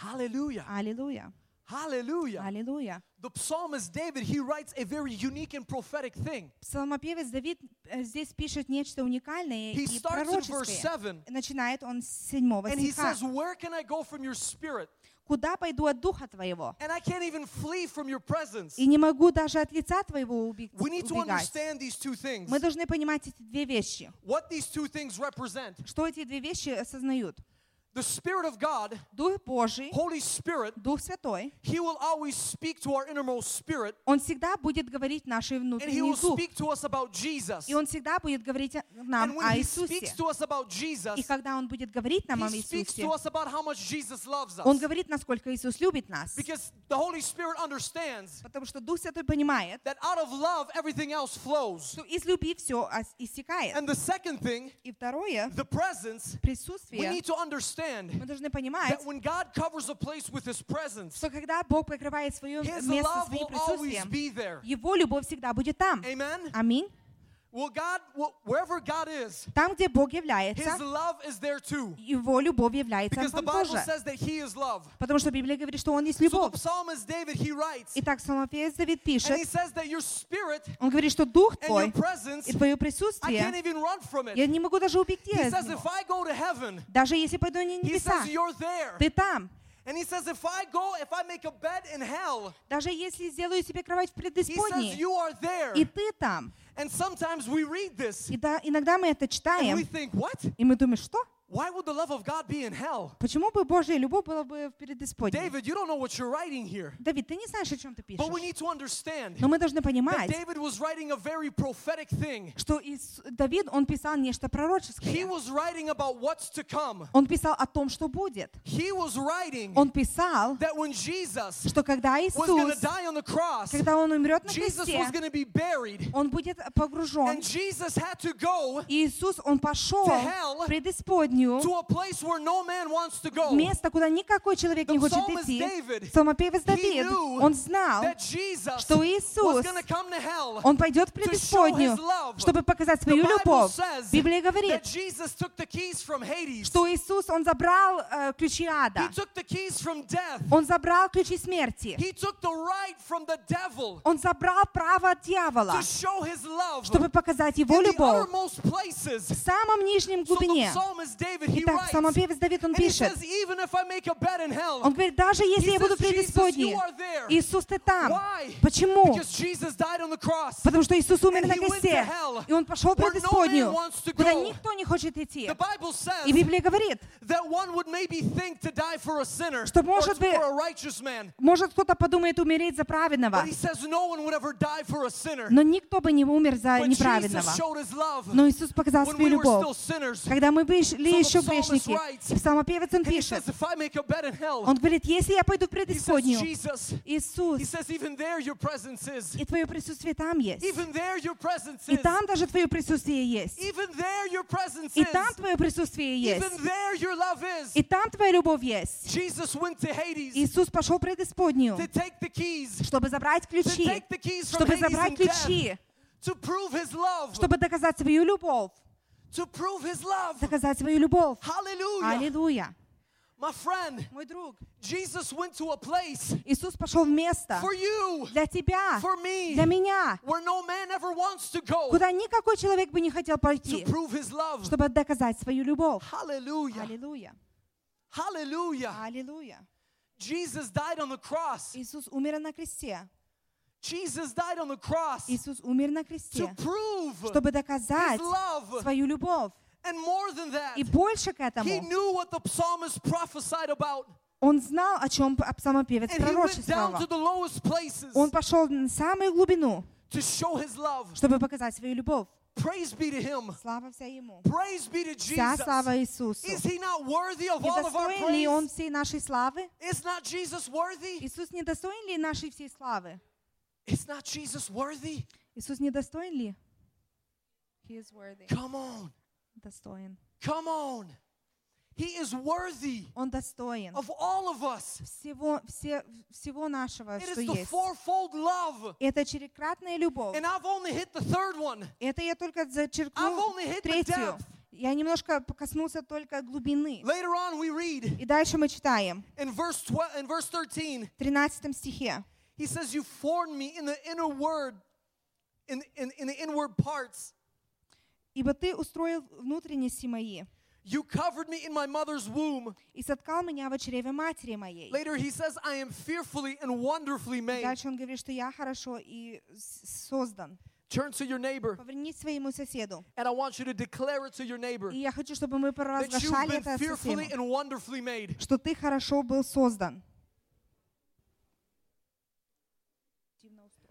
Speaker 19: Hallelujah.
Speaker 11: Аллилуйя.
Speaker 19: Hallelujah.
Speaker 11: Аллилуйя.
Speaker 19: The psalmist David, he writes a very unique and prophetic thing.
Speaker 11: Псалмопевец Давид э, здесь пишет нечто уникальное
Speaker 19: He
Speaker 11: и
Speaker 19: starts in verse
Speaker 11: пророческое.
Speaker 19: 7.
Speaker 11: Начинает он с седьмого
Speaker 19: And he
Speaker 11: стиха.
Speaker 19: says, Where can I go from your spirit?
Speaker 11: «Куда пойду от Духа Твоего?
Speaker 19: And I can't even flee from your presence.
Speaker 11: И не могу даже от лица Твоего убег-
Speaker 19: We need to
Speaker 11: убегать».
Speaker 19: understand these two things.
Speaker 11: Мы должны понимать эти две вещи.
Speaker 19: What these two things represent.
Speaker 11: Что эти две вещи осознают?
Speaker 19: The Spirit of God,
Speaker 11: Дух Божий,
Speaker 19: Holy Spirit,
Speaker 11: Дух Святой,
Speaker 19: He will always speak to our innermost spirit
Speaker 11: Он всегда будет говорить нашей
Speaker 19: and He
Speaker 11: внутренний
Speaker 19: will
Speaker 11: дух.
Speaker 19: speak to us about Jesus.
Speaker 11: И Он всегда будет говорить о- нам
Speaker 19: And when
Speaker 11: о
Speaker 19: He
Speaker 11: Иисусе.
Speaker 19: speaks to us about Jesus,
Speaker 11: И когда Он будет говорить нам о
Speaker 19: He speaks
Speaker 11: Иисусе,
Speaker 19: to us about how much Jesus loves us.
Speaker 11: Он говорит, насколько Иисус любит нас.
Speaker 19: Because the Holy Spirit understands
Speaker 11: Потому что Дух Святой понимает,
Speaker 19: that out of love everything else flows.
Speaker 11: что из любви все истекает.
Speaker 19: And the second thing,
Speaker 11: И второе,
Speaker 19: the presence, we
Speaker 11: присутствие.
Speaker 19: need to understand
Speaker 11: Мы должны понимать,
Speaker 19: that when God covers a place with His presence,
Speaker 11: что когда Бог покрывает свое
Speaker 19: His
Speaker 11: место
Speaker 19: love
Speaker 11: своим
Speaker 19: will always
Speaker 11: присутствием,
Speaker 19: be there.
Speaker 11: Его любовь всегда будет там.
Speaker 19: Amen?
Speaker 11: Аминь.
Speaker 19: Well, God, wh- wherever God is,
Speaker 11: Там, где Бог является,
Speaker 19: His love is there too.
Speaker 11: Его любовь является
Speaker 19: Because the
Speaker 11: там
Speaker 19: Bible
Speaker 11: тоже.
Speaker 19: says that He is love.
Speaker 11: Потому что Библия говорит, что Он есть
Speaker 19: So
Speaker 11: любовь.
Speaker 19: the psalmist David, he writes,
Speaker 11: Итак, псалмопевец Давид
Speaker 19: and he
Speaker 11: пишет,
Speaker 19: says that your spirit
Speaker 11: он говорит, что Дух
Speaker 19: and your
Speaker 11: Твой
Speaker 19: presence,
Speaker 11: и Твое
Speaker 19: I can't
Speaker 11: присутствие,
Speaker 19: even run from it.
Speaker 11: я не могу даже убегти
Speaker 19: He
Speaker 11: от
Speaker 19: says,
Speaker 11: него.
Speaker 19: if I go to heaven,
Speaker 11: Даже если пойду на
Speaker 19: he
Speaker 11: небеса,
Speaker 19: says you're there.
Speaker 11: ты там.
Speaker 19: And he says, if I go, if I make a bed in hell,
Speaker 11: Даже если сделаю себе кровать в
Speaker 19: he says you
Speaker 11: предисподней,
Speaker 19: are there.
Speaker 11: и ты там.
Speaker 19: And sometimes we read this
Speaker 11: И да, иногда мы это
Speaker 19: and we
Speaker 11: читаем,
Speaker 19: think, what?
Speaker 11: и мы думаем, что?
Speaker 19: Why would the love of God be in hell?
Speaker 11: Почему бы Божья любовь была бы в предисподней?
Speaker 19: David, you don't know what you're writing here.
Speaker 11: Давид, ты не знаешь, о чем ты
Speaker 19: But we
Speaker 11: пишешь.
Speaker 19: need to understand
Speaker 11: Но мы должны
Speaker 19: that
Speaker 11: понимать,
Speaker 19: David was writing a very prophetic thing.
Speaker 11: что Иис- Давид, он писал нечто
Speaker 19: He
Speaker 11: пророческое.
Speaker 19: was writing about what's to come.
Speaker 11: Он писал о том, что будет.
Speaker 19: He was writing
Speaker 11: Он писал,
Speaker 19: that when Jesus
Speaker 11: что когда
Speaker 19: was going to
Speaker 11: Иисус,
Speaker 19: die on the cross,
Speaker 11: когда Он умрет на
Speaker 19: Jesus was going to
Speaker 11: кресте,
Speaker 19: be buried.
Speaker 11: Он будет погружен.
Speaker 19: And Jesus had to go
Speaker 11: Иисус, Он пошел
Speaker 19: to hell
Speaker 11: в предисподнюю,
Speaker 19: to a place where no man wants to go.
Speaker 11: место, куда никакой человек не
Speaker 19: The
Speaker 11: хочет
Speaker 19: psalmist
Speaker 11: идти.
Speaker 19: David,
Speaker 11: Псалмопевец
Speaker 19: He
Speaker 11: Давид,
Speaker 19: knew
Speaker 11: он знал,
Speaker 19: that Jesus
Speaker 11: что
Speaker 19: was
Speaker 11: Иисус,
Speaker 19: going to come to hell
Speaker 11: он пойдет в
Speaker 19: to show his
Speaker 11: предисподнюю,
Speaker 19: love.
Speaker 11: чтобы показать свою
Speaker 19: The Bible
Speaker 11: любовь.
Speaker 19: says
Speaker 11: Библия
Speaker 19: that
Speaker 11: говорит,
Speaker 19: Jesus took the keys from Hades.
Speaker 11: что Иисус, Он забрал э, ключи ада,
Speaker 19: He took the keys from death.
Speaker 11: Он забрал ключи смерти,
Speaker 19: He took the right from the devil
Speaker 11: Он забрал право от дьявола,
Speaker 19: to show his love
Speaker 11: чтобы показать Его
Speaker 19: in the
Speaker 11: любовь
Speaker 19: uttermost places.
Speaker 11: в самом нижнем
Speaker 19: So the
Speaker 11: глубине.
Speaker 19: psalmist David, he
Speaker 11: Итак,
Speaker 19: writes,
Speaker 11: самопевец Давид, он
Speaker 19: and he
Speaker 11: пишет,
Speaker 19: says, even if I make a bed in hell,
Speaker 11: он говорит, даже если
Speaker 19: he
Speaker 11: я буду в
Speaker 19: says, Jesus, you
Speaker 11: преисподней,
Speaker 19: are there.
Speaker 11: Иисус, ты там.
Speaker 19: Why?
Speaker 11: Почему?
Speaker 19: Because Jesus died on the cross.
Speaker 11: Потому что Иисус умер
Speaker 19: And
Speaker 11: на
Speaker 19: he went to
Speaker 11: кресте,
Speaker 19: hell,
Speaker 11: и Он пошел в
Speaker 19: where no man
Speaker 11: преисподнюю,
Speaker 19: wants to
Speaker 11: куда
Speaker 19: go.
Speaker 11: никто не хочет идти.
Speaker 19: The Bible says
Speaker 11: И Библия говорит,
Speaker 19: that one would maybe think to die for a sinner
Speaker 11: Что,
Speaker 19: or
Speaker 11: может быть,
Speaker 19: for a righteous man.
Speaker 11: может кто-то подумает умереть за праведного,
Speaker 19: But he says no one would ever die for a sinner.
Speaker 11: но никто бы не умер за
Speaker 19: But
Speaker 11: неправедного.
Speaker 19: Jesus showed his love
Speaker 11: Но Иисус показал
Speaker 19: when
Speaker 11: свою
Speaker 19: we were still
Speaker 11: любовь.
Speaker 19: sinners.
Speaker 11: Когда мы были
Speaker 19: So the
Speaker 11: еще
Speaker 19: psalmist
Speaker 11: грешники,
Speaker 19: writes,
Speaker 11: и псалмопевец он
Speaker 19: and he
Speaker 11: пишет,
Speaker 19: says, if I make a bed in hell,
Speaker 11: он говорит, если я пойду в
Speaker 19: he says,
Speaker 11: предисподнюю,
Speaker 19: Jesus, he
Speaker 11: Иисус,
Speaker 19: says, even there your presence is.
Speaker 11: и твое присутствие там есть,
Speaker 19: Even there your presence
Speaker 11: и
Speaker 19: is.
Speaker 11: там даже твое присутствие есть,
Speaker 19: Even there your presence
Speaker 11: и
Speaker 19: is.
Speaker 11: там твое присутствие
Speaker 19: Even
Speaker 11: есть,
Speaker 19: there your love is.
Speaker 11: и там твоя любовь есть.
Speaker 19: Jesus went to Hades
Speaker 11: Иисус пошел в предисподнюю,
Speaker 19: to take the keys,
Speaker 11: чтобы забрать
Speaker 19: to
Speaker 11: ключи,
Speaker 19: take the keys from
Speaker 11: чтобы
Speaker 19: Hades
Speaker 11: забрать
Speaker 19: and death,
Speaker 11: ключи,
Speaker 19: to prove his love,
Speaker 11: чтобы доказать свою любовь,
Speaker 19: to prove his love.
Speaker 11: доказать свою любовь.
Speaker 19: Hallelujah.
Speaker 11: Аллилуйя.
Speaker 19: My friend,
Speaker 11: Мой друг,
Speaker 19: Jesus went to a place
Speaker 11: Иисус пошел в место
Speaker 19: for you,
Speaker 11: для тебя,
Speaker 19: for me,
Speaker 11: для меня,
Speaker 19: where no man ever wants to go
Speaker 11: куда никакой человек бы не хотел
Speaker 19: to
Speaker 11: пойти,
Speaker 19: prove his love.
Speaker 11: чтобы доказать свою любовь.
Speaker 19: Hallelujah.
Speaker 11: Аллилуйя.
Speaker 19: Hallelujah.
Speaker 11: Аллилуйя.
Speaker 19: Jesus died on the cross.
Speaker 11: Иисус умер на кресте.
Speaker 19: Jesus died on the cross
Speaker 11: Иисус умер на
Speaker 19: to
Speaker 11: кресте,
Speaker 19: prove
Speaker 11: чтобы
Speaker 19: his
Speaker 11: доказать
Speaker 19: love.
Speaker 11: свою любовь.
Speaker 19: And more than that,
Speaker 11: И больше к
Speaker 19: he
Speaker 11: этому,
Speaker 19: knew what the psalmist prophesied about.
Speaker 11: он знал, о чем п- псалмопевец
Speaker 19: And he went down to
Speaker 11: пророчествовал.
Speaker 19: the lowest places
Speaker 11: Он пошел на самую глубину,
Speaker 19: to show his love.
Speaker 11: чтобы показать свою любовь.
Speaker 19: Praise be to him.
Speaker 11: Слава вся Ему.
Speaker 19: Praise be to
Speaker 11: Вся
Speaker 19: Jesus.
Speaker 11: слава Иисусу.
Speaker 19: Is he not worthy of
Speaker 11: Не
Speaker 19: all of our
Speaker 11: достоин ли Он
Speaker 19: praise?
Speaker 11: всей нашей славы?
Speaker 19: Is not Jesus worthy?
Speaker 11: Иисус не достоин ли нашей всей славы?
Speaker 19: Is not Jesus worthy?
Speaker 11: Иисус не достоин ли? He is worthy.
Speaker 19: Come on.
Speaker 11: Достоин.
Speaker 19: Come on. He is worthy
Speaker 11: Он достоин
Speaker 19: of all of us.
Speaker 11: всего, все, всего нашего,
Speaker 19: It
Speaker 11: что
Speaker 19: is the
Speaker 11: есть.
Speaker 19: fourfold love.
Speaker 11: Это черекратная любовь.
Speaker 19: And I've only hit the third one.
Speaker 11: Это я только
Speaker 19: I've
Speaker 11: зачеркнул
Speaker 19: only hit the
Speaker 11: третью.
Speaker 19: depth.
Speaker 11: Я немножко коснулся только глубины.
Speaker 19: Later on, we read
Speaker 11: И дальше мы читаем
Speaker 19: in verse 12, in verse 13,
Speaker 11: в 13 стихе.
Speaker 19: he says, You formed me in the inner word, in, in, in the inward parts.
Speaker 11: «Ибо ты устроил внутренности мои
Speaker 19: You covered me in my mother's womb.
Speaker 11: и соткал меня в чреве матери моей».
Speaker 19: Later, he says, I am fearfully and wonderfully
Speaker 11: И
Speaker 19: made.
Speaker 11: дальше он говорит, что я хорошо и с- создан.
Speaker 19: Turn to your neighbor,
Speaker 11: Повернись своему соседу.
Speaker 19: and I want you to declare it to your neighbor
Speaker 11: И я хочу, чтобы мы
Speaker 19: that you've
Speaker 11: провозглашали
Speaker 19: been
Speaker 11: это соседу,
Speaker 19: fearfully and wonderfully made.
Speaker 11: что ты хорошо был создан.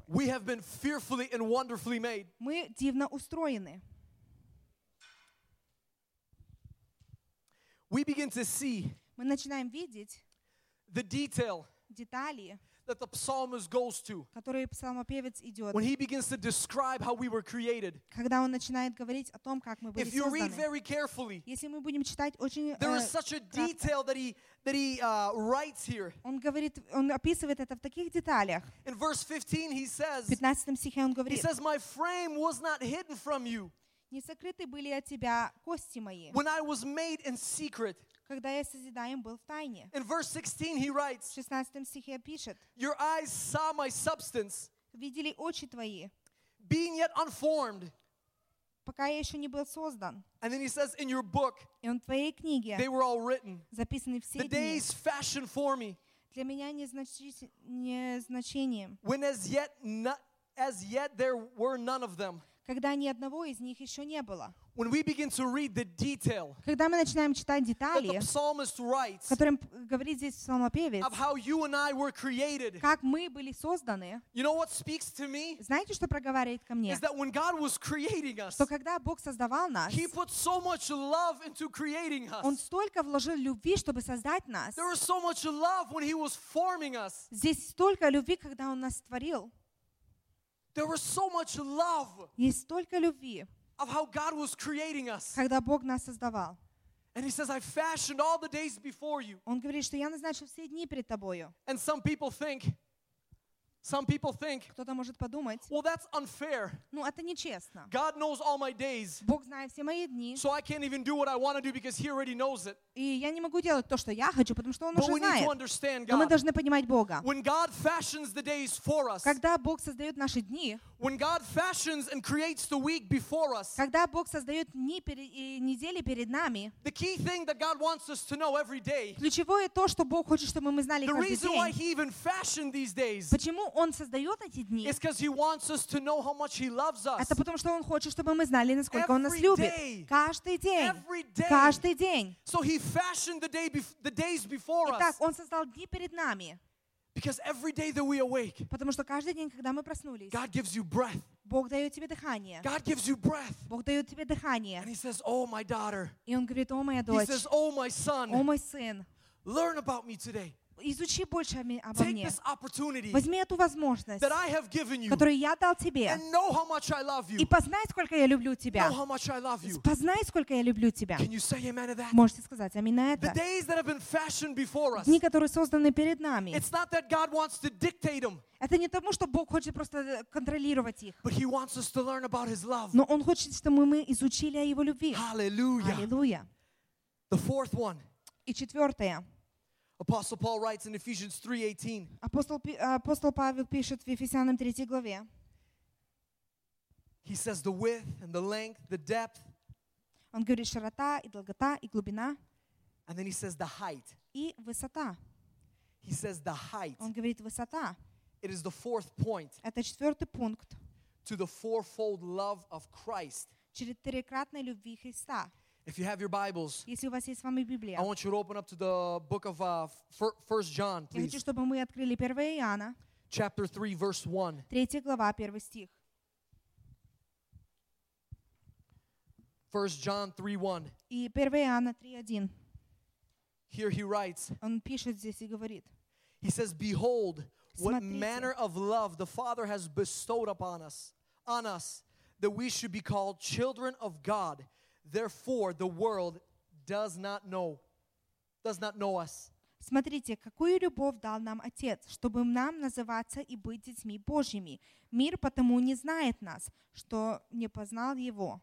Speaker 19: We have been fearfully and wonderfully made.
Speaker 11: Мы дивно устроены.
Speaker 19: We begin to see
Speaker 11: Мы начинаем видеть
Speaker 19: the detail
Speaker 11: детали,
Speaker 19: that the psalmist goes to
Speaker 11: который псалмопевец идет,
Speaker 19: when he begins to describe how we were created.
Speaker 11: когда он начинает говорить о том, как мы были
Speaker 19: If you read
Speaker 11: созданы.
Speaker 19: very carefully,
Speaker 11: Если мы будем читать очень э,
Speaker 19: there is such a
Speaker 11: кратко,
Speaker 19: detail that he that he uh, writes here.
Speaker 11: он говорит, он описывает это в таких деталях.
Speaker 19: In verse 15, he
Speaker 11: В
Speaker 19: says,
Speaker 11: 15 стихе он
Speaker 19: he
Speaker 11: говорит,
Speaker 19: says, "My frame was not hidden from you
Speaker 11: «Не сокрыты были от тебя кости мои,
Speaker 19: when I was made in secret."
Speaker 11: когда я созидаем был в тайне».
Speaker 19: In verse 16, he writes,
Speaker 11: В 16 стихе пишет,
Speaker 19: "Your eyes saw my substance,
Speaker 11: «Видели очи твои,
Speaker 19: being yet unformed."
Speaker 11: пока я еще не был создан».
Speaker 19: And then he says, "In your book,
Speaker 11: И он в твоей книге
Speaker 19: they were all written.
Speaker 11: записаны все
Speaker 19: The
Speaker 11: дни.
Speaker 19: days fashioned for me,
Speaker 11: Для меня не, значи- не значением,
Speaker 19: when as yet not, as yet there were none of them."
Speaker 11: когда ни одного из них еще не было.
Speaker 19: When we begin to read the detail
Speaker 11: Когда мы начинаем читать
Speaker 19: that
Speaker 11: детали,
Speaker 19: the psalmist writes
Speaker 11: которым говорит здесь псалмопевец,
Speaker 19: of how you and I were created,
Speaker 11: как мы были созданы,
Speaker 19: you know what speaks to me
Speaker 11: знаете, что проговаривает ко мне?
Speaker 19: is that when God was creating us,
Speaker 11: Что когда Бог создавал нас,
Speaker 19: He put so much love into creating
Speaker 11: Он
Speaker 19: us.
Speaker 11: столько вложил любви, чтобы создать нас.
Speaker 19: There was so much love when He was forming us.
Speaker 11: Здесь столько любви, когда Он нас творил.
Speaker 19: There was so much love
Speaker 11: Есть столько любви,
Speaker 19: of how God was creating us.
Speaker 11: когда Бог нас создавал.
Speaker 19: And He says, I fashioned all the days before you.
Speaker 11: Он говорит, что я назначил все дни перед тобою.
Speaker 19: And some people think, some people think,
Speaker 11: Кто-то может подумать,
Speaker 19: well, that's unfair.
Speaker 11: ну это нечестно.
Speaker 19: God knows all my days,
Speaker 11: Бог знает все мои дни,
Speaker 19: so I can't even do what I want to do because He already knows it.
Speaker 11: и я не могу делать то, что я хочу, потому что Он
Speaker 19: But
Speaker 11: уже
Speaker 19: we need to
Speaker 11: знает.
Speaker 19: understand
Speaker 11: Но мы
Speaker 19: God.
Speaker 11: должны понимать Бога.
Speaker 19: When God fashions the days for us,
Speaker 11: Когда Бог создает наши дни,
Speaker 19: when God fashions and creates the week before us,
Speaker 11: когда Бог создает дни пере- и недели перед нами,
Speaker 19: the key thing that God wants us to know every day,
Speaker 11: ключевое то, что Бог хочет, чтобы мы знали
Speaker 19: the
Speaker 11: каждый
Speaker 19: reason why
Speaker 11: день.
Speaker 19: He even fashioned these days
Speaker 11: Почему Он создает эти дни?
Speaker 19: is because He wants us to know how much He loves us.
Speaker 11: Это потому, что Он хочет, чтобы мы знали, насколько Он нас
Speaker 19: Every
Speaker 11: любит.
Speaker 19: day.
Speaker 11: Каждый день.
Speaker 19: Every day.
Speaker 11: Каждый день.
Speaker 19: So He fashioned the, day bef- the days before
Speaker 11: Итак,
Speaker 19: us
Speaker 11: Он создал дни перед нами.
Speaker 19: because every day that we awake,
Speaker 11: Потому что каждый день, когда мы проснулись,
Speaker 19: God gives you breath.
Speaker 11: Бог дает тебе дыхание.
Speaker 19: God gives you breath.
Speaker 11: Бог дает тебе дыхание.
Speaker 19: And He says, Oh, my daughter.
Speaker 11: И Он говорит, о моя
Speaker 19: He
Speaker 11: дочь,
Speaker 19: says, Oh, my son.
Speaker 11: о мой сын,
Speaker 19: Learn about me today.
Speaker 11: изучи больше о ме- обо
Speaker 19: Take
Speaker 11: мне.
Speaker 19: this opportunity
Speaker 11: Возьми эту возможность,
Speaker 19: that I have given you
Speaker 11: которую я дал тебе,
Speaker 19: and know how much I love you.
Speaker 11: и познай, сколько я люблю тебя.
Speaker 19: Know how much I love you.
Speaker 11: Познай, сколько я люблю тебя.
Speaker 19: Can you say amen to that?
Speaker 11: Можете сказать аминь на
Speaker 19: The
Speaker 11: это?
Speaker 19: days that have been fashioned before us.
Speaker 11: Дни, которые созданы перед нами.
Speaker 19: It's not that God wants to dictate them,
Speaker 11: Это не тому, что Бог хочет просто э, контролировать их,
Speaker 19: but He wants us to learn about His love.
Speaker 11: но Он хочет, чтобы мы изучили о Его любви.
Speaker 19: Hallelujah.
Speaker 11: Аллилуйя.
Speaker 19: The fourth one.
Speaker 11: И четвертое.
Speaker 19: Apostle Paul writes in Ephesians 3:18.
Speaker 11: Апостол, Пи- а, апостол Павел пишет в Ефесянам 3 главе.
Speaker 19: He says the width and the length, the depth,
Speaker 11: Он говорит широта и долгота и глубина
Speaker 19: and then he says the height.
Speaker 11: и высота.
Speaker 19: He says the height.
Speaker 11: Он говорит высота.
Speaker 19: It is the fourth point
Speaker 11: Это четвертый пунkt
Speaker 19: to the fourfold love of Christ.
Speaker 11: четырехкратной любви Христа.
Speaker 19: If you have your Bibles,
Speaker 11: Если у вас есть с вами Библия,
Speaker 19: I want you to open up to the book of uh, Fir- First John,
Speaker 11: я хочу,
Speaker 19: please,
Speaker 11: чтобы мы открыли 1 Иоанна,
Speaker 19: chapter three, verse one.
Speaker 11: 3 глава, 1 стих.
Speaker 19: First John three one.
Speaker 11: И 1 Иоанна 3.1.
Speaker 19: Here he writes.
Speaker 11: Он пишет здесь и говорит.
Speaker 19: He says, "Behold, what
Speaker 11: Смотрите.
Speaker 19: manner of love the Father has bestowed upon us, on us, that we should be called children of God. Therefore, the world does not know, does not know us."
Speaker 11: Смотрите, какую любовь дал нам Отец, чтобы нам называться и быть детьми Божьими. Мир потому не знает нас, что не познал Его.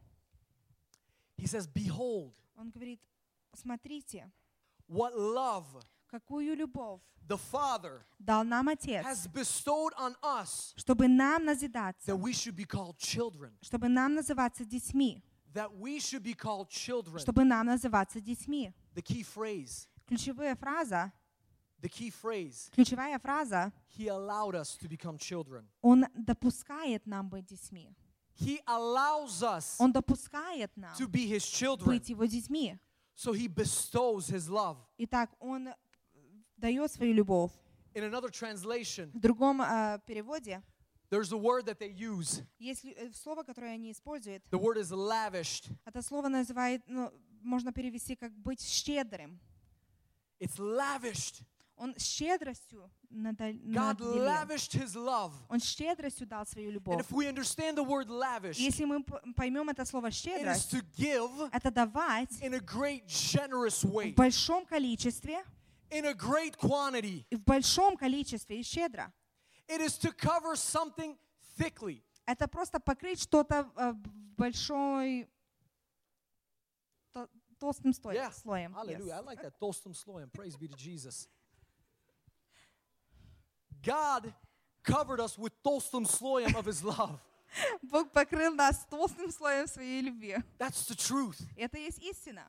Speaker 19: He says, "Behold,
Speaker 11: Он говорит, смотрите,
Speaker 19: what love
Speaker 11: какую любовь
Speaker 19: the Father
Speaker 11: дал нам
Speaker 19: has
Speaker 11: Отец,
Speaker 19: bestowed on us,
Speaker 11: чтобы нам назидаться,
Speaker 19: that we should be called children."
Speaker 11: чтобы нам называться детьми,
Speaker 19: that we should be called children.
Speaker 11: чтобы нам называться детьми.
Speaker 19: The key phrase,
Speaker 11: Ключевая фраза,
Speaker 19: the key phrase,
Speaker 11: ключевая фраза,
Speaker 19: he allowed us to become children.
Speaker 11: Он допускает нам быть детьми.
Speaker 19: He allows us
Speaker 11: Он допускает нам
Speaker 19: to be his children.
Speaker 11: быть Его детьми.
Speaker 19: So he bestows his love.
Speaker 11: Итак, Он э, дает свою любовь.
Speaker 19: In another translation,
Speaker 11: В другом э, переводе
Speaker 19: there's a word that they use.
Speaker 11: есть лю- э, слово, которое они используют.
Speaker 19: The word is lavished.
Speaker 11: Это слово называет, ну, можно перевести как быть щедрым.
Speaker 19: It's lavished.
Speaker 11: Он с щедростью надо-
Speaker 19: God
Speaker 11: наделил.
Speaker 19: lavished his love.
Speaker 11: Он щедростью дал свою
Speaker 19: And
Speaker 11: любовь.
Speaker 19: if we understand the word lavish,
Speaker 11: И Если мы п- поймем это слово
Speaker 19: it is
Speaker 11: щедрость,
Speaker 19: to give
Speaker 11: это давать
Speaker 19: in a great, generous way,
Speaker 11: в большом количестве,
Speaker 19: in a great quantity.
Speaker 11: в большом количестве и щедро.
Speaker 19: It is to cover something thickly.
Speaker 11: Это просто покрыть что-то э, в большой то- толстым слоем.
Speaker 19: Yeah.
Speaker 11: слоем.
Speaker 19: Hallelujah.
Speaker 11: Yes.
Speaker 19: I like that. Толстым слоем. Praise be to Jesus. God covered us with толстым слоем of his love.
Speaker 11: [laughs] Бог покрыл нас толстым слоем своей любви.
Speaker 19: That's the truth.
Speaker 11: Это есть истина.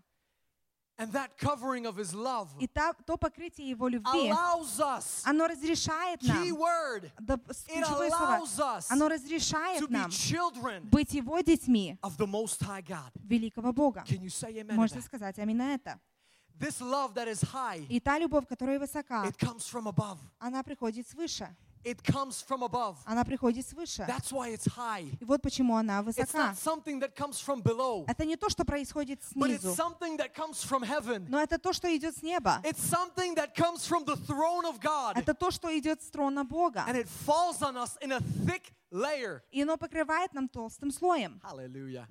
Speaker 19: And that covering of his love
Speaker 11: И та- то покрытие Его любви,
Speaker 19: allows us,
Speaker 11: оно разрешает нам,
Speaker 19: key word,
Speaker 11: да, с-
Speaker 19: it
Speaker 11: ключевое слово,
Speaker 19: allows us
Speaker 11: оно разрешает
Speaker 19: to be
Speaker 11: нам
Speaker 19: children
Speaker 11: быть Его детьми,
Speaker 19: of the Most High God.
Speaker 11: великого Бога.
Speaker 19: Can you say amen? to
Speaker 11: Можете
Speaker 19: that?
Speaker 11: сказать аминь на это.
Speaker 19: This love that is high,
Speaker 11: И та любовь, которая высока,
Speaker 19: it comes from above.
Speaker 11: она приходит свыше.
Speaker 19: It comes from above.
Speaker 11: Она приходит свыше.
Speaker 19: That's why it's high.
Speaker 11: И вот почему она
Speaker 19: It's
Speaker 11: высока.
Speaker 19: not something that comes from below,
Speaker 11: Это не то, что происходит
Speaker 19: but it's
Speaker 11: снизу,
Speaker 19: something that comes from heaven.
Speaker 11: но это то, что идет с неба.
Speaker 19: It's something that comes from the throne of God.
Speaker 11: Это то, что идет с трона Бога.
Speaker 19: And it falls on us in a thick layer.
Speaker 11: И оно покрывает нам толстым слоем.
Speaker 19: Hallelujah.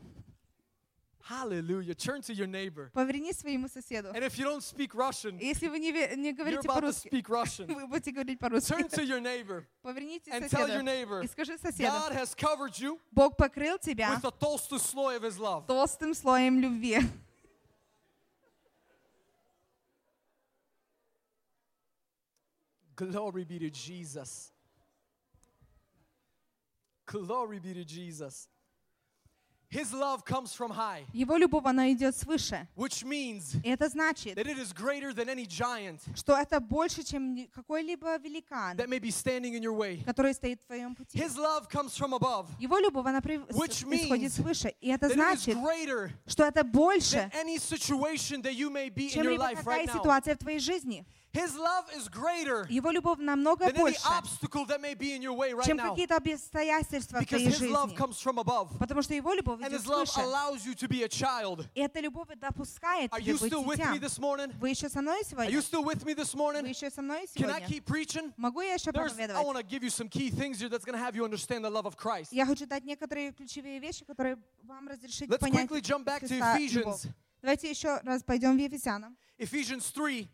Speaker 19: Hallelujah. Turn to your neighbor.
Speaker 11: Поверни своему соседу.
Speaker 19: And if you don't speak Russian,
Speaker 11: Если вы не, ве- не
Speaker 19: you're
Speaker 11: говорите
Speaker 19: about to
Speaker 11: по-русски,
Speaker 19: speak Russian.
Speaker 11: [laughs] вы будете говорить по-русски.
Speaker 19: Turn to your neighbor
Speaker 11: Поверните
Speaker 19: and tell your
Speaker 11: соседу
Speaker 19: neighbor,
Speaker 11: и скажи
Speaker 19: God
Speaker 11: соседу,
Speaker 19: has covered you
Speaker 11: Бог покрыл тебя
Speaker 19: with the толстый слой of his love.
Speaker 11: толстым слоем любви.
Speaker 19: Glory be to Jesus. Glory be to Jesus. His love comes from high,
Speaker 11: Его любовь, она идет свыше.
Speaker 19: which means
Speaker 11: И это значит,
Speaker 19: that it is greater тhan any giant
Speaker 11: что это больше, чем ни- какой-либо великан,
Speaker 19: that may be standing in your way.
Speaker 11: который стоит в твоем пути.
Speaker 19: His love comes from above,
Speaker 11: Его любовь, она при-
Speaker 19: which
Speaker 11: с- исходит
Speaker 19: means
Speaker 11: свыше. И это
Speaker 19: that it is
Speaker 11: значит,
Speaker 19: greater
Speaker 11: что это
Speaker 19: than
Speaker 11: больше,
Speaker 19: any situation that you may be in
Speaker 11: чем
Speaker 19: your
Speaker 11: либо
Speaker 19: life right
Speaker 11: какая
Speaker 19: now.
Speaker 11: ситуация в твоей жизни.
Speaker 19: His love is greater
Speaker 11: Его любовь намного
Speaker 19: than any
Speaker 11: больше,
Speaker 19: obstacle that may be in your way right
Speaker 11: чем
Speaker 19: now.
Speaker 11: какие-то обстоятельства в
Speaker 19: Because
Speaker 11: твоей
Speaker 19: his love
Speaker 11: жизни.
Speaker 19: comes from above.
Speaker 11: Потому что его любовь
Speaker 19: And
Speaker 11: идет
Speaker 19: his love
Speaker 11: свыше.
Speaker 19: allows you to be a child.
Speaker 11: И эта любовь допускает
Speaker 19: Are
Speaker 11: тебя
Speaker 19: you
Speaker 11: быть
Speaker 19: still with
Speaker 11: дитям.
Speaker 19: me this morning?
Speaker 11: Вы еще со мной
Speaker 19: Are
Speaker 11: сегодня?
Speaker 19: you still with me this
Speaker 11: Вы
Speaker 19: morning?
Speaker 11: еще со мной
Speaker 19: Can I
Speaker 11: сегодня?
Speaker 19: keep preaching?
Speaker 11: Могу я еще
Speaker 19: There's- I want
Speaker 11: проповедовать?
Speaker 19: to give you some key things here that's going to have you understand the love of Christ.
Speaker 11: Я хочу дать некоторые ключевые вещи, которые вам разрешить
Speaker 19: Let's
Speaker 11: понять
Speaker 19: quickly jump back to
Speaker 11: Христа
Speaker 19: Ephesians.
Speaker 11: любовь. Давайте еще раз пойдем в Ефесянам.
Speaker 19: Ephesians 3.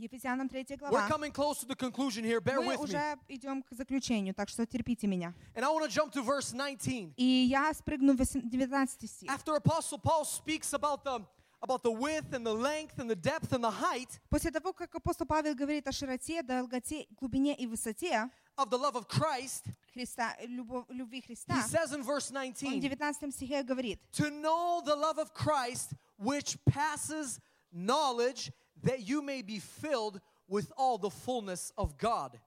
Speaker 11: Ефесянам 3
Speaker 19: We're
Speaker 11: глава.
Speaker 19: coming close to the conclusion here. Bear
Speaker 11: Мы
Speaker 19: with me.
Speaker 11: уже идем к заключению, так что терпите меня.
Speaker 19: And I want to jump to verse 19.
Speaker 11: И я спрыгну в восем- 19 стих.
Speaker 19: After Apostle Paul speaks about the about the width and the length and the depth and the height
Speaker 11: После того, как апостол Павел говорит о широте, долготе, глубине и высоте
Speaker 19: of the love of Christ,
Speaker 11: Христа, любов- любви
Speaker 19: he
Speaker 11: Христа,
Speaker 19: says in verse
Speaker 11: он в
Speaker 19: 19,
Speaker 11: 19 стихе говорит,
Speaker 19: to know the love of Christ which passes knowledge that you may be filled with all the fullness of God.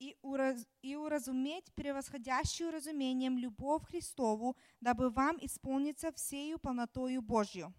Speaker 11: и, ураз- и уразуметь превосходящую разумением любовь Христову, дабы вам исполниться всею полнотою Божью.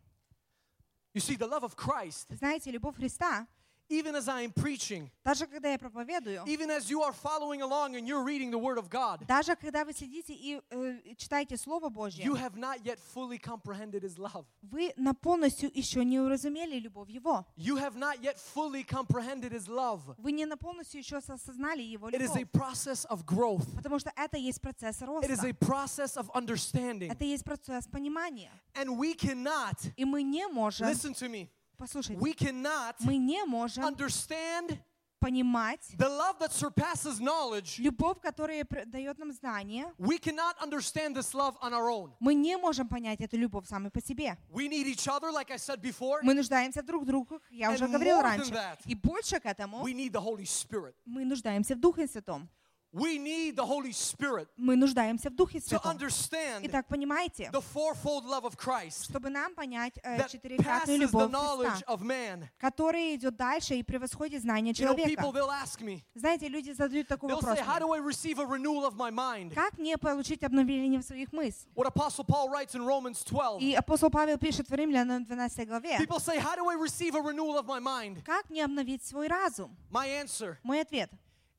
Speaker 19: You see the love of Christ
Speaker 11: Знаете, любовь Христа,
Speaker 19: even as I am preaching,
Speaker 11: даже когда я проповедую,
Speaker 19: even as you are following along and you're reading the word of God,
Speaker 11: даже когда вы сидите и э, читаете Слово Божье,
Speaker 19: you have not yet fully comprehended his love.
Speaker 11: вы на полностью еще не уразумели любовь Его.
Speaker 19: You have not yet fully comprehended his love.
Speaker 11: Вы не на полностью еще осознали Его
Speaker 19: It is a
Speaker 11: любовь.
Speaker 19: process of growth.
Speaker 11: Потому что это есть процесс
Speaker 19: It is a
Speaker 11: роста.
Speaker 19: process of understanding.
Speaker 11: Это есть процесс понимания.
Speaker 19: And we cannot
Speaker 11: И мы не можем,
Speaker 19: listen to me.
Speaker 11: послушайте,
Speaker 19: We cannot
Speaker 11: мы не можем
Speaker 19: understand
Speaker 11: понимать
Speaker 19: the love that surpasses knowledge.
Speaker 11: любовь, которая пр- дает нам знание.
Speaker 19: We cannot understand this love on our own.
Speaker 11: Мы не можем понять эту любовь самой по себе.
Speaker 19: We need each other, like I said before.
Speaker 11: Мы нуждаемся друг в друга, как я уже
Speaker 19: And
Speaker 11: говорила
Speaker 19: more than
Speaker 11: раньше.
Speaker 19: that,
Speaker 11: И больше к этому
Speaker 19: We need the Holy Spirit.
Speaker 11: мы нуждаемся в Духе Святом.
Speaker 19: We need the Holy Spirit
Speaker 11: Мы нуждаемся в Духе
Speaker 19: to
Speaker 11: Святом.
Speaker 19: understand
Speaker 11: Итак, понимаете,
Speaker 19: the fourfold love of Christ
Speaker 11: чтобы нам понять э,
Speaker 19: that
Speaker 11: четырехкратную
Speaker 19: passes the
Speaker 11: любовь
Speaker 19: knowledge
Speaker 11: Христа,
Speaker 19: of man.
Speaker 11: которая идет дальше и превосходит знание
Speaker 19: You know, people,
Speaker 11: человека.
Speaker 19: they'll ask me,
Speaker 11: Знаете, люди задают такой
Speaker 19: they'll
Speaker 11: вопрос.
Speaker 19: say, How
Speaker 11: мне.
Speaker 19: do I receive a renewal of my mind?
Speaker 11: Как мне получить обновление в своих мыслях?
Speaker 19: What Apostle Paul writes in Romans 12.
Speaker 11: И апостол Павел пишет в Римлянам 12 главе,
Speaker 19: People say, How do I receive a renewal of my mind?
Speaker 11: как мне обновить свой разум?
Speaker 19: My answer
Speaker 11: Мой ответ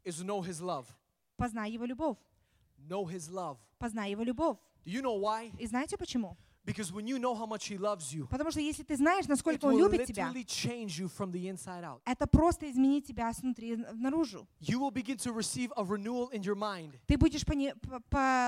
Speaker 19: is know his love.
Speaker 11: – познай его любовь.
Speaker 19: Know his love.
Speaker 11: Познай его любовь.
Speaker 19: Do you know why?
Speaker 11: И знаете почему?
Speaker 19: Because when you know how much He loves you,
Speaker 11: Потому что если ты знаешь,
Speaker 19: it
Speaker 11: насколько Он
Speaker 19: will
Speaker 11: любит тебя,
Speaker 19: literally change you from the inside out.
Speaker 11: это просто изменит тебя снутри наружу.
Speaker 19: You will begin to receive a renewal in your mind.
Speaker 11: Ты будешь пони- п-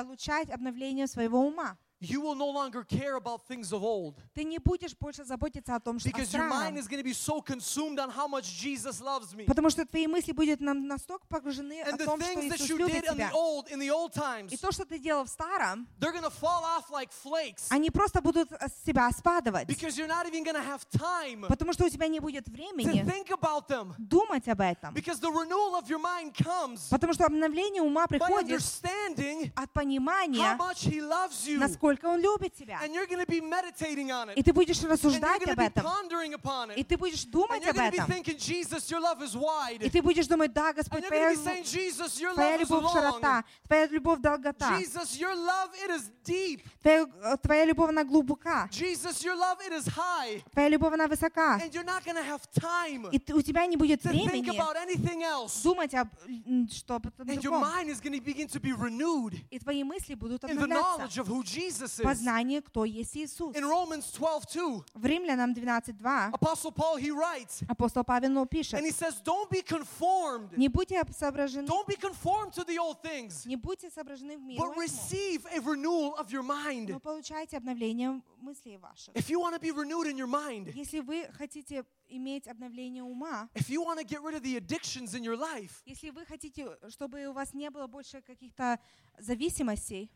Speaker 11: получать обновление своего ума.
Speaker 19: You will no longer care about things of old
Speaker 11: Ты не будешь больше заботиться о том, что о
Speaker 19: because your mind
Speaker 11: странном,
Speaker 19: is going to be so consumed on how much Jesus loves me.
Speaker 11: потому что твои мысли будут нам настолько погружены о
Speaker 19: And the
Speaker 11: том, что
Speaker 19: things that
Speaker 11: Иисус
Speaker 19: you
Speaker 11: любит
Speaker 19: did in the
Speaker 11: тебя.
Speaker 19: old, in the old
Speaker 11: И
Speaker 19: times,
Speaker 11: то, что ты делал в старом,
Speaker 19: they're going to fall off like flakes
Speaker 11: они просто будут с тебя спадывать,
Speaker 19: because you're not even going to have time
Speaker 11: потому что у тебя не будет
Speaker 19: to
Speaker 11: времени
Speaker 19: think about them.
Speaker 11: думать об этом.
Speaker 19: Because the renewal of your mind comes
Speaker 11: Потому что обновление ума
Speaker 19: by
Speaker 11: приходит
Speaker 19: understanding
Speaker 11: от
Speaker 19: how
Speaker 11: понимания,
Speaker 19: much He loves you.
Speaker 11: насколько Он любит тебя.
Speaker 19: And you're going to be meditating on it.
Speaker 11: И ты будешь
Speaker 19: and
Speaker 11: рассуждать
Speaker 19: you're
Speaker 11: об
Speaker 19: going to be
Speaker 11: этом.
Speaker 19: pondering upon it.
Speaker 11: И ты будешь
Speaker 19: and
Speaker 11: думать
Speaker 19: you're
Speaker 11: об
Speaker 19: going to
Speaker 11: этом.
Speaker 19: be thinking, Jesus, your love is wide.
Speaker 11: И ты будешь думать, да,
Speaker 19: and
Speaker 11: Господь,
Speaker 19: you're
Speaker 11: твоя,
Speaker 19: going to be saying,
Speaker 11: лю-
Speaker 19: Jesus, your
Speaker 11: твоя
Speaker 19: love is
Speaker 11: любовь
Speaker 19: long.
Speaker 11: широта, твоя любовь долгота,
Speaker 19: Jesus, your love, it is deep.
Speaker 11: твоя, э, твоя любовь она глубока,
Speaker 19: Jesus, your love, it is high.
Speaker 11: твоя любовь она высока.
Speaker 19: And you're not going to have time
Speaker 11: И ты- у тебя не будет
Speaker 19: to think
Speaker 11: времени
Speaker 19: about anything else.
Speaker 11: думать об м, что-то
Speaker 19: And your
Speaker 11: другом.
Speaker 19: mind is going to begin to be renewed
Speaker 11: И твои мысли будут
Speaker 19: in the knowledge
Speaker 11: обновляться
Speaker 19: of who Jesus
Speaker 11: в
Speaker 19: is.
Speaker 11: познании, кто есть Иисус.
Speaker 19: In Romans 12, 2,
Speaker 11: В Римлянам 12.2
Speaker 19: Apostle Paul, he writes,
Speaker 11: апостол Павел пишет,
Speaker 19: and he says, Don't be conformed.
Speaker 11: не будьте об- соображены,
Speaker 19: Don't be conformed to the old things,
Speaker 11: не будьте соображены в мире,
Speaker 19: but receive a renewal of your mind.
Speaker 11: но получайте обновление мыслей ваших.
Speaker 19: If you want to be renewed in your mind,
Speaker 11: Если вы хотите иметь обновление ума,
Speaker 19: if you want to get rid of the addictions in your life,
Speaker 11: если вы хотите, чтобы у вас не было больше каких-то зависимостей,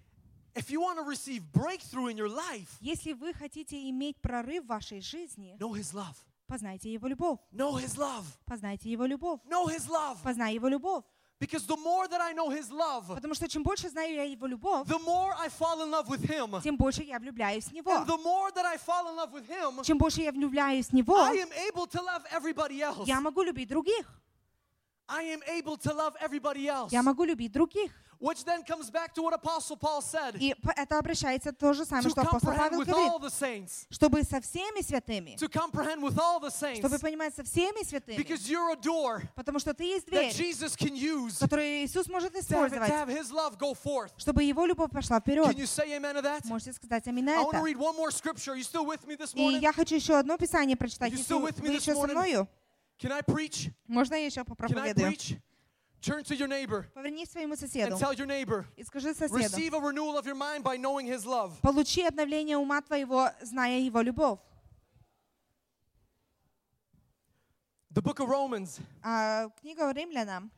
Speaker 19: if you want to receive breakthrough in your life,
Speaker 11: если вы хотите иметь прорыв в вашей жизни,
Speaker 19: know His love.
Speaker 11: познайте Его любовь.
Speaker 19: Know His love.
Speaker 11: Познайте Его любовь.
Speaker 19: Know His love.
Speaker 11: Познай Его любовь.
Speaker 19: Because the more that I know His love,
Speaker 11: Потому что чем больше знаю я Его любовь,
Speaker 19: the more I fall in love with Him.
Speaker 11: тем больше я влюбляюсь в Него.
Speaker 19: And the more that I fall in love with Him,
Speaker 11: Чем больше я влюбляюсь в Него,
Speaker 19: I am able to love everybody else.
Speaker 11: я могу любить других.
Speaker 19: I am able to love everybody else.
Speaker 11: Я могу любить других.
Speaker 19: Which then comes back to what Apostle Paul said
Speaker 11: И по- это обращается то же самое,
Speaker 19: to
Speaker 11: что апостол
Speaker 19: comprehend
Speaker 11: Павел
Speaker 19: with all
Speaker 11: говорит.
Speaker 19: the saints.
Speaker 11: Чтобы со всеми святыми,
Speaker 19: To comprehend with all the saints.
Speaker 11: чтобы понимать со всеми святыми,
Speaker 19: Because you're a door
Speaker 11: потому что ты есть
Speaker 19: that
Speaker 11: дверь,
Speaker 19: Jesus can use to
Speaker 11: которую Иисус может
Speaker 19: have, to
Speaker 11: использовать,
Speaker 19: have His love go forth.
Speaker 11: чтобы Его любовь пошла
Speaker 19: Can you
Speaker 11: вперед.
Speaker 19: say amen to that?
Speaker 11: Можете сказать аминь на
Speaker 19: I want to
Speaker 11: это.
Speaker 19: read one more scripture. Are you still with me this
Speaker 11: И
Speaker 19: morning?
Speaker 11: я хочу еще одно писание прочитать.
Speaker 19: You
Speaker 11: Если
Speaker 19: still with me
Speaker 11: вы
Speaker 19: this
Speaker 11: еще со
Speaker 19: morning?
Speaker 11: мною,
Speaker 19: Can I preach?
Speaker 11: можно я еще
Speaker 19: Can I
Speaker 11: попроповедую?
Speaker 19: preach? Turn to your neighbor
Speaker 11: Повернись к своему соседу
Speaker 19: and tell your neighbor.
Speaker 11: и скажи соседу,
Speaker 19: Receive a renewal of your mind by knowing His love.
Speaker 11: получи обновление ума твоего, зная Его любовь.
Speaker 19: The book of Romans,
Speaker 11: А, книга Римлянам,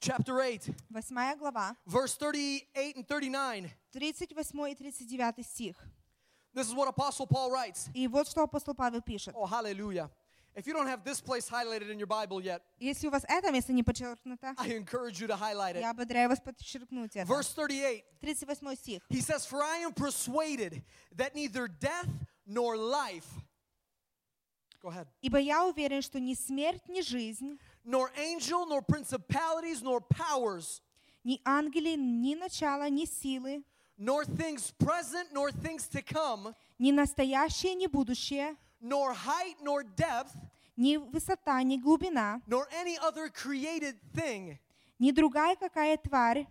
Speaker 19: chapter 8,
Speaker 11: 8 глава,
Speaker 19: verse 38 and 39.
Speaker 11: 38 и 39 стих.
Speaker 19: This is what Apostle Paul writes.
Speaker 11: И вот что апостол Павел пишет.
Speaker 19: Oh, hallelujah. If you don't have this place highlighted in your Bible yet,
Speaker 11: Если у вас это место не подчеркнуто,
Speaker 19: I encourage you to highlight it.
Speaker 11: я ободряю вас подчеркнуть это.
Speaker 19: Verse 38,
Speaker 11: 38 стих.
Speaker 19: he says, For I am persuaded that neither death nor life, go ahead,
Speaker 11: «Ибо я уверен, что ни смерть, ни жизнь,
Speaker 19: nor angel, nor principalities, nor powers,
Speaker 11: ни ангели, ни начало, ни силы,
Speaker 19: nor things present, nor things to come,
Speaker 11: ни настоящее, ни будущее,
Speaker 19: nor height, nor depth,
Speaker 11: ни высота, ни глубина,
Speaker 19: nor any other created thing
Speaker 11: ни другая какая тварь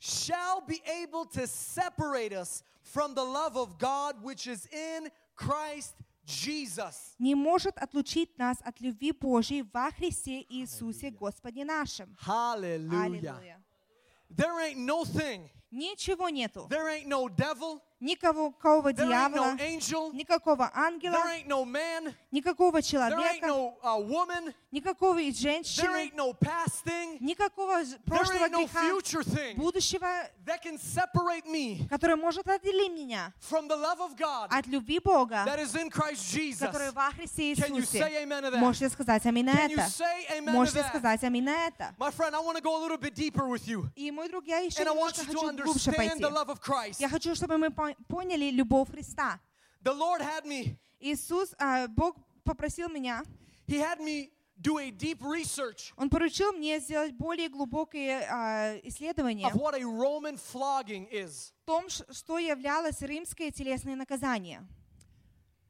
Speaker 19: shall be able to separate us from the love of God which is in Christ Jesus.
Speaker 11: не может отлучить нас от любви Божьей во Христе Иисусе Господе нашим».
Speaker 19: Hallelujah.
Speaker 11: Аллилуйя.
Speaker 19: There ain't no thing,
Speaker 11: Ничего нету.
Speaker 19: there ain't no devil,
Speaker 11: Никого никакого
Speaker 19: there ain't no
Speaker 11: дьявола,
Speaker 19: angel,
Speaker 11: никакого ангела,
Speaker 19: there ain't no man,
Speaker 11: никакого
Speaker 19: there ain't
Speaker 11: человека,
Speaker 19: no uh, woman,
Speaker 11: никакого и
Speaker 19: there
Speaker 11: женщины,
Speaker 19: ain't no past thing,
Speaker 11: никакого ж-
Speaker 19: there
Speaker 11: прошлого
Speaker 19: ain't no
Speaker 11: греха,
Speaker 19: future thing
Speaker 11: будущего,
Speaker 19: that can separate me
Speaker 11: которое может отделить меня
Speaker 19: from the love of God
Speaker 11: от любви Бога,
Speaker 19: that is in Christ Jesus.
Speaker 11: которая во Христе
Speaker 19: Can you say
Speaker 11: Иисусе.
Speaker 19: amen to that?
Speaker 11: Можете сказать аминь на
Speaker 19: Can you
Speaker 11: это.
Speaker 19: say amen to
Speaker 11: Можете
Speaker 19: that?
Speaker 11: сказать аминь на это.
Speaker 19: My friend, I want to go a little bit deeper with you.
Speaker 11: И мой друг, я еще
Speaker 19: And I want
Speaker 11: немножко
Speaker 19: you to
Speaker 11: хочу глубже
Speaker 19: understand
Speaker 11: пойти.
Speaker 19: the love of Christ.
Speaker 11: Я хочу, чтобы мы пон- поняли любовь Христа.
Speaker 19: The Lord had me,
Speaker 11: Иисус, а, Бог попросил меня,
Speaker 19: He had me do a deep research
Speaker 11: Он поручил мне сделать более глубокие а, исследования
Speaker 19: of what a Roman flogging is.
Speaker 11: в том, ш- что являлось римское телесное наказание.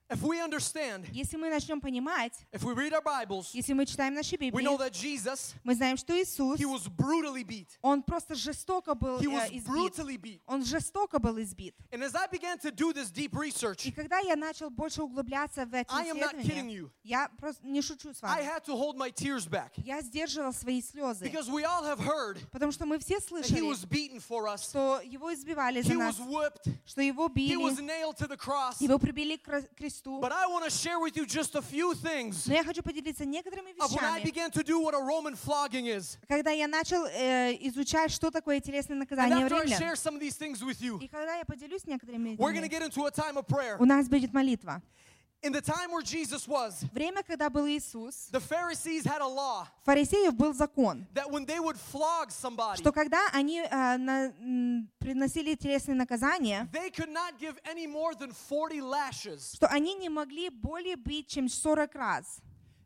Speaker 19: If we understand,
Speaker 11: Если мы начнем понимать,
Speaker 19: if we read our Bibles,
Speaker 11: если мы читаем наши
Speaker 19: we know that
Speaker 11: Библии,
Speaker 19: Jesus,
Speaker 11: мы знаем, что Иисус,
Speaker 19: he was brutally beat.
Speaker 11: он просто жестоко был
Speaker 19: He
Speaker 11: э,
Speaker 19: was brutally
Speaker 11: избит. Он жестоко был избит.
Speaker 19: And as I began to do this deep research,
Speaker 11: И когда я начал больше углубляться в это
Speaker 19: I am not kidding you.
Speaker 11: исследование, я просто не шучу с
Speaker 19: I
Speaker 11: вами.
Speaker 19: had to hold my tears back
Speaker 11: Я сдерживал свои слезы,
Speaker 19: because we all have heard
Speaker 11: потому что мы все
Speaker 19: that he
Speaker 11: слышали,
Speaker 19: was beaten for us.
Speaker 11: что его избивали за
Speaker 19: He was
Speaker 11: нас,
Speaker 19: whipped.
Speaker 11: что его
Speaker 19: He was
Speaker 11: били,
Speaker 19: nailed to the cross.
Speaker 11: его прибили к кра- кресту.
Speaker 19: But I want to share with you just a few things
Speaker 11: Но я хочу поделиться некоторыми
Speaker 19: of when I
Speaker 11: вещами,
Speaker 19: began to do what a Roman flogging is.
Speaker 11: когда я начал э, изучать, что такое телесное
Speaker 19: And
Speaker 11: наказание в
Speaker 19: after I
Speaker 11: Римлян.
Speaker 19: share some of these things with you,
Speaker 11: Когда я поделюсь некоторыми
Speaker 19: we're going to get
Speaker 11: этими,
Speaker 19: into a time of prayer.
Speaker 11: у нас будет молитва.
Speaker 19: In the time where Jesus was,
Speaker 11: Время, когда был Иисус,
Speaker 19: the Pharisees had a law
Speaker 11: фарисеев был закон,
Speaker 19: that when they would flog somebody,
Speaker 11: что когда они э, на- м, приносили телесные наказания,
Speaker 19: they could not give any more than 40 lashes.
Speaker 11: что они не могли более бить, чем 40 раз.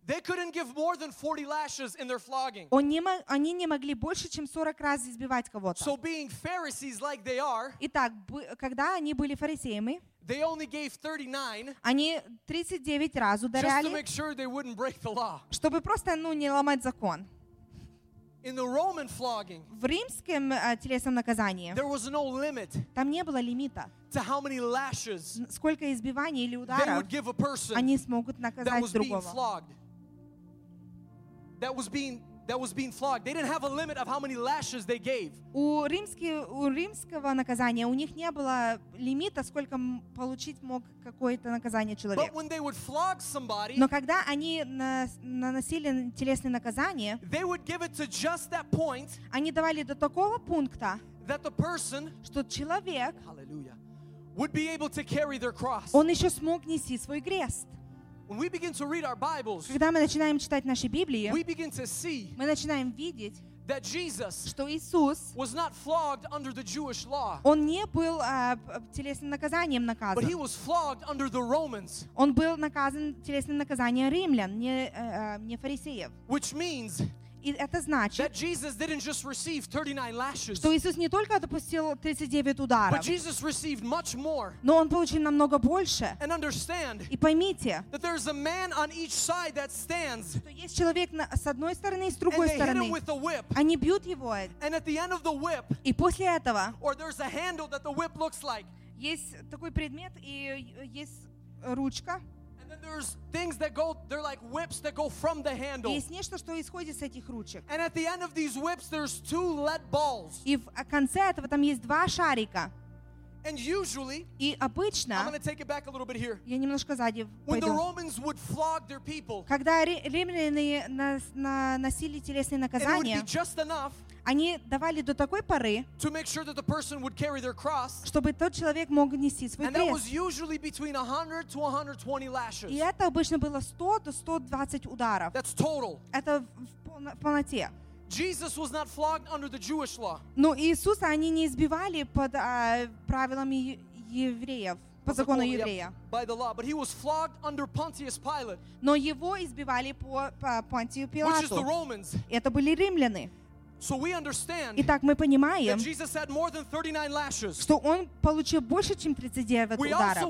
Speaker 19: They couldn't give more than 40 lashes in their flogging.
Speaker 11: Он не мо- они не могли больше, чем 40 раз избивать
Speaker 19: So,
Speaker 11: кого-то.
Speaker 19: being Pharisees like they are,
Speaker 11: Итак, бы- когда они были фарисеями,
Speaker 19: they only gave 39
Speaker 11: они 39 раз
Speaker 19: just to
Speaker 11: ударяли,
Speaker 19: make sure they wouldn't break the law.
Speaker 11: чтобы просто ну, не ломать закон.
Speaker 19: In the Roman flogging,
Speaker 11: В римском э, телесном наказании
Speaker 19: there was no limit
Speaker 11: там не было лимита,
Speaker 19: to how many lashes
Speaker 11: сколько избиваний или
Speaker 19: they
Speaker 11: ударов
Speaker 19: would give a person
Speaker 11: они смогут
Speaker 19: that
Speaker 11: наказать
Speaker 19: was being
Speaker 11: другого.
Speaker 19: flogged. That was being that was being flogged. They didn't have a limit of how many lashes they gave.
Speaker 11: У, римски- у римского наказания у них не было лимита, сколько м- получить мог какое-то наказание человек.
Speaker 19: But when they would flog somebody,
Speaker 11: Но когда они нас- наносили телесные наказания,
Speaker 19: they would give it to just that point
Speaker 11: они давали до такого пункта,
Speaker 19: that the person
Speaker 11: что человек,
Speaker 19: hallelujah, would be able to carry their cross.
Speaker 11: он еще смог нести свой крест.
Speaker 19: When we begin to read our Bibles,
Speaker 11: Когда мы начинаем читать наши Библии,
Speaker 19: we begin to see
Speaker 11: мы начинаем видеть,
Speaker 19: that Jesus
Speaker 11: что Иисус,
Speaker 19: was not flogged under the Jewish law,
Speaker 11: он не был а, п- телесным наказанием
Speaker 19: but he
Speaker 11: наказан.
Speaker 19: was flogged under the Romans,
Speaker 11: Он был наказан телесным наказанием римлян, не, э, э, не фарисеев.
Speaker 19: which means
Speaker 11: И это значит,
Speaker 19: that Jesus didn't just receive 39 lashes,
Speaker 11: что Иисус не только допустил 39
Speaker 19: but
Speaker 11: ударов,
Speaker 19: Jesus received much more.
Speaker 11: но он получил намного больше.
Speaker 19: And understand
Speaker 11: И поймите,
Speaker 19: that there's a man on each side that stands,
Speaker 11: что есть человек на- с одной стороны и с
Speaker 19: and
Speaker 11: другой
Speaker 19: they hit him
Speaker 11: стороны.
Speaker 19: with a whip.
Speaker 11: Они бьют его,
Speaker 19: And at the end of the whip,
Speaker 11: и после этого
Speaker 19: or there's a handle that the whip looks like,
Speaker 11: есть такой предмет и э, есть ручка.
Speaker 19: and then there's things that go, they're like whips that go from the
Speaker 11: И
Speaker 19: handle.
Speaker 11: есть нечто, что исходит с этих ручек.
Speaker 19: And at the end of these whips, there's two lead balls.
Speaker 11: И в а, конце этого там есть два шарика.
Speaker 19: And usually,
Speaker 11: И
Speaker 19: I'm
Speaker 11: обычно,
Speaker 19: going to take it back a little bit here.
Speaker 11: я немножко сзади
Speaker 19: When the
Speaker 11: пойду,
Speaker 19: Romans would flog their people,
Speaker 11: когда ри- римляне нас- наносили телесные
Speaker 19: and it would be
Speaker 11: наказания,
Speaker 19: just enough
Speaker 11: они давали до такой поры,
Speaker 19: to make sure that the person would carry their cross.
Speaker 11: чтобы тот человек мог нести свой
Speaker 19: And that was
Speaker 11: крест.
Speaker 19: usually between 100 to 120
Speaker 11: И
Speaker 19: lashes.
Speaker 11: это обычно было 100 до 120 ударов.
Speaker 19: That's total.
Speaker 11: Это в- в полно- в полноте.
Speaker 19: Jesus was not flogged under the Jewish law,
Speaker 11: Но Иисуса они не избивали под а, правилами е- евреев, по закону
Speaker 19: Yep,
Speaker 11: еврея.
Speaker 19: by the law, but he was flogged under Pontius Pilate,
Speaker 11: Но его избивали по, по Понтию
Speaker 19: which is the
Speaker 11: Пилату.
Speaker 19: Romans.
Speaker 11: Это были римляны.
Speaker 19: So we understand
Speaker 11: Итак, мы
Speaker 19: that
Speaker 11: понимаем,
Speaker 19: Jesus had more than 39 lashes.
Speaker 11: что он получил больше, чем 39
Speaker 19: We also
Speaker 11: ударов.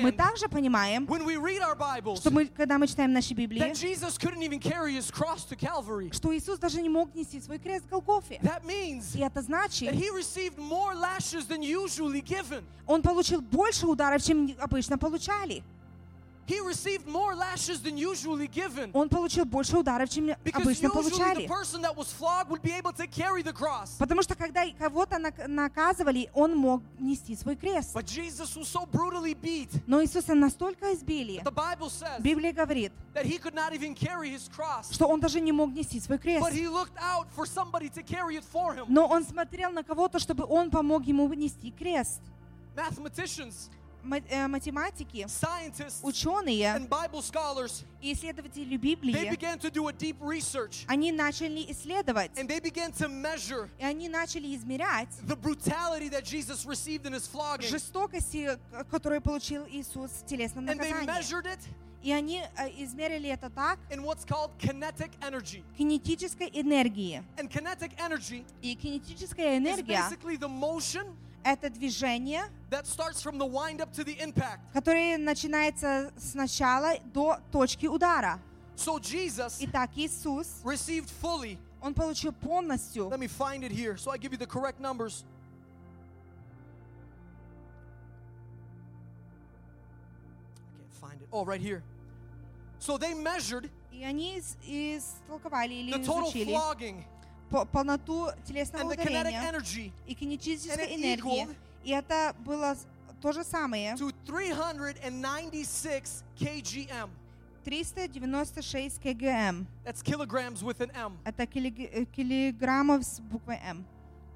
Speaker 11: Мы
Speaker 19: understand
Speaker 11: также понимаем,
Speaker 19: when we read our Bibles
Speaker 11: что мы, когда мы читаем наши Библии,
Speaker 19: that Jesus couldn't even carry his cross to Calvary.
Speaker 11: что Иисус даже не мог нести свой крест в Голгофе.
Speaker 19: That means
Speaker 11: И это
Speaker 19: that
Speaker 11: значит,
Speaker 19: he received more lashes than usually given.
Speaker 11: он получил больше ударов, чем не- обычно получали.
Speaker 19: He received more lashes than usually given.
Speaker 11: Он получил больше ударов, чем
Speaker 19: Because
Speaker 11: обычно
Speaker 19: usually the
Speaker 11: получали.
Speaker 19: person that was flogged would be able to carry the cross.
Speaker 11: Потому что когда и кого-то нак- наказывали, он мог нести свой крест.
Speaker 19: But Jesus was so brutally beat.
Speaker 11: Но Иисуса настолько избили,
Speaker 19: The Bible says
Speaker 11: Библия говорит,
Speaker 19: that he could not even carry his cross.
Speaker 11: что он даже не мог нести свой крест.
Speaker 19: But he looked out for somebody to carry it for him.
Speaker 11: Но он смотрел на кого-то, чтобы он помог ему нести крест.
Speaker 19: Mathematicians,
Speaker 11: Ма- э, математики,
Speaker 19: scientists,
Speaker 11: ученые
Speaker 19: and Bible scholars,
Speaker 11: и исследователи
Speaker 19: they
Speaker 11: Библии,
Speaker 19: began to do a deep research
Speaker 11: они начали исследовать,
Speaker 19: and they began to measure
Speaker 11: и они начали измерять
Speaker 19: the brutality that Jesus received in his flogging.
Speaker 11: жестокости, к- которую получил Иисус в телесном
Speaker 19: And they
Speaker 11: наказании.
Speaker 19: measured it
Speaker 11: И они э, измерили это так,
Speaker 19: in what's called kinetic energy.
Speaker 11: кинетической энергии.
Speaker 19: And kinetic energy
Speaker 11: И кинетическая
Speaker 19: is
Speaker 11: энергия
Speaker 19: basically the motion
Speaker 11: — Это движение,
Speaker 19: that starts from the wind up to the impact.
Speaker 11: которое начинается с начала до точки удара.
Speaker 19: So Jesus
Speaker 11: Итак, Иисус
Speaker 19: received fully.
Speaker 11: Он получил полностью.
Speaker 19: Let me find it here so I give you the correct numbers. I can't find it. Oh, right here. So they measured
Speaker 11: И они из- истолковали или
Speaker 19: the total
Speaker 11: изучили
Speaker 19: flogging
Speaker 11: по- полноту телесного
Speaker 19: and the kinetic
Speaker 11: ударения
Speaker 19: energy
Speaker 11: и
Speaker 19: and
Speaker 11: кинетической
Speaker 19: it
Speaker 11: энергии.
Speaker 19: equaled-
Speaker 11: И это было с- то же самое.
Speaker 19: to 396 kgm.
Speaker 11: 396 кгм.
Speaker 19: That's kilograms with an M.
Speaker 11: Это килиг- э, килограммов с буквой М.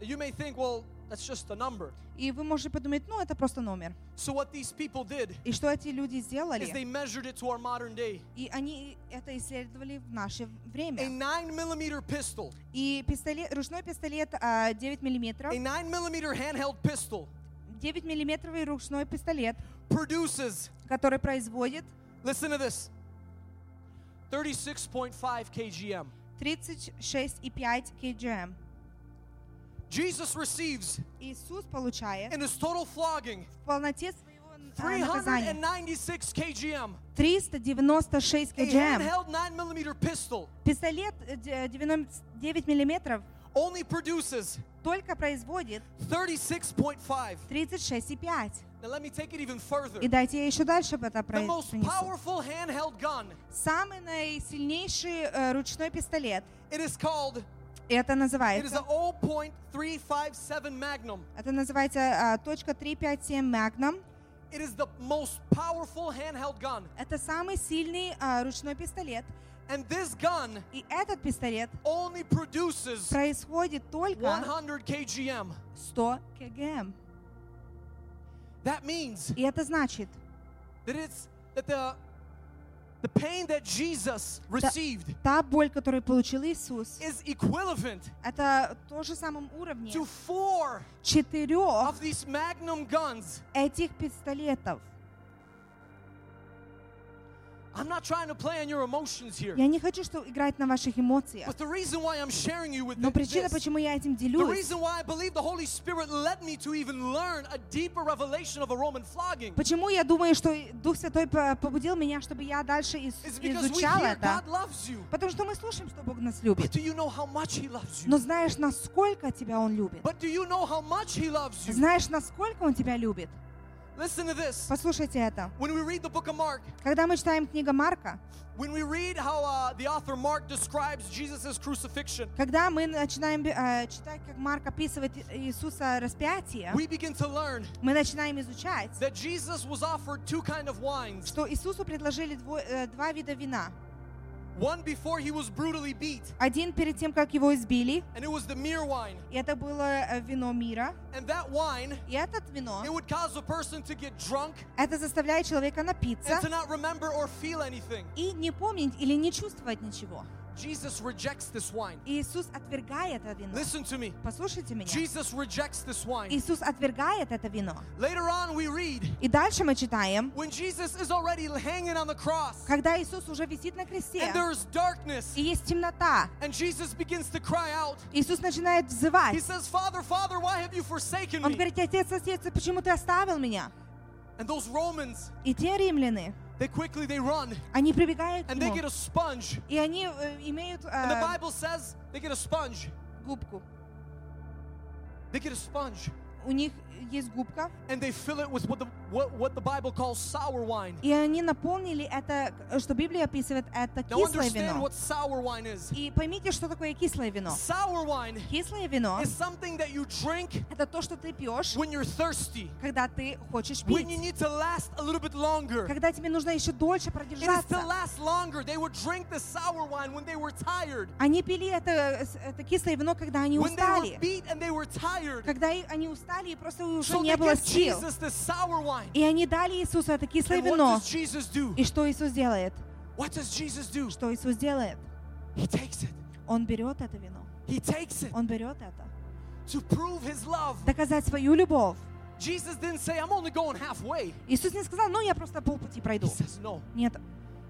Speaker 19: You may think, well, that's just a number.
Speaker 11: И вы можете подумать, ну, это просто номер.
Speaker 19: So what these people did
Speaker 11: И что эти люди
Speaker 19: is they
Speaker 11: сделали?
Speaker 19: measured it to our modern day.
Speaker 11: И они это исследовали в наше время.
Speaker 19: A 9 millimeter pistol,
Speaker 11: И пистолет, ручной пистолет а, 9 миллиметров,
Speaker 19: a 9 millimeter handheld pistol
Speaker 11: 9 миллиметровый ручной пистолет,
Speaker 19: produces,
Speaker 11: который производит
Speaker 19: listen to this, 36.5 kgm.
Speaker 11: 36,5 кг.
Speaker 19: Jesus receives
Speaker 11: Иисус получает
Speaker 19: in his total flogging
Speaker 11: в полноте своего а, наказания
Speaker 19: 396 kgm,
Speaker 11: 396
Speaker 19: a
Speaker 11: кг.
Speaker 19: handheld 9 millimeter pistol
Speaker 11: Пистолет э, де- 9 миллиметров
Speaker 19: only produces
Speaker 11: только производит
Speaker 19: 36.5.
Speaker 11: 36,5.
Speaker 19: Now let me take it even further.
Speaker 11: И дайте я еще дальше об это
Speaker 19: The
Speaker 11: про-
Speaker 19: most
Speaker 11: принесу.
Speaker 19: powerful handheld gun,
Speaker 11: Самый наисильнейший э, ручной пистолет.
Speaker 19: it is called, it
Speaker 11: Это
Speaker 19: is a
Speaker 11: называется, Э,
Speaker 19: 0.357 Magnum.
Speaker 11: это называется а, точка .357 Magnum.
Speaker 19: It is the most powerful handheld gun.
Speaker 11: Это самый сильный а, ручной пистолет.
Speaker 19: And this gun
Speaker 11: И этот пистолет
Speaker 19: only produces
Speaker 11: происходит только
Speaker 19: 100 kgm.
Speaker 11: 100 кг.
Speaker 19: That means
Speaker 11: эм. И это значит,
Speaker 19: that it's that the the pain that Jesus
Speaker 11: та,
Speaker 19: received
Speaker 11: та боль, которую получил Иисус,
Speaker 19: is equivalent
Speaker 11: это то же самом уровне
Speaker 19: to four
Speaker 11: четырех
Speaker 19: of these magnum guns.
Speaker 11: этих пистолетов.
Speaker 19: I'm not trying to play on your emotions here.
Speaker 11: Я не хочу, что играть на ваших эмоциях.
Speaker 19: But the reason why I'm sharing you with
Speaker 11: Но
Speaker 19: thi-
Speaker 11: причина,
Speaker 19: this,
Speaker 11: почему я этим
Speaker 19: the
Speaker 11: делюсь,
Speaker 19: reason why I believe the Holy Spirit led me to even learn a deeper revelation of a Roman flogging
Speaker 11: почему я думаю, что Дух Святой по- побудил меня, чтобы я дальше из-
Speaker 19: is because we
Speaker 11: изучала
Speaker 19: hear
Speaker 11: это.
Speaker 19: God loves you.
Speaker 11: Потому что мы слушаем, что Бог нас любит.
Speaker 19: But do you know how much He loves you?
Speaker 11: Но знаешь, насколько тебя Он любит?
Speaker 19: But do you know how much He loves you?
Speaker 11: Знаешь, насколько Он тебя любит?
Speaker 19: Listen to this.
Speaker 11: Послушайте это.
Speaker 19: When we read the book of Mark,
Speaker 11: Когда мы читаем книгу Марка,
Speaker 19: when we read how uh, the author Mark describes Jesus' crucifixion,
Speaker 11: когда мы начинаем э, читать, как Марк описывает Иисуса распятие,
Speaker 19: we begin to learn
Speaker 11: мы начинаем изучать,
Speaker 19: that Jesus was offered two kind of wines.
Speaker 11: что Иисусу предложили дво- э, два вида вина.
Speaker 19: One before he was brutally beat,
Speaker 11: Один перед тем, как его избили,
Speaker 19: and it was the mere wine.
Speaker 11: и это было э, вино мира.
Speaker 19: And that wine,
Speaker 11: И это вино,
Speaker 19: it would cause a person to get drunk
Speaker 11: это заставляет человека напиться
Speaker 19: and to not remember or feel anything.
Speaker 11: и не помнить или не чувствовать ничего.
Speaker 19: Jesus rejects this wine.
Speaker 11: И Иисус отвергает это вино.
Speaker 19: Listen to me.
Speaker 11: Послушайте меня.
Speaker 19: Jesus rejects this wine.
Speaker 11: Иисус отвергает это вино.
Speaker 19: Later on, we read
Speaker 11: И дальше мы читаем,
Speaker 19: when Jesus is already hanging on the cross
Speaker 11: когда Иисус уже висит на кресте,
Speaker 19: and there is darkness,
Speaker 11: и есть темнота,
Speaker 19: and Jesus begins to cry out.
Speaker 11: Иисус начинает
Speaker 19: He
Speaker 11: взывать.
Speaker 19: says, Father, Father, why have you forsaken
Speaker 11: Он
Speaker 19: me?
Speaker 11: говорит, отец, отец, почему ты оставил меня?
Speaker 19: And those Romans,
Speaker 11: И те римляны,
Speaker 19: they quickly they run
Speaker 11: они прибегают к
Speaker 19: and they
Speaker 11: нему,
Speaker 19: get a sponge.
Speaker 11: и они э, имеют э,
Speaker 19: And the Bible says they get a sponge.
Speaker 11: губку.
Speaker 19: They get a sponge
Speaker 11: У них есть губка,
Speaker 19: and they fill it with what the what, what the Bible calls sour wine.
Speaker 11: и они наполнили это, э, что Библия описывает, это
Speaker 19: Now
Speaker 11: кислое
Speaker 19: understand
Speaker 11: вино.
Speaker 19: what sour wine is.
Speaker 11: И поймите, что такое кислое вино.
Speaker 19: Sour wine
Speaker 11: Кислое вино
Speaker 19: is something that you drink
Speaker 11: — это то, что ты пьешь,
Speaker 19: when you're thirsty,
Speaker 11: когда ты хочешь
Speaker 19: when you
Speaker 11: пить,
Speaker 19: need to last a little bit longer.
Speaker 11: когда тебе нужно еще дольше
Speaker 19: It is to
Speaker 11: продержаться.
Speaker 19: last longer. They would drink the sour wine when they were tired,
Speaker 11: Они пили это, э, с- это кислое вино, когда они
Speaker 19: when they were
Speaker 11: устали.
Speaker 19: beat and they were tired.
Speaker 11: Когда и- они устали, и просто уже
Speaker 19: So
Speaker 11: не
Speaker 19: they
Speaker 11: было
Speaker 19: give
Speaker 11: сил.
Speaker 19: Jesus the sour wine.
Speaker 11: И они дали Иисусу это кислое
Speaker 19: And what
Speaker 11: вино.
Speaker 19: does Jesus do?
Speaker 11: И что Иисус делает?
Speaker 19: What does Jesus do?
Speaker 11: Что Иисус делает?
Speaker 19: He takes it.
Speaker 11: Он берет это вино.
Speaker 19: He takes it
Speaker 11: Он берет это.
Speaker 19: to prove his love.
Speaker 11: Доказать свою любовь.
Speaker 19: Jesus didn't say, I'm only going halfway.
Speaker 11: Иисус не сказал, ну я просто полпути
Speaker 19: He
Speaker 11: пройду.
Speaker 19: says, No,
Speaker 11: Нет,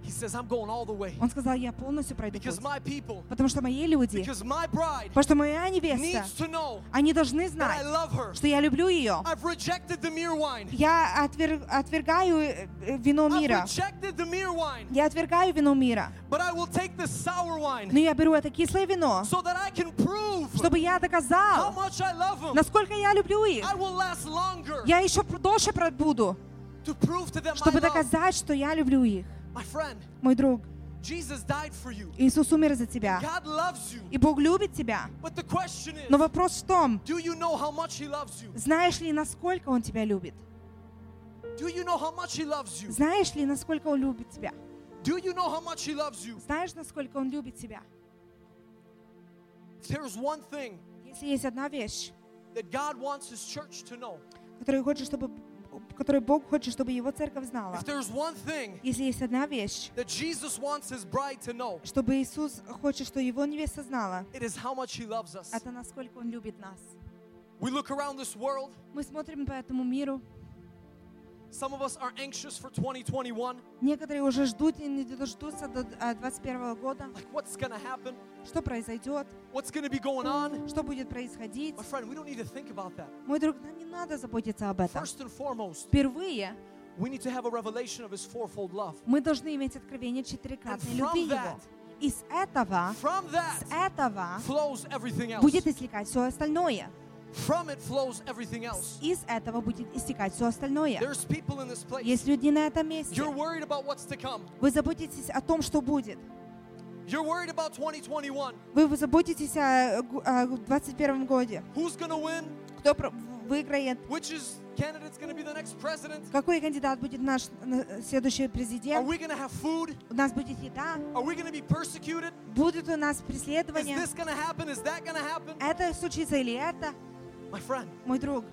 Speaker 19: He says, I'm going all the way.
Speaker 11: Он сказал, я полностью пройду
Speaker 19: Because
Speaker 11: путь.
Speaker 19: my people,
Speaker 11: Потому что мои люди,
Speaker 19: because my bride
Speaker 11: потому что моя невеста,
Speaker 19: needs to know
Speaker 11: они должны
Speaker 19: that I
Speaker 11: знать,
Speaker 19: love her.
Speaker 11: что я люблю ее.
Speaker 19: I've rejected the mere wine.
Speaker 11: Я отвер- отвергаю э, э, вино
Speaker 19: I've
Speaker 11: мира.
Speaker 19: rejected the mere wine.
Speaker 11: Я отвергаю вино мира.
Speaker 19: But I will take the sour wine
Speaker 11: Но я беру это кислое вино,
Speaker 19: so that I can prove
Speaker 11: чтобы я
Speaker 19: how
Speaker 11: доказал,
Speaker 19: much I love him.
Speaker 11: насколько я люблю их.
Speaker 19: I will last longer
Speaker 11: Я еще пр- дольше пробуду,
Speaker 19: to prove to them
Speaker 11: чтобы
Speaker 19: I love.
Speaker 11: доказать, что я люблю их.
Speaker 19: My friend,
Speaker 11: Мой друг,
Speaker 19: Jesus died for you.
Speaker 11: Иисус умер за тебя.
Speaker 19: God loves you.
Speaker 11: И Бог любит тебя.
Speaker 19: But the question is,
Speaker 11: Но вопрос в том,
Speaker 19: do you know how much he loves you?
Speaker 11: знаешь ли, насколько Он тебя любит?
Speaker 19: Do you know how much he loves you?
Speaker 11: Знаешь ли, насколько Он любит тебя?
Speaker 19: Do you know how much he loves you?
Speaker 11: Знаешь, насколько Он любит тебя?
Speaker 19: If there's one thing
Speaker 11: Если есть одна вещь,
Speaker 19: that God wants his church to know,
Speaker 11: которую, хочет, чтобы, которую Бог хочет, чтобы Его церковь знала,
Speaker 19: if there's one thing
Speaker 11: если есть одна вещь,
Speaker 19: that Jesus wants his bride to know,
Speaker 11: чтобы Иисус хочет, что Его невеста знала,
Speaker 19: it is how much he loves us.
Speaker 11: это насколько Он любит нас.
Speaker 19: We look around this world.
Speaker 11: Мы смотрим по этому миру.
Speaker 19: Some of us are anxious for 2021.
Speaker 11: Некоторые уже ждут и не дождутся до 2021 года.
Speaker 19: What's going to happen?
Speaker 11: Что произойдет?
Speaker 19: What's going to be going on?
Speaker 11: Что будет происходить?
Speaker 19: My friend, we don't need to think about that.
Speaker 11: Мой друг, нам не надо заботиться об этом.
Speaker 19: First and foremost,
Speaker 11: Впервые
Speaker 19: we need to have a revelation of his fourfold love.
Speaker 11: мы должны иметь откровение четырехкратной
Speaker 19: And from
Speaker 11: любви Его.
Speaker 19: that-
Speaker 11: Из этого,
Speaker 19: From that
Speaker 11: с этого
Speaker 19: flows everything else.
Speaker 11: будет истекать все остальное.
Speaker 19: From it flows everything else.
Speaker 11: Из этого будет истекать все остальное.
Speaker 19: There's people in this place.
Speaker 11: Oh, Есть люди на этом месте.
Speaker 19: You're worried about what's to come.
Speaker 11: Вы заботитесь о том, что будет.
Speaker 19: You're worried about 2021.
Speaker 11: Вы заботитесь о, гу- о 2021 годе.
Speaker 19: Who's going to win?
Speaker 11: Кто про- выиграет?
Speaker 19: Which is candidate's going to be the next president?
Speaker 11: Какой кандидат будет наш э, следующий
Speaker 19: Are
Speaker 11: президент?
Speaker 19: we going to have food?
Speaker 11: У нас будет еда?
Speaker 19: Are we going to be persecuted?
Speaker 11: Будут у нас
Speaker 19: Is
Speaker 11: преследования?
Speaker 19: this going to happen? Is that going to happen?
Speaker 11: Это случится или это?
Speaker 19: My friend,
Speaker 11: Мой друг,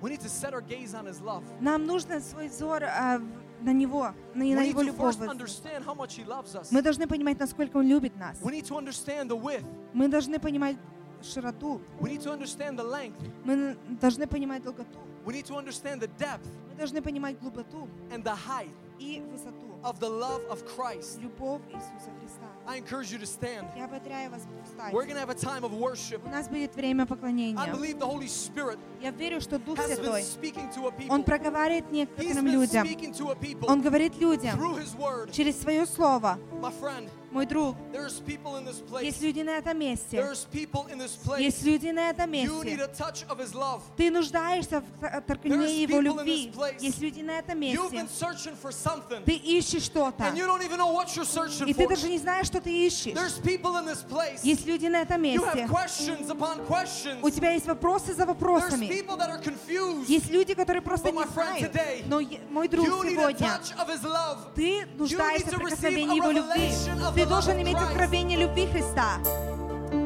Speaker 19: we need to set our gaze on his love.
Speaker 11: нам нужно свой взор э, в- на него, на, и
Speaker 19: We
Speaker 11: на
Speaker 19: need
Speaker 11: его
Speaker 19: to
Speaker 11: любовь.
Speaker 19: first understand how much he loves us.
Speaker 11: Мы должны понимать, насколько он любит нас.
Speaker 19: We need to understand the width.
Speaker 11: Мы должны понимать широту.
Speaker 19: We need to understand the length.
Speaker 11: Мы н- должны понимать долготу.
Speaker 19: We need to understand the depth
Speaker 11: Мы должны понимать глуботу
Speaker 19: and the height
Speaker 11: и высоту.
Speaker 19: of the love of Christ.
Speaker 11: Любовь Иисуса Христа.
Speaker 19: I encourage you to stand.
Speaker 11: Я ободряю вас встать.
Speaker 19: We're going to have a time of worship.
Speaker 11: У нас будет время
Speaker 19: I
Speaker 11: поклонения.
Speaker 19: believe the Holy Spirit
Speaker 11: Я верю, что Дух
Speaker 19: has been
Speaker 11: Святой,
Speaker 19: speaking to a
Speaker 11: Он
Speaker 19: people.
Speaker 11: проговаривает
Speaker 19: He's
Speaker 11: некоторым
Speaker 19: been
Speaker 11: людям.
Speaker 19: speaking to a people
Speaker 11: Он говорит
Speaker 19: through
Speaker 11: людям
Speaker 19: His Word.
Speaker 11: через свое слово.
Speaker 19: My friend,
Speaker 11: Мой друг,
Speaker 19: there's people in this
Speaker 11: есть
Speaker 19: place.
Speaker 11: люди на этом месте.
Speaker 19: There's people in this
Speaker 11: Есть
Speaker 19: place.
Speaker 11: люди на этом
Speaker 19: You need
Speaker 11: месте.
Speaker 19: a touch of His love.
Speaker 11: Ты нуждаешься в т-
Speaker 19: There's
Speaker 11: торкне Его
Speaker 19: people in
Speaker 11: любви.
Speaker 19: this place.
Speaker 11: Есть люди на этом
Speaker 19: You've been
Speaker 11: месте.
Speaker 19: searching for something,
Speaker 11: Ты ищешь что-то.
Speaker 19: and you don't even know what you're searching
Speaker 11: И ты
Speaker 19: for.
Speaker 11: даже не знаешь, что ты ищешь.
Speaker 19: There's people in this place.
Speaker 11: Есть люди на этом
Speaker 19: You have
Speaker 11: месте.
Speaker 19: questions upon questions.
Speaker 11: У тебя есть вопросы за
Speaker 19: There's
Speaker 11: вопросами.
Speaker 19: people that are confused.
Speaker 11: Есть люди, которые просто
Speaker 19: But
Speaker 11: не
Speaker 19: my friend,
Speaker 11: знают.
Speaker 19: today,
Speaker 11: Но е- мой друг
Speaker 19: You need a
Speaker 11: сегодня,
Speaker 19: touch of His love.
Speaker 11: ты
Speaker 19: need
Speaker 11: нуждаешься
Speaker 19: to
Speaker 11: в
Speaker 19: receive
Speaker 11: прикосновении
Speaker 19: a
Speaker 11: Его любви.
Speaker 19: revelation of the
Speaker 11: Ты
Speaker 19: love
Speaker 11: должен
Speaker 19: of
Speaker 11: иметь
Speaker 19: Christ.
Speaker 11: откровение любви Христа.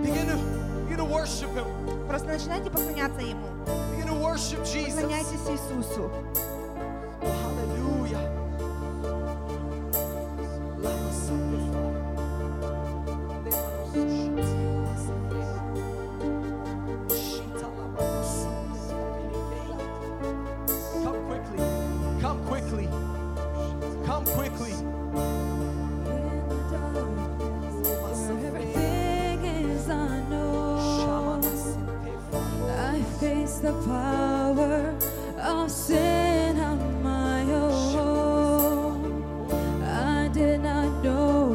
Speaker 19: Begin to, begin to worship Him.
Speaker 11: Просто начинайте поклоняться Ему.
Speaker 19: Begin to worship Jesus.
Speaker 11: Поклоняйтесь Иисусу.
Speaker 19: Oh, hallelujah. Like a sacrifice. Come quickly. Come quickly. Come quickly.
Speaker 21: Everything is unknown. I face the power of sin on my own. I did not know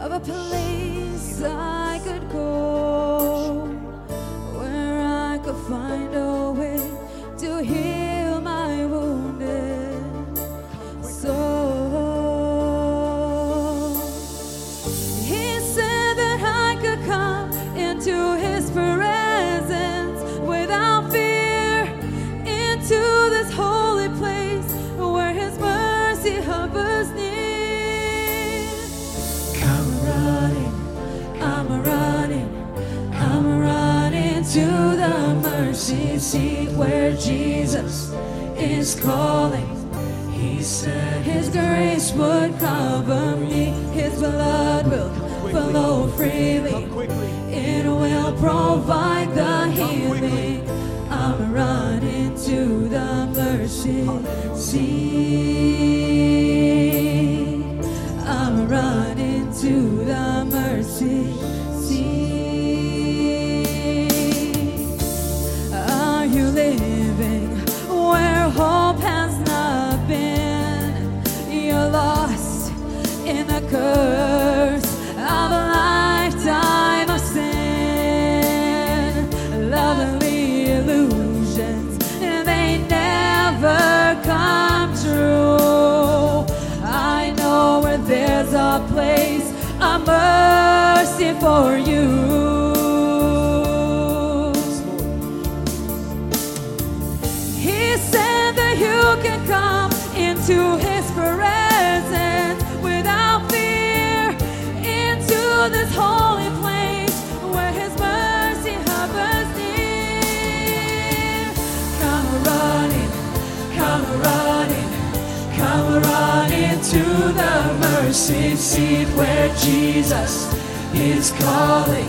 Speaker 21: of a place I could go where I could find a way to heal my wounded soul. He said that I could come into His presence without fear, into this holy place where His mercy hovers near. Come running, I'm running, I'm running to the mercy seat where Jesus is calling. He said His grace would cover me, His blood will flow freely. It will provide the healing. I'm running to the mercy seat. curse of a lifetime of sin. Lovely illusions, they never come true. I know where there's a place, a mercy for you. He said that you can come into His presence without fear, into this holy place where His mercy hovers near. Come running,
Speaker 5: Come running, come running to the mercy seat where Jesus is calling.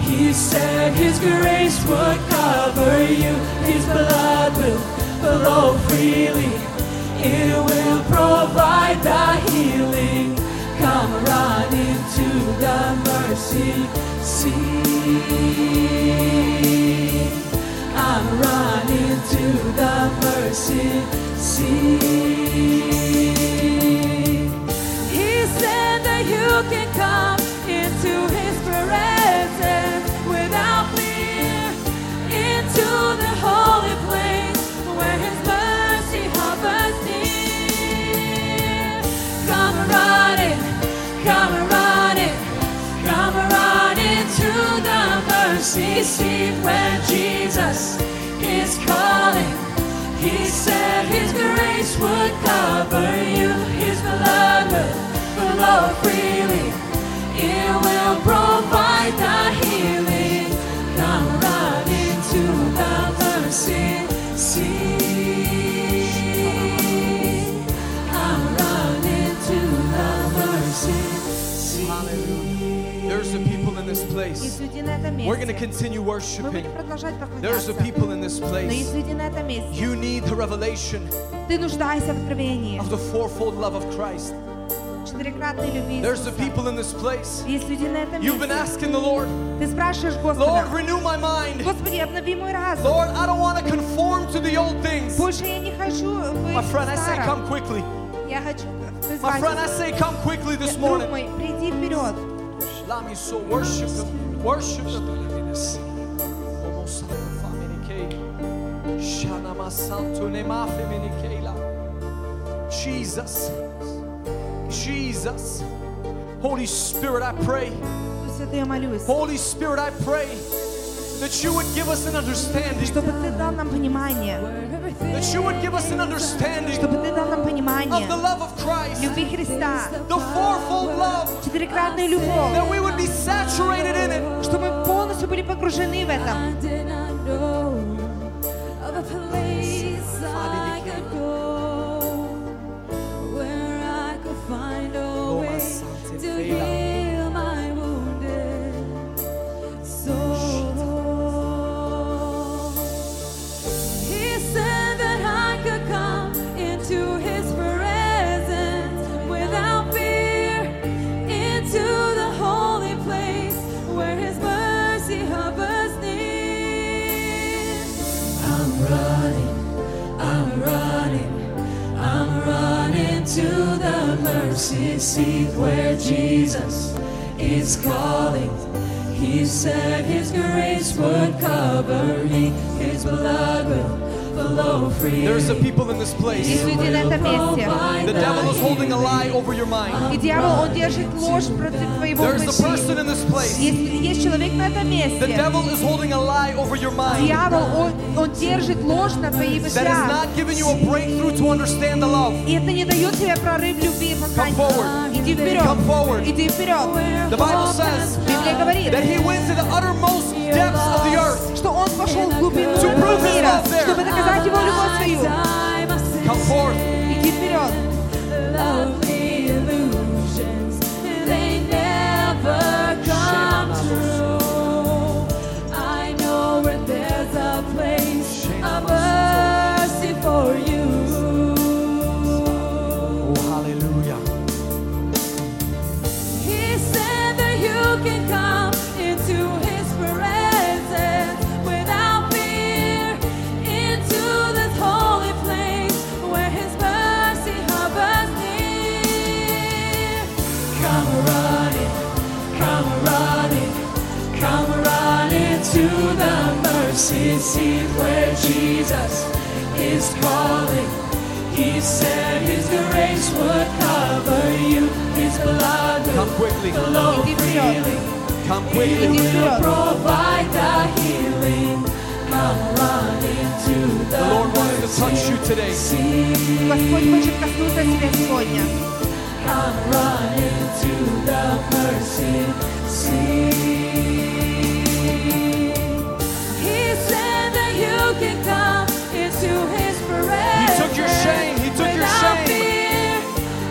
Speaker 5: He said His grace would cover you, His blood will flow freely. It will provide the healing. Come running to the mercy seat. I'm running to the mercy seat.
Speaker 21: He said that you can come into His presence without fear, into the holy place where His mercy hovers near. Come running,
Speaker 5: Come running, come running to the mercy seat where Jesus is calling. He said His grace would cover you, His blood will flow freely. It will provide the healing. Come running to the mercy seat. I'm running to the mercy
Speaker 19: Hallelujah. There's the people in this place.
Speaker 11: Есть люди на этом
Speaker 19: We're going to
Speaker 11: месте.
Speaker 19: continue
Speaker 11: Мы будем
Speaker 19: worshiping.
Speaker 11: продолжать
Speaker 19: There's the
Speaker 11: поклоняться.
Speaker 19: people in this
Speaker 11: Но есть
Speaker 19: place.
Speaker 11: люди на этом месте.
Speaker 19: You need the revelation
Speaker 11: Ты нуждаешься в откровении
Speaker 19: of the fourfold love of Christ.
Speaker 11: четырехкратной любви.
Speaker 19: А. There's the people in this place.
Speaker 11: Есть люди на этом
Speaker 19: You've been
Speaker 11: месте.
Speaker 19: asking the Lord,
Speaker 11: Ты спрашиваешь
Speaker 19: Lord,
Speaker 11: Господа,
Speaker 19: renew my mind.
Speaker 11: Господи, обнови мой разум.
Speaker 19: Lord, I don't want to conform to the old things.
Speaker 11: Больше я не хочу
Speaker 19: My
Speaker 11: быть
Speaker 19: friend, I say, come
Speaker 11: старым.
Speaker 19: quickly.
Speaker 11: Я хочу
Speaker 19: My
Speaker 11: призвать
Speaker 19: friend, I say, come quickly this
Speaker 11: Друг
Speaker 19: morning.
Speaker 11: мой, приди вперед.
Speaker 19: Love you so. Worship Him. Worship Him. Jesus. Jesus. Holy Spirit, I pray. Holy Spirit, I pray that you would give us an understanding. That you would give us an understanding
Speaker 11: чтобы ты дал нам понимание
Speaker 19: of the love of Christ.
Speaker 11: любви Христа,
Speaker 19: The fourfold love.
Speaker 11: четырехкратную любовь,
Speaker 19: That we would be saturated in it.
Speaker 11: чтобы мы полностью были погружены в это.
Speaker 21: of a place I could go where I could find a way to heal my wounded soul. He said that I could come into His presence without fear, into the holy place where His mercy hovers near.
Speaker 5: I'm running, I'm running, I'm running to the mercy seat where Jesus is calling. He said His grace would cover me, His blood will flow freely.
Speaker 19: There's the people in this place.
Speaker 5: Есть люди на этом месте.
Speaker 19: The devil is holding a lie over your
Speaker 11: И
Speaker 19: mind.
Speaker 11: дьявол, он держит ложь против твоего
Speaker 19: There's the person in
Speaker 11: души.
Speaker 19: this place.
Speaker 11: Есть, есть человек на этом
Speaker 19: The
Speaker 11: месте.
Speaker 19: devil is holding a lie over your mind.
Speaker 11: Дьявол, он, он держит ложь на твоей
Speaker 19: That is not giving you a
Speaker 11: мыслях.
Speaker 19: breakthrough to understand the love.
Speaker 11: И это не дает тебе прорыв любви и познания.
Speaker 19: forward.
Speaker 11: Иди вперед.
Speaker 19: Come forward.
Speaker 11: Иди вперед.
Speaker 19: The Bible says
Speaker 11: Библия говорит,
Speaker 19: that he went to the uttermost depths of the earth
Speaker 11: что он пошел в глубину
Speaker 19: to prove his
Speaker 11: мира,
Speaker 19: love there.
Speaker 11: чтобы доказать его любовь свою.
Speaker 19: Come forth.
Speaker 11: Иди вперед.
Speaker 21: Lovely illusions, they never come true. I know where there's a place, a mercy for you.
Speaker 19: Oh, hallelujah.
Speaker 21: He said that you can come into His presence without fear, into this holy place where His mercy hovers near.
Speaker 5: his seat where Jesus is calling. He said his grace would cover you. His blood will quickly flow freely.
Speaker 19: Come
Speaker 5: He
Speaker 19: quickly.
Speaker 5: will provide the healing. Come running to the,
Speaker 19: The Lord wants to touch you today.
Speaker 11: Господь хочет коснуться тебя сегодня.
Speaker 5: Come running to the mercy seat.
Speaker 21: He said that you can come into His
Speaker 5: He
Speaker 21: presence.
Speaker 5: took your shame. He took your
Speaker 21: without
Speaker 5: shame.
Speaker 21: fear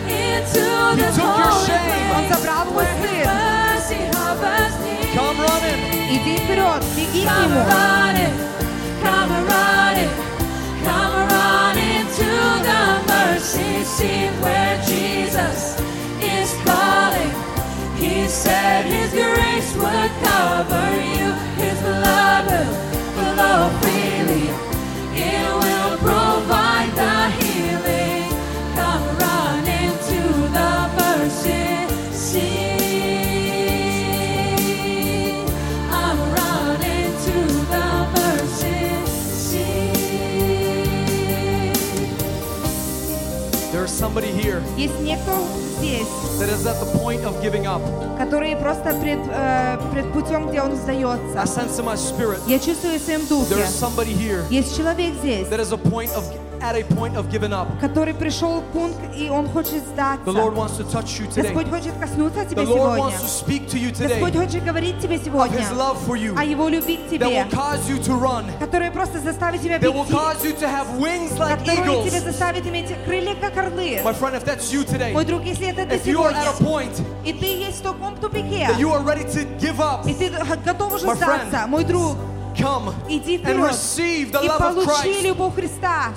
Speaker 21: into
Speaker 5: He
Speaker 21: the
Speaker 5: took your
Speaker 21: holy
Speaker 5: shame. Он
Speaker 21: place
Speaker 5: забрал твой
Speaker 21: where His
Speaker 5: стыд.
Speaker 21: mercy hovers near.
Speaker 5: Come running.
Speaker 21: Иди вперед, беги к Нему. Come running, come running to the mercy seat where Jesus is calling. He said His grace would cover you. His blood will flow freely. It will provide the healing. Come running to the mercy seat. I'm running to the mercy seat.
Speaker 19: There's somebody here
Speaker 11: Есть некто здесь,
Speaker 19: that is at the point of giving up.
Speaker 11: который просто пред, э, пред путем, где он сдается.
Speaker 19: I sense in my spirit
Speaker 11: Я чувствую в своем духе.
Speaker 19: there's somebody here
Speaker 11: Есть человек здесь,
Speaker 19: that is a point of at a point of giving up.
Speaker 11: который пришел к пункт, и он хочет сдаться.
Speaker 19: The Lord wants to touch you today.
Speaker 11: Господь хочет коснуться тебя
Speaker 19: The Lord
Speaker 11: сегодня.
Speaker 19: wants to speak to you today
Speaker 11: Господь хочет говорить тебе
Speaker 19: of
Speaker 11: сегодня
Speaker 19: His love for you
Speaker 11: о Его любви к
Speaker 19: that
Speaker 11: тебе,
Speaker 19: will cause you to run,
Speaker 11: которая просто заставит тебя
Speaker 19: that will
Speaker 11: бегти,
Speaker 19: cause you to have wings like
Speaker 11: которая тебя
Speaker 19: eagles.
Speaker 11: заставит иметь крылья, как орлы.
Speaker 19: My friend, if that's you today,
Speaker 11: Мой друг, если это ты
Speaker 19: if you are
Speaker 11: сегодня,
Speaker 19: at a point
Speaker 11: и ты есть в таком тупике,
Speaker 19: that you are ready to give up,
Speaker 11: и ты г- готов уже
Speaker 19: my
Speaker 11: сдаться, мой
Speaker 19: friend,
Speaker 11: друг,
Speaker 19: come
Speaker 11: иди
Speaker 19: and
Speaker 11: вперед
Speaker 19: receive the
Speaker 11: и
Speaker 19: love of
Speaker 11: получи
Speaker 19: Christ.
Speaker 11: любовь Христа.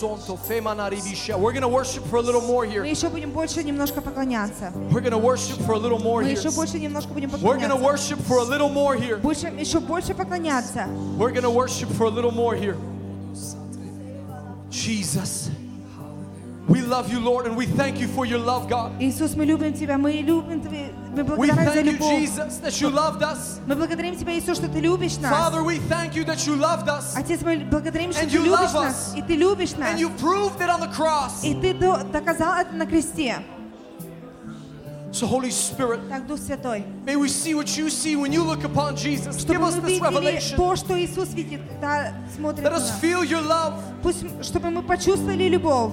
Speaker 19: We're going to worship for a little more here.
Speaker 11: Мы еще будем больше немножко поклоняться.
Speaker 19: We're going to worship for a little more
Speaker 11: Мы
Speaker 19: here.
Speaker 11: еще больше немножко будем
Speaker 19: We're going to
Speaker 11: поклоняться.
Speaker 19: worship for a little more here.
Speaker 11: Больше, еще больше поклоняться.
Speaker 19: We're going to worship for a little more here. Jesus. We love you, Lord, and we thank you for your love, God.
Speaker 11: Иисус, мы любим Тебя, мы любим Тебя, мы
Speaker 19: We
Speaker 11: благодарим за
Speaker 19: thank you,
Speaker 11: любовь.
Speaker 19: Jesus, that you loved us.
Speaker 11: Мы благодарим Тебя, Иисус, что Ты любишь нас.
Speaker 19: Father, we thank you that you loved us.
Speaker 11: Отец, мы благодарим, что
Speaker 19: And
Speaker 11: Ты
Speaker 19: you
Speaker 11: любишь
Speaker 19: love
Speaker 11: нас,
Speaker 19: us.
Speaker 11: и Ты любишь нас.
Speaker 19: And you proved it on the cross.
Speaker 11: И Ты до- доказал это на кресте.
Speaker 19: So, Holy Spirit,
Speaker 11: Так, Дух Святой,
Speaker 19: may we see what you see when you look upon Jesus. Give
Speaker 11: чтобы
Speaker 19: us
Speaker 11: мы
Speaker 19: this
Speaker 11: видели
Speaker 19: revelation.
Speaker 11: то, что Иисус видит, когда смотрит на
Speaker 19: Let us
Speaker 11: нас.
Speaker 19: feel your love.
Speaker 11: Пусть, м- чтобы мы почувствовали любовь.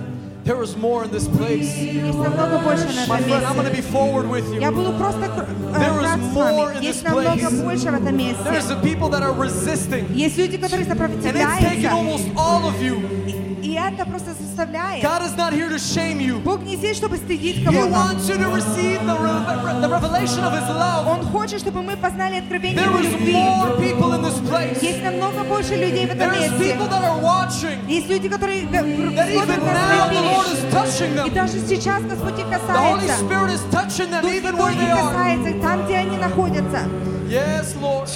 Speaker 19: There is more in this place.
Speaker 11: Есть намного больше на
Speaker 19: My
Speaker 11: этом
Speaker 19: friend, I'm going to be
Speaker 11: месте.
Speaker 19: forward with you.
Speaker 11: Я буду просто кр- э,
Speaker 19: There is
Speaker 11: рад с
Speaker 19: more in
Speaker 11: вами.
Speaker 19: this
Speaker 11: Есть намного
Speaker 19: place.
Speaker 11: больше в этом
Speaker 19: There's
Speaker 11: месте.
Speaker 19: the people that are resisting.
Speaker 11: Есть люди, которые
Speaker 19: And it's taken almost
Speaker 11: сопротивляются.
Speaker 19: all of you.
Speaker 11: И это просто заставляет.
Speaker 19: God is not here to shame you.
Speaker 11: Бог не здесь, чтобы стыдить
Speaker 19: He
Speaker 11: кого-то.
Speaker 19: wants you to receive the, re- the revelation of His love.
Speaker 11: Он хочет, чтобы мы познали откровение
Speaker 19: There
Speaker 11: Его
Speaker 19: is
Speaker 11: любви.
Speaker 19: more people in this place.
Speaker 11: Есть намного больше людей в этом
Speaker 19: There is
Speaker 11: месте.
Speaker 19: people that are watching.
Speaker 11: Есть люди, которые г-
Speaker 19: That even
Speaker 11: смотрят
Speaker 19: now
Speaker 11: на
Speaker 19: the Lord is
Speaker 11: свои
Speaker 19: touching
Speaker 11: И
Speaker 19: them.
Speaker 11: даже сейчас Господь их
Speaker 19: The Holy
Speaker 11: касается.
Speaker 19: Spirit is touching them
Speaker 11: Дух
Speaker 19: even where
Speaker 11: Святой
Speaker 19: they
Speaker 11: их
Speaker 19: are.
Speaker 11: касается, там, где они находятся.
Speaker 19: Yes, Lord.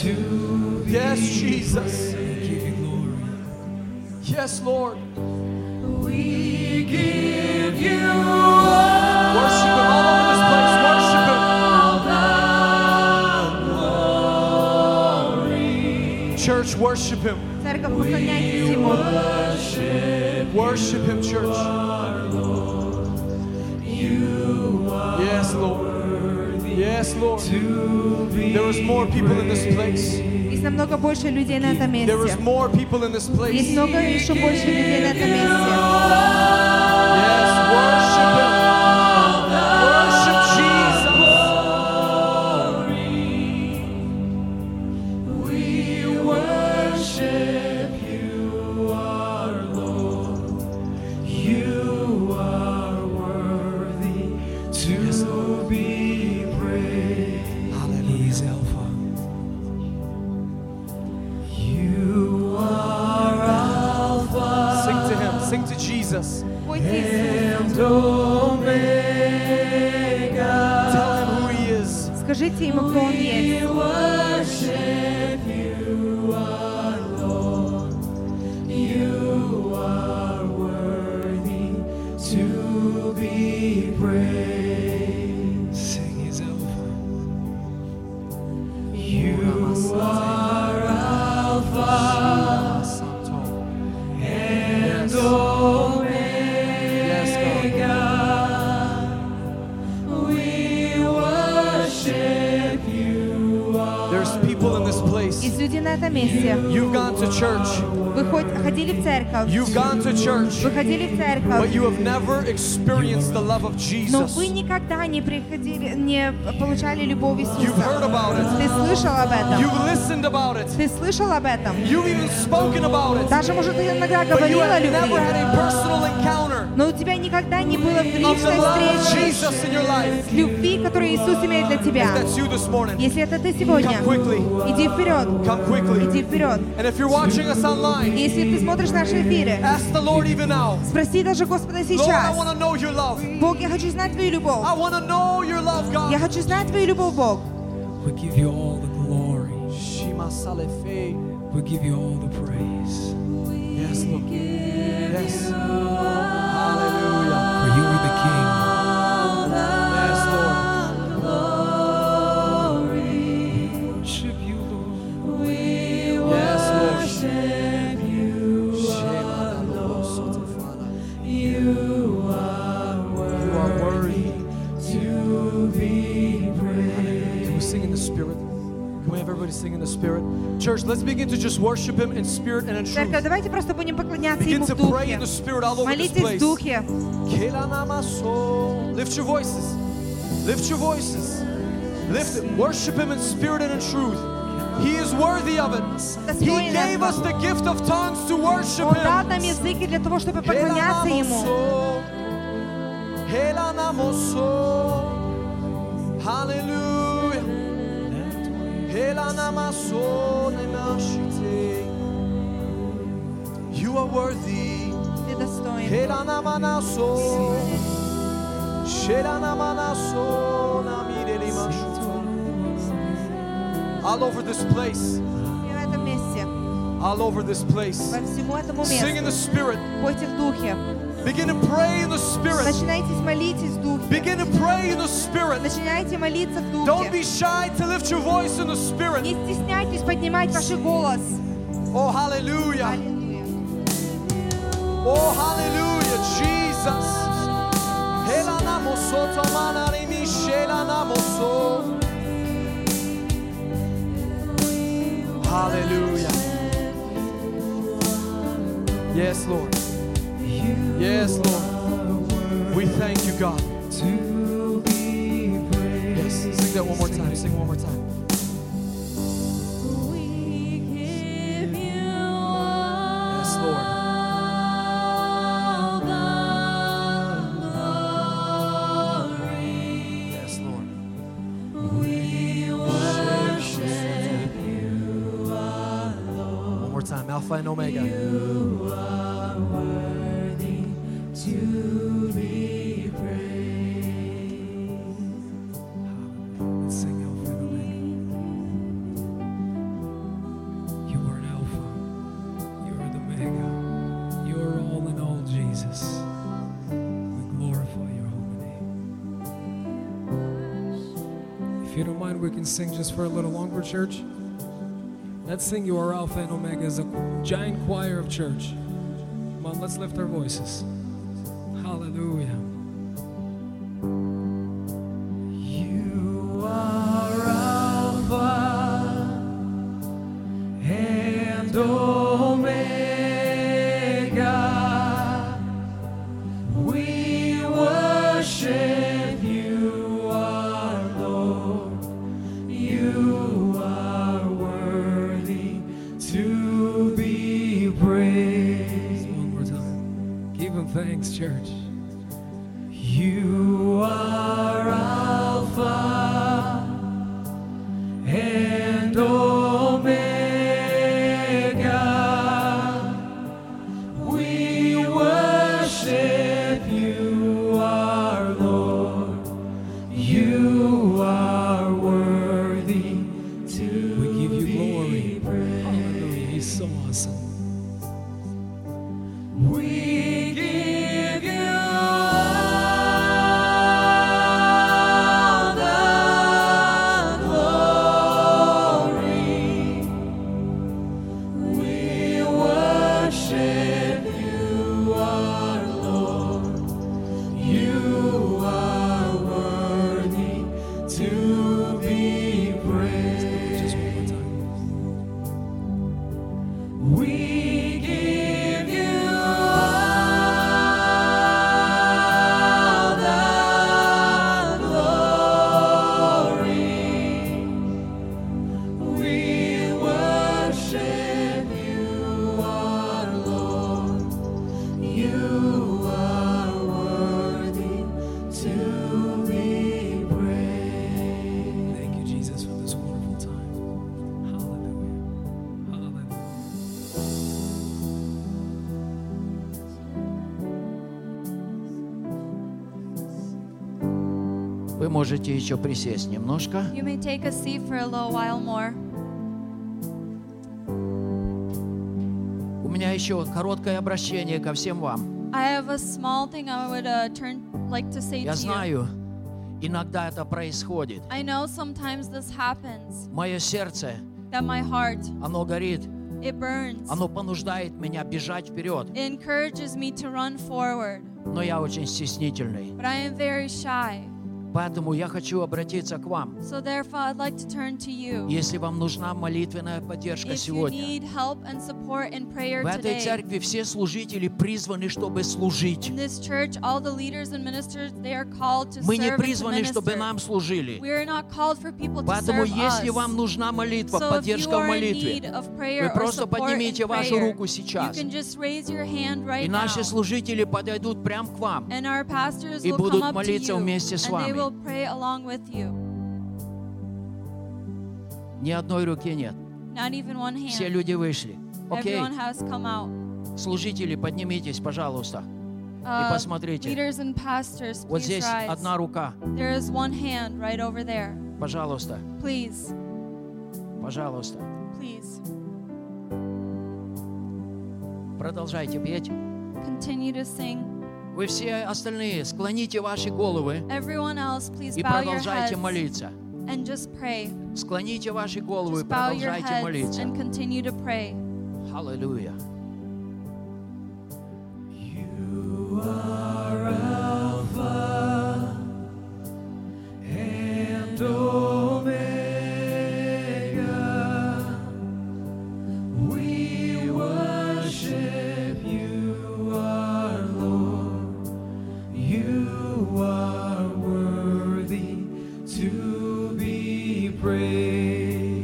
Speaker 19: Yes, Jesus. Yes, Lord. We give you worship Him all over this place. Worship Him. Church, worship Him.
Speaker 11: Церковь, поклоняйтесь Ему.
Speaker 19: Worship Him, church. Yes, Lord. Yes, Lord. There is more people in this place.
Speaker 11: Есть намного больше людей на этом
Speaker 19: There is
Speaker 11: месте.
Speaker 19: more people in this place.
Speaker 11: Есть много еще больше людей на этом месте.
Speaker 19: Yes, worship Him. Worship Jesus.
Speaker 5: We worship you, our Lord. You are worthy to be praised. Hallelujah. He's Alpha. You are Alpha
Speaker 19: Sing to Him. Sing to Jesus.
Speaker 11: Пойте Иисусу.
Speaker 5: and Omega.
Speaker 19: Tell Him who He is.
Speaker 11: Скажите Ему, кто Он
Speaker 5: We
Speaker 11: есть.
Speaker 5: worship you, our Lord.
Speaker 11: Люди на этом месте.
Speaker 19: You've gone to church,
Speaker 11: Вы хоть- ходили в церковь.
Speaker 19: You've gone to church.
Speaker 11: Вы ходили в
Speaker 19: but you
Speaker 11: церковь.
Speaker 19: have never experienced the love of
Speaker 11: Но
Speaker 19: Jesus.
Speaker 11: вы никогда не приходили, не получали любовь
Speaker 19: You've heard
Speaker 11: Иисуса.
Speaker 19: about
Speaker 11: Ты
Speaker 19: it.
Speaker 11: слышал об этом?
Speaker 19: You've listened about it.
Speaker 11: Ты слышал об этом?
Speaker 19: You've even spoken about it.
Speaker 11: Даже, может, ты иногда
Speaker 19: But you
Speaker 11: говорил о
Speaker 19: have never had a personal
Speaker 11: любви.
Speaker 19: encounter
Speaker 11: Но у тебя никогда не было личной
Speaker 19: of the love of
Speaker 11: встречи
Speaker 19: Jesus in your life.
Speaker 11: с любви, которую Иисус имеет для тебя.
Speaker 19: If that's you this morning,
Speaker 11: Если это ты сегодня,
Speaker 19: Come quickly.
Speaker 11: иди вперед.
Speaker 19: come quickly.
Speaker 11: Иди вперед.
Speaker 19: And if you're watching us online,
Speaker 11: Если ты смотришь наши эфиры,
Speaker 19: ask the Lord even now.
Speaker 11: спроси даже Господа
Speaker 19: Lord, I
Speaker 11: сейчас.
Speaker 19: want to know your love.
Speaker 11: Бог, я хочу знать Твою любовь. Я хочу знать Твою любовь, Бог.
Speaker 3: We give you all the glory. We give you all the praise.
Speaker 19: Yes, Lord. Yes.
Speaker 3: For you are the King.
Speaker 19: Yes, Lord.
Speaker 3: Worship you, Lord.
Speaker 5: We
Speaker 19: Yes,
Speaker 5: worship you, alone. You are worthy to be praised.
Speaker 19: Can we sing in the Spirit? Can we have everybody sing in the Spirit? Church, let's begin to just worship Him in spirit and in
Speaker 11: Церковь,
Speaker 19: truth.
Speaker 11: давайте просто будем поклоняться
Speaker 19: Begin
Speaker 11: Ему в
Speaker 19: to pray
Speaker 11: Духе.
Speaker 19: in the Spirit all over this
Speaker 11: Молитесь в
Speaker 19: place.
Speaker 11: Духе.
Speaker 19: Kelanamaso. Lift your voices. Lift your voices. Lift it. Worship Him in spirit and in truth. He is worthy of it. He gave us the gift of tongues to worship
Speaker 11: Он дал
Speaker 19: Him.
Speaker 11: нам языки для того, чтобы поклоняться Ему.
Speaker 19: Kelanamaso. Hallelujah. Kelanamaso nemashite. You are worthy.
Speaker 11: Ты достоин.
Speaker 19: Kelanamanaso. Shelanamanaso namirelimashuto. All over this place.
Speaker 11: И в этом месте,
Speaker 19: All over this place.
Speaker 11: по всему этому
Speaker 19: Sing in the
Speaker 11: месту,
Speaker 19: spirit.
Speaker 11: пойте в Духе.
Speaker 19: Begin to pray in the spirit.
Speaker 11: Начинайтесь молитесь в Духе.
Speaker 19: Begin to pray in the spirit.
Speaker 11: Начинайте молиться в Духе.
Speaker 19: Don't be shy to lift your voice in the spirit.
Speaker 11: Не стесняйтесь поднимать ваш голос.
Speaker 19: Oh, hallelujah. Oh, hallelujah, Jesus. Helanamoso, tomanarimi, shelanamoso. Hallelujah. Yes, Lord. Yes, Lord. We thank you, God. Yes, sing that one more time. Sing one more time. Yes, Lord. Yes, Lord. One more time, Alpha and Omega.
Speaker 3: Let's sing Alpha and Omega. You are an Alpha. You are the Omega. You are all in all, Jesus. We glorify your holy name. If you don't mind, we can sing just for a little longer, church. Let's sing You Are Alpha and Omega as a giant choir of church. Come on, let's lift our voices. Hallelujah.
Speaker 5: You are Alpha and Omega. We worship you, our Lord. You are worthy to be praised.
Speaker 3: One more time. Give him thanks, church.
Speaker 5: You are Alpha and Omega. We worship you, our Lord. You are worthy to
Speaker 3: We give you
Speaker 5: be
Speaker 3: glory. Hallelujah. He's so awesome.
Speaker 5: We give you all the glory. We worship you, our Lord. You are worthy to be praised.
Speaker 3: Just one more time.
Speaker 22: Вы можете еще присесть немножко.
Speaker 23: You may take a seat for a little while more.
Speaker 22: У меня еще короткое обращение ко всем вам.
Speaker 23: I have a small thing I would uh, turn like to say
Speaker 22: Я
Speaker 23: to you.
Speaker 22: знаю, иногда это происходит.
Speaker 23: I know sometimes this happens
Speaker 22: Мое сердце,
Speaker 23: that my heart
Speaker 22: оно горит,
Speaker 23: it burns.
Speaker 22: оно понуждает меня бежать вперед.
Speaker 23: It encourages me to run forward,
Speaker 22: Но я очень стеснительный.
Speaker 23: but I am very shy.
Speaker 22: Поэтому я хочу обратиться к вам.
Speaker 23: So therefore, I'd like to turn to you.
Speaker 22: Если вам нужна молитвенная поддержка
Speaker 23: If you
Speaker 22: сегодня,
Speaker 23: need help and support in prayer
Speaker 22: в этой
Speaker 23: today,
Speaker 22: церкви все служители призваны, чтобы служить.
Speaker 23: in this church, all the leaders and ministers they are called to
Speaker 22: Мы не
Speaker 23: serve and to
Speaker 22: призваны, чтобы
Speaker 23: minister.
Speaker 22: нам служили.
Speaker 23: We are not called for people to
Speaker 22: Поэтому,
Speaker 23: serve
Speaker 22: если
Speaker 23: us.
Speaker 22: вам нужна молитва,
Speaker 23: So if you
Speaker 22: поддержка в
Speaker 23: are in
Speaker 22: молитве,
Speaker 23: need of
Speaker 22: вы
Speaker 23: prayer or
Speaker 22: просто
Speaker 23: support
Speaker 22: поднимите
Speaker 23: in
Speaker 22: вашу
Speaker 23: prayer,
Speaker 22: руку сейчас.
Speaker 23: You can just raise your hand right
Speaker 22: И наши
Speaker 23: now.
Speaker 22: служители подойдут прямо к вам.
Speaker 23: And our pastors
Speaker 22: и
Speaker 23: will
Speaker 22: будут
Speaker 23: come up to
Speaker 22: молиться
Speaker 23: you,
Speaker 22: вместе с
Speaker 23: and they will
Speaker 22: вами.
Speaker 23: pray along with you.
Speaker 22: Ни одной руки нет.
Speaker 23: Not even one hand.
Speaker 22: Все люди вышли. Окей.
Speaker 23: Everyone has come out.
Speaker 22: Служители, поднимитесь, пожалуйста.
Speaker 23: Uh,
Speaker 22: И посмотрите.
Speaker 23: Leaders and pastors,
Speaker 22: Вот
Speaker 23: please
Speaker 22: здесь
Speaker 23: rise.
Speaker 22: одна рука.
Speaker 23: There is one hand right over there.
Speaker 22: Пожалуйста,
Speaker 23: Please,
Speaker 22: пожалуйста.
Speaker 23: please
Speaker 22: Продолжайте петь.
Speaker 23: continue to sing.
Speaker 22: Вы все остальные склоните ваши головы
Speaker 23: Everyone else, please
Speaker 22: и
Speaker 23: bow your
Speaker 22: продолжайте
Speaker 23: heads
Speaker 22: молиться.
Speaker 23: and just pray.
Speaker 22: Склоните ваши головы и
Speaker 23: Just bow your
Speaker 22: продолжайте
Speaker 23: heads
Speaker 22: молиться.
Speaker 23: and continue to pray.
Speaker 22: Аллилуйя.
Speaker 5: and Omega. We worship you, our Lord. You are worthy to be praised.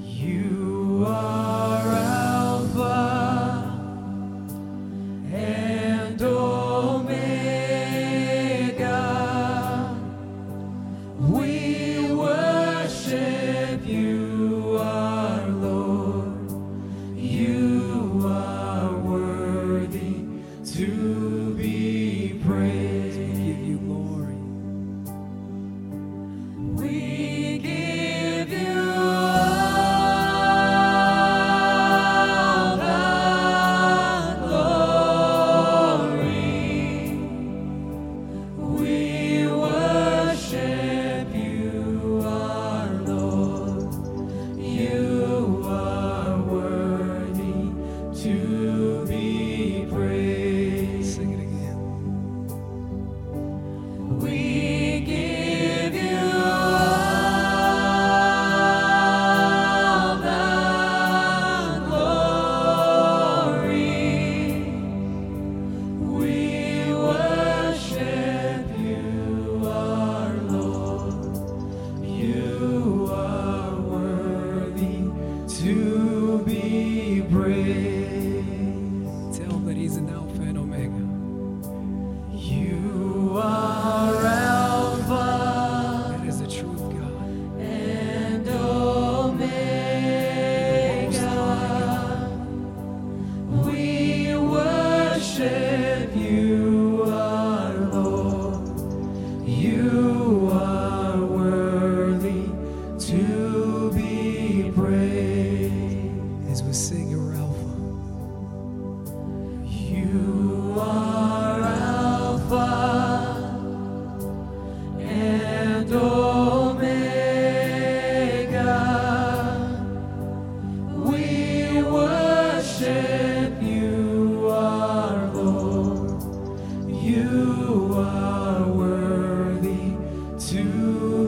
Speaker 5: You are Alpha and Omega. We worship you, our Lord. You are worthy to be praised. We give you glory. We give you all the glory. We worship you, our Lord. You are worthy to be praised. Sing it again. We give you all the glory. We worship you, our Lord. You are worthy to be praised. Tell that he's an Alpha and Omega. You are Alpha. That is the truth, God. And Omega. We worship you, our Lord. You are worthy to be praised. As we sing your Alpha, you are Alpha and Omega. We worship you, our Lord. You are worthy to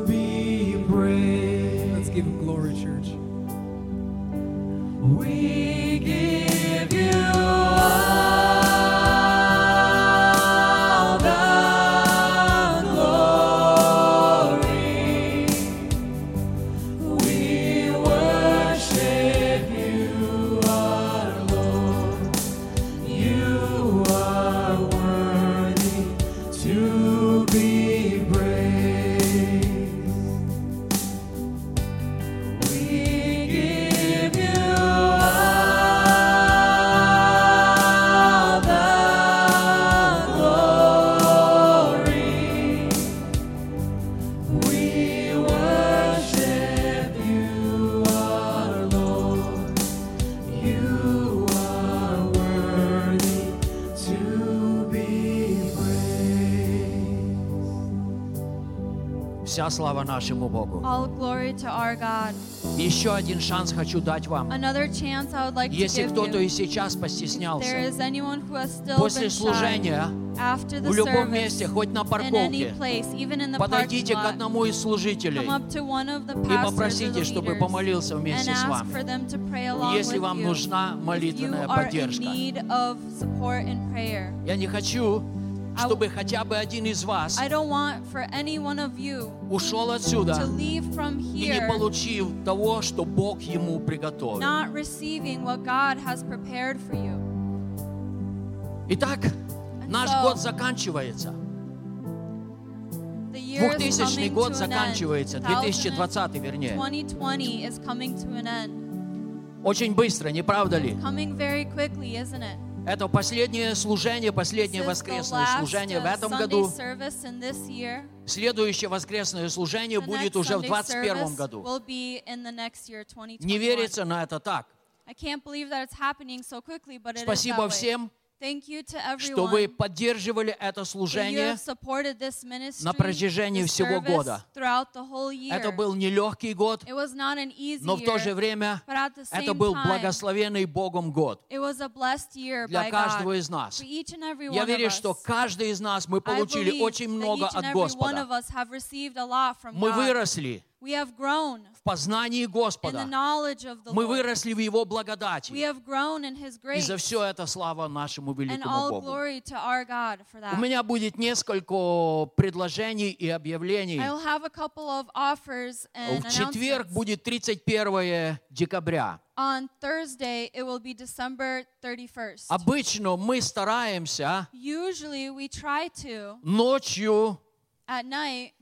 Speaker 5: be praised. Let's give him glory, church. We give you all the glory. We worship you, our Lord. You are worthy to be praised. We give you all the glory.
Speaker 22: Вся слава нашему Богу.
Speaker 23: All glory to our God.
Speaker 22: Еще один шанс хочу дать вам.
Speaker 23: Another chance I would like
Speaker 22: Если
Speaker 23: to give
Speaker 22: кто-то
Speaker 23: you.
Speaker 22: и сейчас
Speaker 23: There
Speaker 22: постеснялся,
Speaker 23: is anyone who has still
Speaker 22: после
Speaker 23: been
Speaker 22: служения,
Speaker 23: shy. After the
Speaker 22: в любом
Speaker 23: service,
Speaker 22: месте, хоть на
Speaker 23: in any
Speaker 22: парковке,
Speaker 23: place, even in the
Speaker 22: подойдите к
Speaker 23: parking lot,
Speaker 22: одному из служителей
Speaker 23: come up to one of the
Speaker 22: и
Speaker 23: pastors or the
Speaker 22: попросите, чтобы
Speaker 23: leaders
Speaker 22: помолился
Speaker 23: and
Speaker 22: вместе с
Speaker 23: ask for
Speaker 22: вами.
Speaker 23: them to pray along
Speaker 22: Если
Speaker 23: with
Speaker 22: вам
Speaker 23: you.
Speaker 22: нужна
Speaker 23: you
Speaker 22: молитвенная
Speaker 23: are in
Speaker 22: поддержка.
Speaker 23: need of support and prayer.
Speaker 22: Я не хочу, чтобы хотя бы один из вас
Speaker 23: I don't want for any one of you
Speaker 22: ушел
Speaker 23: to
Speaker 22: отсюда
Speaker 23: leave from
Speaker 22: и не
Speaker 23: here
Speaker 22: получив того, что Бог ему приготовил.
Speaker 23: not receiving what God has prepared for you.
Speaker 22: Итак, наш
Speaker 23: so-
Speaker 22: год заканчивается.
Speaker 23: The year is
Speaker 22: 2000
Speaker 23: coming
Speaker 22: год
Speaker 23: to an end.
Speaker 22: заканчивается, 2020 вернее.
Speaker 23: 2020 is coming to an end.
Speaker 22: Очень быстро, не правда ли?
Speaker 23: Coming very quickly, isn't it?
Speaker 22: Это последнее служение, последнее
Speaker 23: This is the
Speaker 22: воскресное
Speaker 23: last
Speaker 22: служение в
Speaker 23: uh,
Speaker 22: этом
Speaker 23: Sunday
Speaker 22: году.
Speaker 23: service in this year.
Speaker 22: Следующее воскресное служение
Speaker 23: The
Speaker 22: будет
Speaker 23: next
Speaker 22: уже в
Speaker 23: Sunday
Speaker 22: 21
Speaker 23: service
Speaker 22: году.
Speaker 23: will be in the next year, 2021.
Speaker 22: Не верится, но это так.
Speaker 23: I can't believe that it's happening so quickly, but it is
Speaker 22: Спасибо
Speaker 23: that way.
Speaker 22: всем,
Speaker 23: Thank you to
Speaker 22: Что
Speaker 23: everyone.
Speaker 22: вы поддерживали это
Speaker 23: that you
Speaker 22: служение.
Speaker 23: have supported this ministry,
Speaker 22: на протяжении
Speaker 23: this
Speaker 22: всего
Speaker 23: service
Speaker 22: года.
Speaker 23: Throughout the whole year.
Speaker 22: Это был нелегкий год,
Speaker 23: It was not an easy
Speaker 22: но в то
Speaker 23: year,
Speaker 22: же время
Speaker 23: but at the same
Speaker 22: это был
Speaker 23: time,
Speaker 22: благословенный Богом год.
Speaker 23: It was a blessed year
Speaker 22: для
Speaker 23: by
Speaker 22: каждого
Speaker 23: God.
Speaker 22: из нас.
Speaker 23: For each and every
Speaker 22: Я
Speaker 23: one
Speaker 22: верю,
Speaker 23: of us.
Speaker 22: что каждый из нас мы
Speaker 23: I
Speaker 22: получили
Speaker 23: believe
Speaker 22: очень много
Speaker 23: that each and
Speaker 22: от
Speaker 23: every one
Speaker 22: Господа.
Speaker 23: of us have received a lot from
Speaker 22: Мы
Speaker 23: God.
Speaker 22: выросли
Speaker 23: We have grown
Speaker 22: в познании
Speaker 23: in the
Speaker 22: Господа.
Speaker 23: knowledge of the
Speaker 22: Мы
Speaker 23: Lord.
Speaker 22: выросли в Его благодати.
Speaker 23: We have grown in His
Speaker 22: И
Speaker 23: grace.
Speaker 22: за все это слава нашему
Speaker 23: And
Speaker 22: великому
Speaker 23: all
Speaker 22: Богу.
Speaker 23: glory to our God for that.
Speaker 22: У меня будет несколько предложений и объявлений.
Speaker 23: I will have a couple of offers and
Speaker 22: В четверг
Speaker 23: announcements.
Speaker 22: будет 31 декабря.
Speaker 23: On Thursday, it will be December 31st.
Speaker 22: Обычно мы стараемся
Speaker 23: Usually, we try to
Speaker 22: ночью
Speaker 23: at night,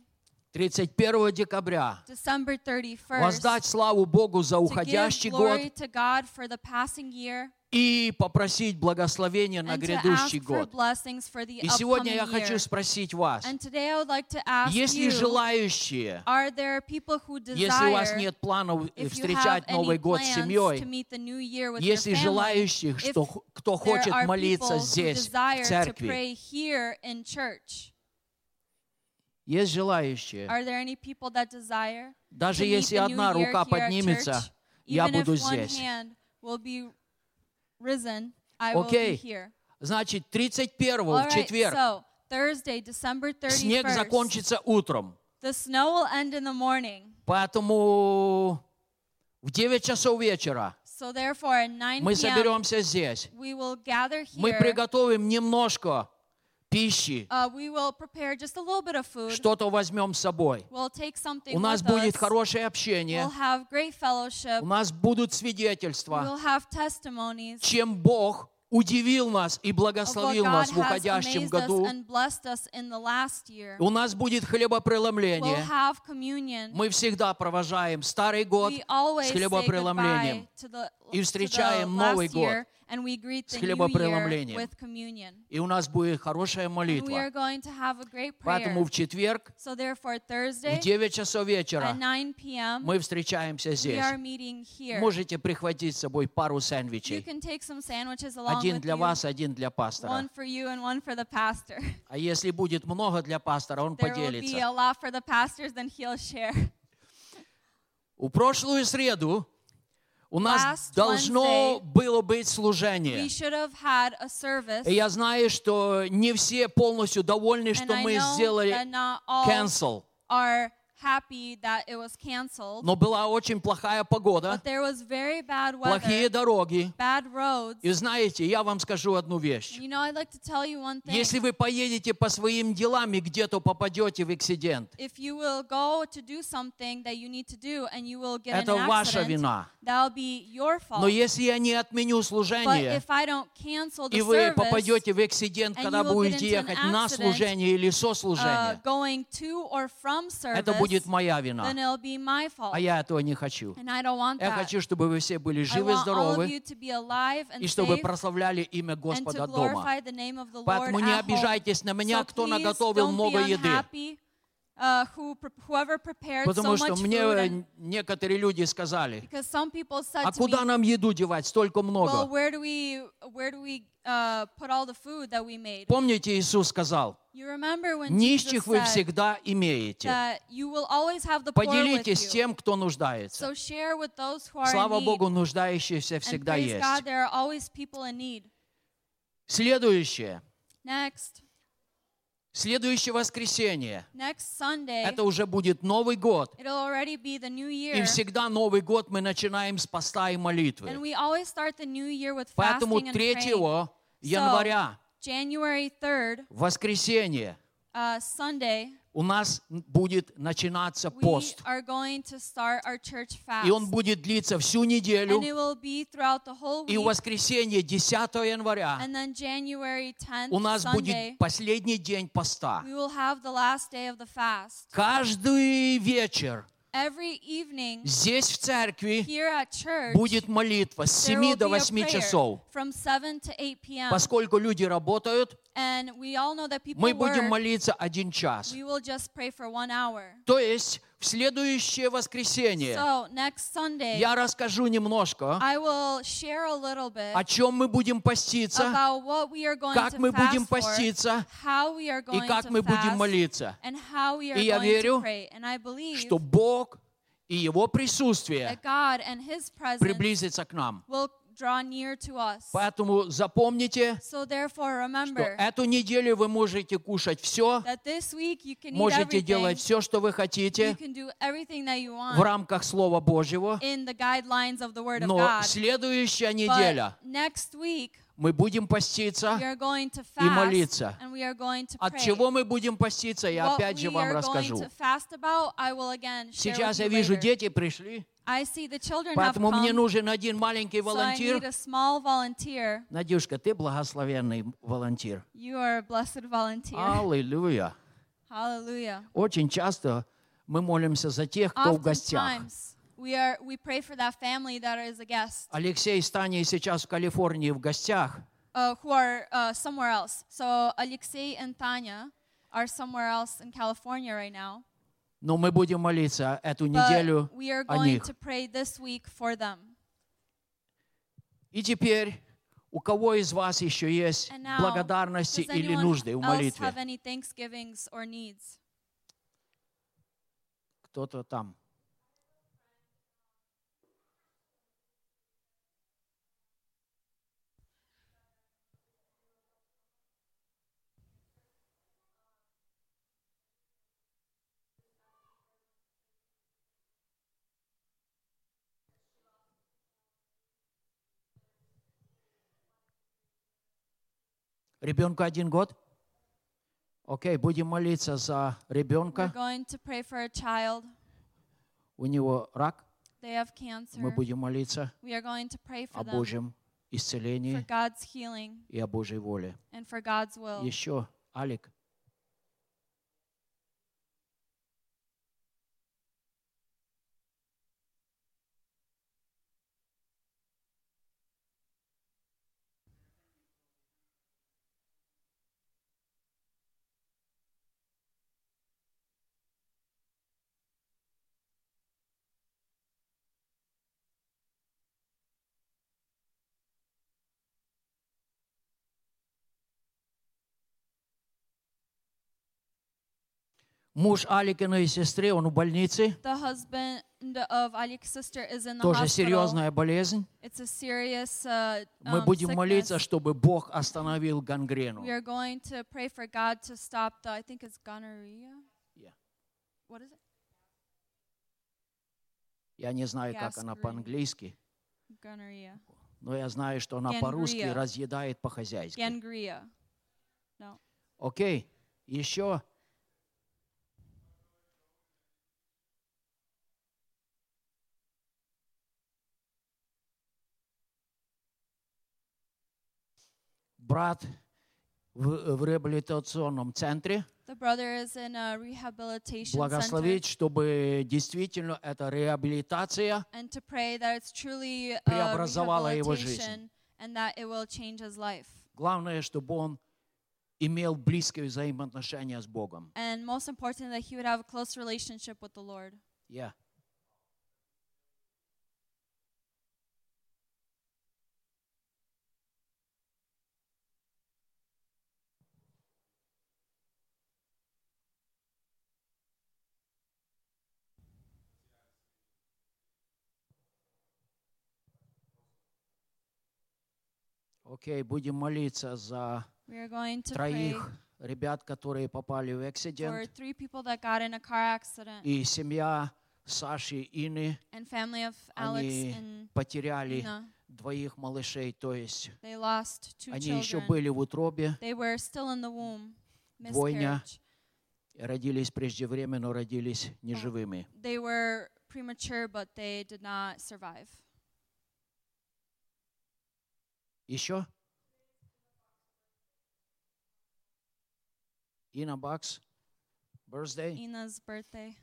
Speaker 22: 31 декабря
Speaker 23: December 31st,
Speaker 22: воздать славу Богу за
Speaker 23: to
Speaker 22: уходящий
Speaker 23: give
Speaker 22: год
Speaker 23: glory to God for the passing year
Speaker 22: и попросить благословения на
Speaker 23: and to ask
Speaker 22: грядущий
Speaker 23: for
Speaker 22: год.
Speaker 23: blessings for the
Speaker 22: И сегодня я
Speaker 23: upcoming
Speaker 22: хочу
Speaker 23: year.
Speaker 22: спросить вас,
Speaker 23: And today, I would like to ask
Speaker 22: есть ли
Speaker 23: you,
Speaker 22: желающие,
Speaker 23: are there people who
Speaker 22: если у вас
Speaker 23: desire
Speaker 22: нет планов э,
Speaker 23: if you have
Speaker 22: встречать Новый
Speaker 23: any
Speaker 22: год с
Speaker 23: plans to
Speaker 22: семьей,
Speaker 23: meet the new year with your
Speaker 22: есть ли
Speaker 23: family,
Speaker 22: желающих,
Speaker 23: if
Speaker 22: что хо- кто
Speaker 23: there
Speaker 22: хочет
Speaker 23: are
Speaker 22: молиться
Speaker 23: people who
Speaker 22: здесь,
Speaker 23: desire
Speaker 22: в
Speaker 23: to
Speaker 22: церкви?
Speaker 23: pray here in church.
Speaker 22: Есть желающие.
Speaker 23: Are there any people that desire
Speaker 22: Э. Даже
Speaker 23: to meet
Speaker 22: если
Speaker 23: the new
Speaker 22: одна
Speaker 23: year
Speaker 22: рука
Speaker 23: here at
Speaker 22: поднимется,
Speaker 23: church?
Speaker 22: я
Speaker 23: Even if
Speaker 22: буду
Speaker 23: one
Speaker 22: здесь.
Speaker 23: hand will be risen, I will be
Speaker 22: Окей?
Speaker 23: here.
Speaker 22: Значит, 31
Speaker 23: All
Speaker 22: в
Speaker 23: right,
Speaker 22: четверг
Speaker 23: so Thursday, December
Speaker 22: снег
Speaker 23: 31st,
Speaker 22: закончится утром.
Speaker 23: the snow will end in the morning.
Speaker 22: Поэтому в 9 часов вечера
Speaker 23: So therefore, at 9 p.m.,
Speaker 22: мы соберемся здесь.
Speaker 23: we will gather
Speaker 22: Мы
Speaker 23: here.
Speaker 22: приготовим немножко пищи,
Speaker 23: Uh, we will prepare just a little bit of food.
Speaker 22: что-то возьмем с собой.
Speaker 23: We'll take something
Speaker 22: У нас
Speaker 23: with
Speaker 22: будет
Speaker 23: us.
Speaker 22: хорошее общение,
Speaker 23: We'll have great fellowship.
Speaker 22: у нас будут свидетельства,
Speaker 23: We'll have testimonies.
Speaker 22: чем Бог удивил нас и
Speaker 23: of what
Speaker 22: благословил
Speaker 23: God
Speaker 22: нас в
Speaker 23: has
Speaker 22: уходящем
Speaker 23: amazed us
Speaker 22: году.
Speaker 23: and blessed us in the last year.
Speaker 22: У нас будет
Speaker 23: We'll
Speaker 22: хлебопреломление.
Speaker 23: have communion.
Speaker 22: Мы всегда провожаем старый год
Speaker 23: We
Speaker 22: с
Speaker 23: always say
Speaker 22: хлебопреломлением
Speaker 23: goodbye to the,
Speaker 22: и
Speaker 23: to the
Speaker 22: встречаем Новый
Speaker 23: last
Speaker 22: год.
Speaker 23: year, and we greet
Speaker 22: с
Speaker 23: the new year
Speaker 22: хлебопреломлением.
Speaker 23: with communion.
Speaker 22: И у нас будет хорошая
Speaker 23: And we
Speaker 22: молитва.
Speaker 23: are going to have a great prayer.
Speaker 22: Поэтому в четверг
Speaker 23: So therefore, Thursday
Speaker 22: в 9 часов вечера
Speaker 23: at 9 p.m.,
Speaker 22: мы встречаемся
Speaker 23: we
Speaker 22: здесь.
Speaker 23: are meeting here.
Speaker 22: Можете прихватить с собой пару
Speaker 23: You
Speaker 22: сэндвичей.
Speaker 23: can take some sandwiches along
Speaker 22: Один
Speaker 23: with
Speaker 22: для
Speaker 23: you,
Speaker 22: вас, один для пастора.
Speaker 23: one for you and one for the
Speaker 22: [laughs]
Speaker 23: pastor.
Speaker 22: А если будет много для пастора, он
Speaker 23: There will be a
Speaker 22: поделится.
Speaker 23: lot for the pastors, then he'll share.
Speaker 22: [laughs] У прошлую среду у нас
Speaker 23: Last
Speaker 22: должно
Speaker 23: Wednesday,
Speaker 22: было быть
Speaker 23: We
Speaker 22: служение.
Speaker 23: should have had a service.
Speaker 22: И я знаю, что не все полностью довольны,
Speaker 23: And
Speaker 22: что
Speaker 23: I
Speaker 22: мы
Speaker 23: know
Speaker 22: сделали
Speaker 23: that not all
Speaker 22: cancel.
Speaker 23: are happy that it was canceled.
Speaker 22: Но была очень плохая погода,
Speaker 23: But there was very bad
Speaker 22: плохие
Speaker 23: weather,
Speaker 22: дороги.
Speaker 23: bad roads.
Speaker 22: И знаете, я вам скажу одну вещь.
Speaker 23: And You know, I'd like to tell you one thing.
Speaker 22: Если вы поедете по своим делам и где-то попадете в accident,
Speaker 23: If you will go to do something that you need to do and you will get in
Speaker 22: это
Speaker 23: an
Speaker 22: ваша
Speaker 23: accident,
Speaker 22: вина.
Speaker 23: that'll be your fault.
Speaker 22: Но если я не отменю
Speaker 23: But
Speaker 22: служение,
Speaker 23: if I don't cancel the
Speaker 22: и вы
Speaker 23: service,
Speaker 22: попадете в accident,
Speaker 23: and
Speaker 22: когда
Speaker 23: you will get
Speaker 22: будете
Speaker 23: into an
Speaker 22: ехать на
Speaker 23: accident,
Speaker 22: служение или со
Speaker 23: uh,
Speaker 22: служения,
Speaker 23: going to or from service,
Speaker 22: это будет моя вина.
Speaker 23: then it'll be my fault.
Speaker 22: А я этого не хочу.
Speaker 23: And I don't want
Speaker 22: Я
Speaker 23: that.
Speaker 22: хочу, чтобы вы все были
Speaker 23: I
Speaker 22: живы,
Speaker 23: want all of you
Speaker 22: здоровы,
Speaker 23: to be alive and
Speaker 22: и чтобы
Speaker 23: safe
Speaker 22: прославляли имя
Speaker 23: and to
Speaker 22: Господа дома.
Speaker 23: glorify the name of the Lord
Speaker 22: Поэтому не
Speaker 23: at home.
Speaker 22: обижайтесь на меня,
Speaker 23: So
Speaker 22: кто
Speaker 23: please
Speaker 22: наготовил
Speaker 23: don't
Speaker 22: много
Speaker 23: be
Speaker 22: еды.
Speaker 23: unhappy uh, who pre- whoever prepared so
Speaker 22: Потому
Speaker 23: much
Speaker 22: что
Speaker 23: food.
Speaker 22: мне
Speaker 23: and-
Speaker 22: э, некоторые люди сказали,
Speaker 23: because some people said
Speaker 22: а
Speaker 23: to me,
Speaker 22: куда нам еду девать, столько
Speaker 23: well,
Speaker 22: много?
Speaker 23: where do we where do we uh, put all the food that we made?
Speaker 22: Помните, Иисус сказал,
Speaker 23: You remember when Jesus
Speaker 22: нищих вы
Speaker 23: said
Speaker 22: всегда имеете.
Speaker 23: that you will always have the poor with
Speaker 22: Поделитесь с
Speaker 23: you.
Speaker 22: тем, кто нуждается.
Speaker 23: So share with those who are
Speaker 22: Слава
Speaker 23: in need.
Speaker 22: Богу, нуждающиеся
Speaker 23: and
Speaker 22: всегда
Speaker 23: praise
Speaker 22: есть.
Speaker 23: God, there are always people in need.
Speaker 22: Следующее.
Speaker 23: Next,
Speaker 22: Следующее воскресенье.
Speaker 23: next Sunday,
Speaker 22: Это уже будет Новый год.
Speaker 23: it'll already be the new year.
Speaker 22: И всегда Новый год мы начинаем с поста и
Speaker 23: And
Speaker 22: молитвы.
Speaker 23: we always start the new year with
Speaker 22: Поэтому
Speaker 23: fasting and praying.
Speaker 22: 3 января,
Speaker 23: So, January 3rd,
Speaker 22: в воскресенье,
Speaker 23: uh, Sunday,
Speaker 22: у нас будет начинаться
Speaker 23: we
Speaker 22: пост.
Speaker 23: are going to start our church fast.
Speaker 22: И он будет длиться всю неделю.
Speaker 23: and it will be throughout the whole
Speaker 22: И в
Speaker 23: week.
Speaker 22: воскресенье, 10 января,
Speaker 23: And then January 10th,
Speaker 22: у нас
Speaker 23: Sunday,
Speaker 22: будет последний день поста.
Speaker 23: we will have the last day of the fast.
Speaker 22: Каждый вечер
Speaker 23: Every evening,
Speaker 22: здесь, в церкви,
Speaker 23: here at church,
Speaker 22: будет молитва с
Speaker 23: there will
Speaker 22: 7 до
Speaker 23: be a
Speaker 22: 8
Speaker 23: prayer
Speaker 22: часов.
Speaker 23: from 7 to 8 p.m.
Speaker 22: Поскольку люди работают,
Speaker 23: and we all know that people
Speaker 22: мы будем
Speaker 23: work,
Speaker 22: молиться один час.
Speaker 23: we will just pray for one hour.
Speaker 22: То есть в следующее воскресенье
Speaker 23: So next Sunday,
Speaker 22: я расскажу немножко,
Speaker 23: I will share a little bit
Speaker 22: о чем мы будем поститься
Speaker 23: about what we are going
Speaker 22: как
Speaker 23: to
Speaker 22: мы
Speaker 23: fast
Speaker 22: будем
Speaker 23: for,
Speaker 22: поститься
Speaker 23: how we are
Speaker 22: и
Speaker 23: going
Speaker 22: как
Speaker 23: to
Speaker 22: мы будем
Speaker 23: fast,
Speaker 22: молиться.
Speaker 23: and how we are
Speaker 22: И я
Speaker 23: going
Speaker 22: верю,
Speaker 23: to pray. And I believe
Speaker 22: Что Бог и Его присутствие
Speaker 23: that God and His presence
Speaker 22: приблизится к нам.
Speaker 23: will draw near to us.
Speaker 22: Поэтому запомните,
Speaker 23: So therefore,
Speaker 22: что
Speaker 23: remember
Speaker 22: эту неделю вы можете кушать все,
Speaker 23: that this week you can eat
Speaker 22: можете
Speaker 23: everything.
Speaker 22: делать все, что вы
Speaker 23: You
Speaker 22: хотите
Speaker 23: can do everything that you
Speaker 22: в
Speaker 23: want
Speaker 22: рамках Слова Божьего,
Speaker 23: in the guidelines of the Word of
Speaker 22: но
Speaker 23: God.
Speaker 22: следующая
Speaker 23: But
Speaker 22: неделя
Speaker 23: next week,
Speaker 22: мы будем поститься
Speaker 23: we are going to
Speaker 22: и
Speaker 23: fast
Speaker 22: молиться.
Speaker 23: and we are going to
Speaker 22: От
Speaker 23: pray.
Speaker 22: чего мы будем поститься, я
Speaker 23: What
Speaker 22: опять же
Speaker 23: we
Speaker 22: вам
Speaker 23: are going
Speaker 22: расскажу.
Speaker 23: to fast about, I will again share
Speaker 22: Сейчас я
Speaker 23: with you
Speaker 22: вижу,
Speaker 23: later.
Speaker 22: дети пришли,
Speaker 23: I see the children have
Speaker 22: поэтому мне
Speaker 23: come,
Speaker 22: нужен один маленький
Speaker 23: so I need
Speaker 22: волонтер.
Speaker 23: a small volunteer.
Speaker 22: Надюшка, ты благословенный волонтер.
Speaker 23: You are a blessed volunteer.
Speaker 22: Аллилуйя.
Speaker 23: Hallelujah.
Speaker 22: Очень часто мы молимся за тех, кто в гостях.
Speaker 23: Oftentimes, we are we pray for that family that is a guest,
Speaker 22: Алексей с Таней сейчас в Калифорнии в гостях.
Speaker 23: uh, who are uh, somewhere else. So Alexei and Tanya are somewhere else in California right now.
Speaker 22: Но мы будем молиться эту неделю
Speaker 23: But we are
Speaker 22: о
Speaker 23: going
Speaker 22: них.
Speaker 23: to pray this week for them.
Speaker 22: И теперь, у кого из вас еще есть
Speaker 23: And now,
Speaker 22: благодарности
Speaker 23: does
Speaker 22: или
Speaker 23: anyone
Speaker 22: нужды в
Speaker 23: else
Speaker 22: молитве?
Speaker 23: have any thanksgivings or needs?
Speaker 22: Кто-то там. Ребенку один год? Окей, будем молиться за
Speaker 23: We're
Speaker 22: ребенка.
Speaker 23: going to pray for a child.
Speaker 22: У него рак.
Speaker 23: They have cancer.
Speaker 22: Мы будем молиться
Speaker 23: We are going to pray for
Speaker 22: о
Speaker 23: them
Speaker 22: Божьем
Speaker 23: for
Speaker 22: исцелении
Speaker 23: God's healing
Speaker 22: и о Божьей воле.
Speaker 23: and for God's will.
Speaker 22: Еще, Алик, муж Аликиной сестры, он в больнице.
Speaker 23: The husband of Alik's sister is in the
Speaker 22: Тоже
Speaker 23: hospital.
Speaker 22: серьезная болезнь.
Speaker 23: It's a serious uh,
Speaker 22: Мы
Speaker 23: um,
Speaker 22: будем
Speaker 23: sickness.
Speaker 22: молиться, чтобы Бог остановил гангрену.
Speaker 23: We are going to pray for God to stop the, I think it's gonorrhea.
Speaker 22: Yeah.
Speaker 23: What is it?
Speaker 22: Я не знаю, как она
Speaker 23: Gastric.
Speaker 22: по-английски,
Speaker 23: Gonorrhea.
Speaker 22: но я знаю, что она по-русски
Speaker 23: Gangria.
Speaker 22: разъедает по-хозяйски.
Speaker 23: Gangria. No.
Speaker 22: Окей, еще брат в, в реабилитационном центре.
Speaker 23: The brother is in a rehabilitation center.
Speaker 22: Благословить, чтобы действительно эта реабилитация
Speaker 23: And to pray that it's truly a
Speaker 22: преобразовала его жизнь.
Speaker 23: rehabilitation and that it will change his life.
Speaker 22: Главное, чтобы он имел близкие взаимоотношения с Богом.
Speaker 23: And most important, that he would have a close relationship with the Lord.
Speaker 22: Я. Окей, будем молиться за
Speaker 23: We are going to
Speaker 22: троих ребят, которые попали в
Speaker 23: pray for
Speaker 22: эксидент,
Speaker 23: three people that got in a car accident
Speaker 22: и семья Саши Ины,
Speaker 23: and family of Alex
Speaker 22: они
Speaker 23: and
Speaker 22: потеряли
Speaker 23: Инна.
Speaker 22: двоих малышей, то есть
Speaker 23: They lost two
Speaker 22: они еще
Speaker 23: children.
Speaker 22: были в утробе,
Speaker 23: They were still in the womb.
Speaker 22: двойня,
Speaker 18: Miscarriage.
Speaker 22: родились преждевременно, родились неживыми.
Speaker 23: They were premature, but they did not survive.
Speaker 22: Еще? Инна Бакс, birthday.
Speaker 23: Ina's birthday.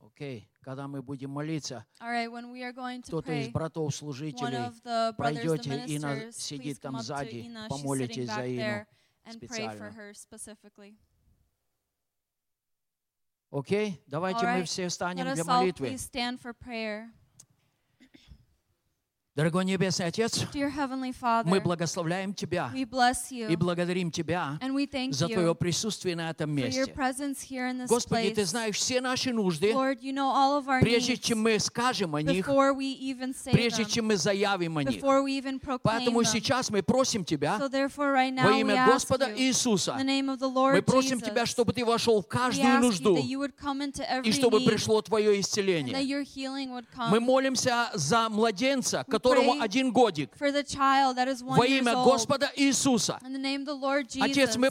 Speaker 22: Окей, когда мы будем молиться,
Speaker 23: All right, when we are going to
Speaker 22: кто-то из
Speaker 23: pray, one
Speaker 22: братов-служителей
Speaker 23: of the brothers, the
Speaker 22: пройдете, Инна
Speaker 23: ministers, please
Speaker 22: сидит
Speaker 23: come
Speaker 22: там
Speaker 23: up to
Speaker 22: сзади,
Speaker 23: Ina. She's sitting
Speaker 22: помолитесь
Speaker 23: back
Speaker 22: за Ину
Speaker 23: there and pray for
Speaker 22: специально.
Speaker 23: her specifically.
Speaker 22: Окей,
Speaker 23: All
Speaker 22: давайте мы
Speaker 23: right,
Speaker 22: все встанем
Speaker 23: let
Speaker 22: для
Speaker 18: us
Speaker 23: us all
Speaker 22: молитвы.
Speaker 23: please stand for prayer.
Speaker 22: Дорогой Небесный Отец,
Speaker 23: Dear Heavenly Father,
Speaker 22: мы благословляем Тебя
Speaker 23: we bless you
Speaker 22: и благодарим Тебя
Speaker 23: and we thank
Speaker 22: за
Speaker 23: you
Speaker 22: Твое присутствие на этом
Speaker 23: for your
Speaker 22: месте.
Speaker 23: presence here in this
Speaker 22: Господи, Ты
Speaker 23: place.
Speaker 22: знаешь все наши нужды,
Speaker 23: Lord, you know all of our
Speaker 22: прежде
Speaker 23: needs
Speaker 22: чем мы скажем о них,
Speaker 23: before we even say
Speaker 22: прежде
Speaker 23: them,
Speaker 22: чем мы заявим о них.
Speaker 23: before we even proclaim
Speaker 22: Поэтому
Speaker 23: them.
Speaker 22: сейчас мы просим Тебя
Speaker 23: So therefore, right now,
Speaker 22: во
Speaker 23: we
Speaker 22: имя
Speaker 23: ask
Speaker 22: Господа
Speaker 23: you,
Speaker 22: Иисуса.
Speaker 23: in the name of the
Speaker 22: Мы
Speaker 23: Lord
Speaker 22: просим
Speaker 23: Jesus,
Speaker 22: Тебя, чтобы Ты вошел в
Speaker 23: we
Speaker 22: каждую
Speaker 23: ask you
Speaker 22: нужду
Speaker 23: that you would come into every
Speaker 22: и чтобы
Speaker 23: need,
Speaker 22: пришло Твое
Speaker 23: and that
Speaker 22: исцеление.
Speaker 23: your healing would come.
Speaker 22: Мы молимся за младенца, которому
Speaker 23: pray
Speaker 22: один годик.
Speaker 23: for the child that is one
Speaker 22: Во
Speaker 23: years
Speaker 22: имя
Speaker 23: old.
Speaker 22: Господа Иисуса.
Speaker 23: In the name of the Lord Jesus,
Speaker 22: Отец, мы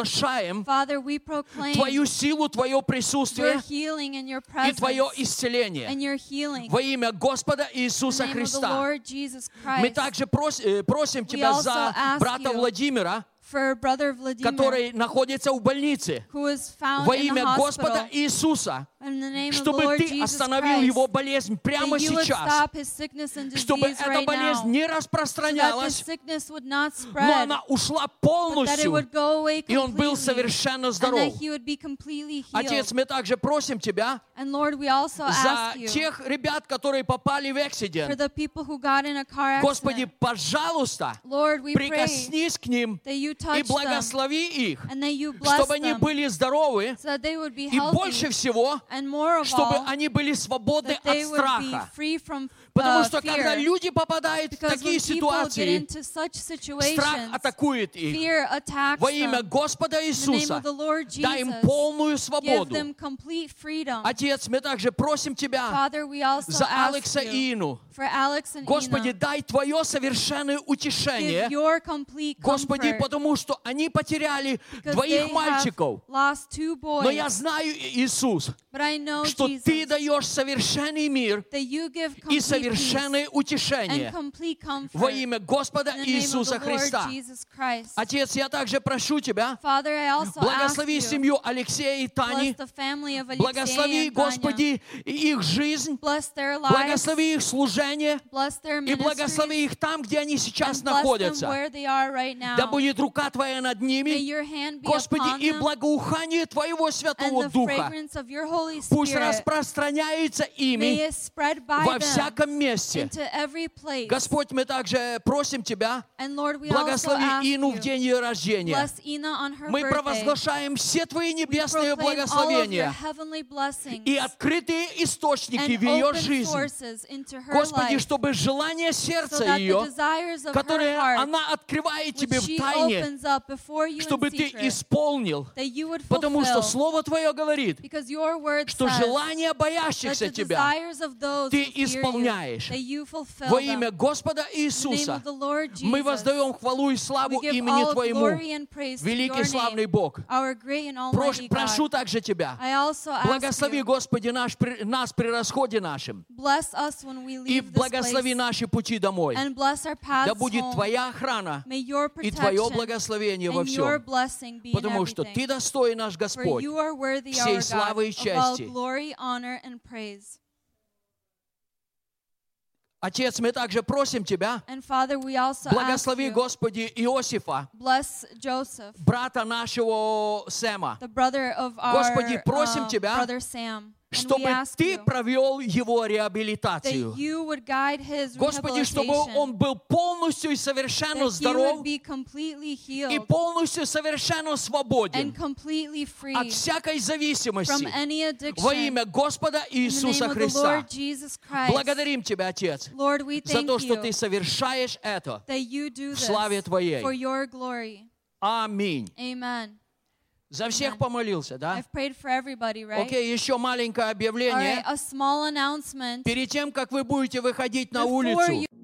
Speaker 22: провозглашаем
Speaker 23: Father, we proclaim
Speaker 22: Твою силу, Твое
Speaker 23: your
Speaker 22: присутствие
Speaker 23: healing and your
Speaker 22: и
Speaker 23: presence
Speaker 22: Твое
Speaker 23: and
Speaker 22: исцеление.
Speaker 23: your healing.
Speaker 22: Во имя Господа Иисуса
Speaker 23: In the name of the
Speaker 22: Христа.
Speaker 23: Lord Jesus
Speaker 22: Мы
Speaker 23: Christ,
Speaker 22: также прос- э, просим
Speaker 23: We
Speaker 22: Тебя
Speaker 23: also
Speaker 22: за
Speaker 23: ask
Speaker 22: брата
Speaker 23: you,
Speaker 22: Владимира,
Speaker 23: for brother Vladimir,
Speaker 22: который находится в больнице.
Speaker 23: who is found
Speaker 22: Во
Speaker 23: in the
Speaker 22: имя Господа
Speaker 23: hospital,
Speaker 22: Иисуса,
Speaker 23: in the name of the
Speaker 22: чтобы
Speaker 23: Lord
Speaker 22: Ты
Speaker 23: Jesus
Speaker 22: остановил
Speaker 23: Christ,
Speaker 22: его болезнь прямо
Speaker 23: that you would
Speaker 22: сейчас,
Speaker 23: stop his sickness and
Speaker 22: чтобы
Speaker 23: disease
Speaker 22: эта
Speaker 23: right now,
Speaker 22: болезнь не
Speaker 23: so that this
Speaker 22: распространялась,
Speaker 23: sickness would not
Speaker 22: но
Speaker 23: spread,
Speaker 22: она ушла
Speaker 23: but that it
Speaker 22: полностью,
Speaker 23: would go away
Speaker 22: и он был
Speaker 18: completely,
Speaker 22: совершенно
Speaker 23: and
Speaker 22: здоров.
Speaker 23: that he would be completely
Speaker 22: Отец,
Speaker 18: healed.
Speaker 22: мы также просим Тебя
Speaker 23: And Lord, we also
Speaker 22: за
Speaker 23: ask you
Speaker 22: тех ребят, которые попали в
Speaker 23: for
Speaker 22: эксидент.
Speaker 23: the people who got in a car accident.
Speaker 22: Господи, пожалуйста,
Speaker 23: Lord, we pray
Speaker 22: прикоснись к ним
Speaker 23: that you
Speaker 22: и
Speaker 23: touch them
Speaker 22: благослови их,
Speaker 23: and that you bless
Speaker 22: чтобы они
Speaker 23: them
Speaker 22: были здоровы,
Speaker 23: so that they would be
Speaker 22: и больше
Speaker 23: healthy
Speaker 22: всего,
Speaker 23: and more of
Speaker 22: чтобы
Speaker 23: all
Speaker 22: они были свободны
Speaker 23: that
Speaker 22: от
Speaker 23: they would be
Speaker 22: страха.
Speaker 23: free from
Speaker 22: Потому
Speaker 23: uh,
Speaker 22: что когда
Speaker 23: fear.
Speaker 22: люди попадают в
Speaker 23: Because
Speaker 22: такие
Speaker 23: when people get
Speaker 22: ситуации,
Speaker 23: into such
Speaker 22: страх
Speaker 23: situations,
Speaker 22: атакует их.
Speaker 23: fear attacks
Speaker 22: Во имя
Speaker 23: them.
Speaker 22: Господа
Speaker 23: In the name
Speaker 22: Иисуса
Speaker 23: of the Lord
Speaker 22: дай им
Speaker 23: Jesus,
Speaker 22: полную
Speaker 23: give
Speaker 22: свободу.
Speaker 23: them complete freedom.
Speaker 22: Отец, мы также просим Тебя
Speaker 23: Father, we also
Speaker 22: за
Speaker 23: ask
Speaker 22: Алекса и
Speaker 23: you
Speaker 22: Ину.
Speaker 23: for Alex and
Speaker 22: Господи,
Speaker 23: Ina,
Speaker 22: дай Твое совершенное утешение.
Speaker 23: give your complete
Speaker 22: Господи,
Speaker 23: comfort.
Speaker 22: потому что они потеряли
Speaker 23: because
Speaker 22: двоих
Speaker 23: they
Speaker 22: мальчиков.
Speaker 23: have lost two boys.
Speaker 22: Но я знаю, И- Иисус,
Speaker 23: but I know,
Speaker 22: что
Speaker 23: Jesus,
Speaker 22: Ты даешь совершенный мир
Speaker 23: that you give
Speaker 22: и
Speaker 23: complete
Speaker 22: совершенное
Speaker 23: peace and
Speaker 22: утешение
Speaker 23: complete comfort
Speaker 22: во имя Господа
Speaker 23: in the name of
Speaker 22: Иисуса
Speaker 23: the Lord
Speaker 22: Христа.
Speaker 23: Jesus Christ.
Speaker 22: Отец, я также прошу Тебя,
Speaker 23: Father, I also ask
Speaker 22: благослови
Speaker 23: you,
Speaker 22: семью Алексея и
Speaker 23: bless
Speaker 22: Тани,
Speaker 23: the family of Алексея
Speaker 22: благослови,
Speaker 23: and Tanya,
Speaker 22: Господи, и их жизнь,
Speaker 23: bless their lives,
Speaker 22: благослови их служение
Speaker 23: bless their
Speaker 22: и
Speaker 18: ministries,
Speaker 22: благослови их там, где они сейчас
Speaker 23: bless them
Speaker 22: находятся.
Speaker 23: where they are right now.
Speaker 22: Да будет рука Твоя над
Speaker 23: May
Speaker 22: ними,
Speaker 23: your hand be upon
Speaker 22: Господи, и
Speaker 23: them
Speaker 22: благоухание Твоего
Speaker 23: and
Speaker 22: Святого
Speaker 23: the
Speaker 22: Духа
Speaker 23: fragrance of your Holy
Speaker 22: пусть
Speaker 18: Spirit
Speaker 22: распространяется
Speaker 23: may
Speaker 22: ими
Speaker 23: it spread by
Speaker 22: во
Speaker 23: them
Speaker 22: всяком месте.
Speaker 23: into every place.
Speaker 22: Господь, мы также просим Тебя,
Speaker 23: And Lord, we also ask
Speaker 22: благослови Ину в
Speaker 23: you,
Speaker 22: день ее рождения.
Speaker 23: bless Ina on her
Speaker 22: Мы
Speaker 23: birthday.
Speaker 22: провозглашаем все Твои небесные
Speaker 23: Proclaim all of your
Speaker 22: благословения
Speaker 23: heavenly blessings
Speaker 22: и открытые источники
Speaker 23: and
Speaker 22: в ее
Speaker 23: open
Speaker 22: жизнь.
Speaker 23: sources into her
Speaker 22: Господи,
Speaker 23: life
Speaker 22: чтобы желание
Speaker 23: so
Speaker 22: сердца
Speaker 23: that the
Speaker 22: ее,
Speaker 23: desires of her
Speaker 22: которое
Speaker 23: heart
Speaker 22: она открывает тебе
Speaker 23: which
Speaker 22: в
Speaker 23: she
Speaker 22: тайне,
Speaker 23: opens up before you
Speaker 22: чтобы
Speaker 23: in
Speaker 22: ты
Speaker 23: secret
Speaker 22: исполнил,
Speaker 23: that you would
Speaker 22: потому что
Speaker 18: fulfill.
Speaker 22: Слово Твое говорит,
Speaker 23: because your word
Speaker 22: что
Speaker 23: says
Speaker 22: желания боящихся
Speaker 23: that the
Speaker 22: Тебя
Speaker 23: desires of those
Speaker 22: ты
Speaker 23: who fear you,
Speaker 22: исполняешь.
Speaker 23: that you fulfill
Speaker 22: Во
Speaker 23: them.
Speaker 22: имя Господа
Speaker 23: In the name
Speaker 22: Иисуса
Speaker 23: of the Lord
Speaker 22: мы
Speaker 23: Jesus,
Speaker 22: воздаем хвалу и
Speaker 23: we
Speaker 22: славу
Speaker 23: give
Speaker 22: имени
Speaker 23: all
Speaker 22: Твоему,
Speaker 23: glory and praise to
Speaker 22: великий
Speaker 23: your
Speaker 22: славный
Speaker 23: name,
Speaker 22: Бог.
Speaker 23: Our great and
Speaker 22: Прош-
Speaker 23: almighty
Speaker 22: прошу
Speaker 23: God.
Speaker 22: также Тебя,
Speaker 23: I also ask
Speaker 22: благослови,
Speaker 23: you,
Speaker 22: Господи, наш, при- нас при расходе нашим
Speaker 23: bless us when we
Speaker 22: и
Speaker 23: leave this
Speaker 22: благослови
Speaker 23: place
Speaker 22: наши пути домой.
Speaker 23: and bless our paths
Speaker 22: Да будет
Speaker 23: home.
Speaker 22: Твоя охрана
Speaker 23: May your
Speaker 22: и
Speaker 23: protection
Speaker 22: Твое благословение во
Speaker 23: and your
Speaker 22: всем,
Speaker 23: blessing be in
Speaker 22: потому что Ты
Speaker 23: everything.
Speaker 22: достоин наш
Speaker 23: For
Speaker 22: Господь
Speaker 23: you are worthy,
Speaker 22: всей
Speaker 23: our
Speaker 22: славы и
Speaker 23: God, of all
Speaker 22: части.
Speaker 23: glory, honor, and praise.
Speaker 22: Отец, мы также просим Тебя,
Speaker 23: And Father, we also ask
Speaker 22: благослови,
Speaker 23: you,
Speaker 22: Господи, Иосифа,
Speaker 23: bless Joseph,
Speaker 22: брата нашего Сэма,
Speaker 23: the brother of our
Speaker 22: Господи, просим
Speaker 23: um,
Speaker 22: Тебя,
Speaker 23: brother Sam. And we
Speaker 22: чтобы
Speaker 23: ask
Speaker 22: Ты провел его
Speaker 23: that
Speaker 22: реабилитацию.
Speaker 23: you would guide his
Speaker 22: Господи, чтобы
Speaker 23: rehabilitation,
Speaker 22: он был полностью и
Speaker 23: that
Speaker 22: совершенно
Speaker 23: he would
Speaker 22: здоров
Speaker 23: be completely
Speaker 22: и
Speaker 23: healed
Speaker 22: полностью и совершенно
Speaker 23: and
Speaker 22: свободен
Speaker 23: completely free
Speaker 22: от всякой
Speaker 23: from
Speaker 22: зависимости
Speaker 23: any addiction.
Speaker 22: во имя Господа
Speaker 23: In the name
Speaker 22: Иисуса
Speaker 23: of the
Speaker 22: Христа.
Speaker 23: Lord Jesus Christ,
Speaker 22: Благодарим Тебя, Отец,
Speaker 23: Lord, we
Speaker 22: за
Speaker 23: thank
Speaker 22: то, что
Speaker 23: you
Speaker 22: Ты совершаешь это.
Speaker 23: that you do
Speaker 22: в
Speaker 23: this
Speaker 22: славе Твоей.
Speaker 23: for your glory.
Speaker 22: Аминь.
Speaker 23: Amen.
Speaker 22: За всех помолился, да?
Speaker 23: I've prayed for everybody, right?
Speaker 22: Окей, еще маленькое
Speaker 23: All right,
Speaker 22: объявление.
Speaker 23: a small announcement.
Speaker 22: Перед тем, как вы будете выходить на
Speaker 23: Before
Speaker 22: улицу,
Speaker 23: you-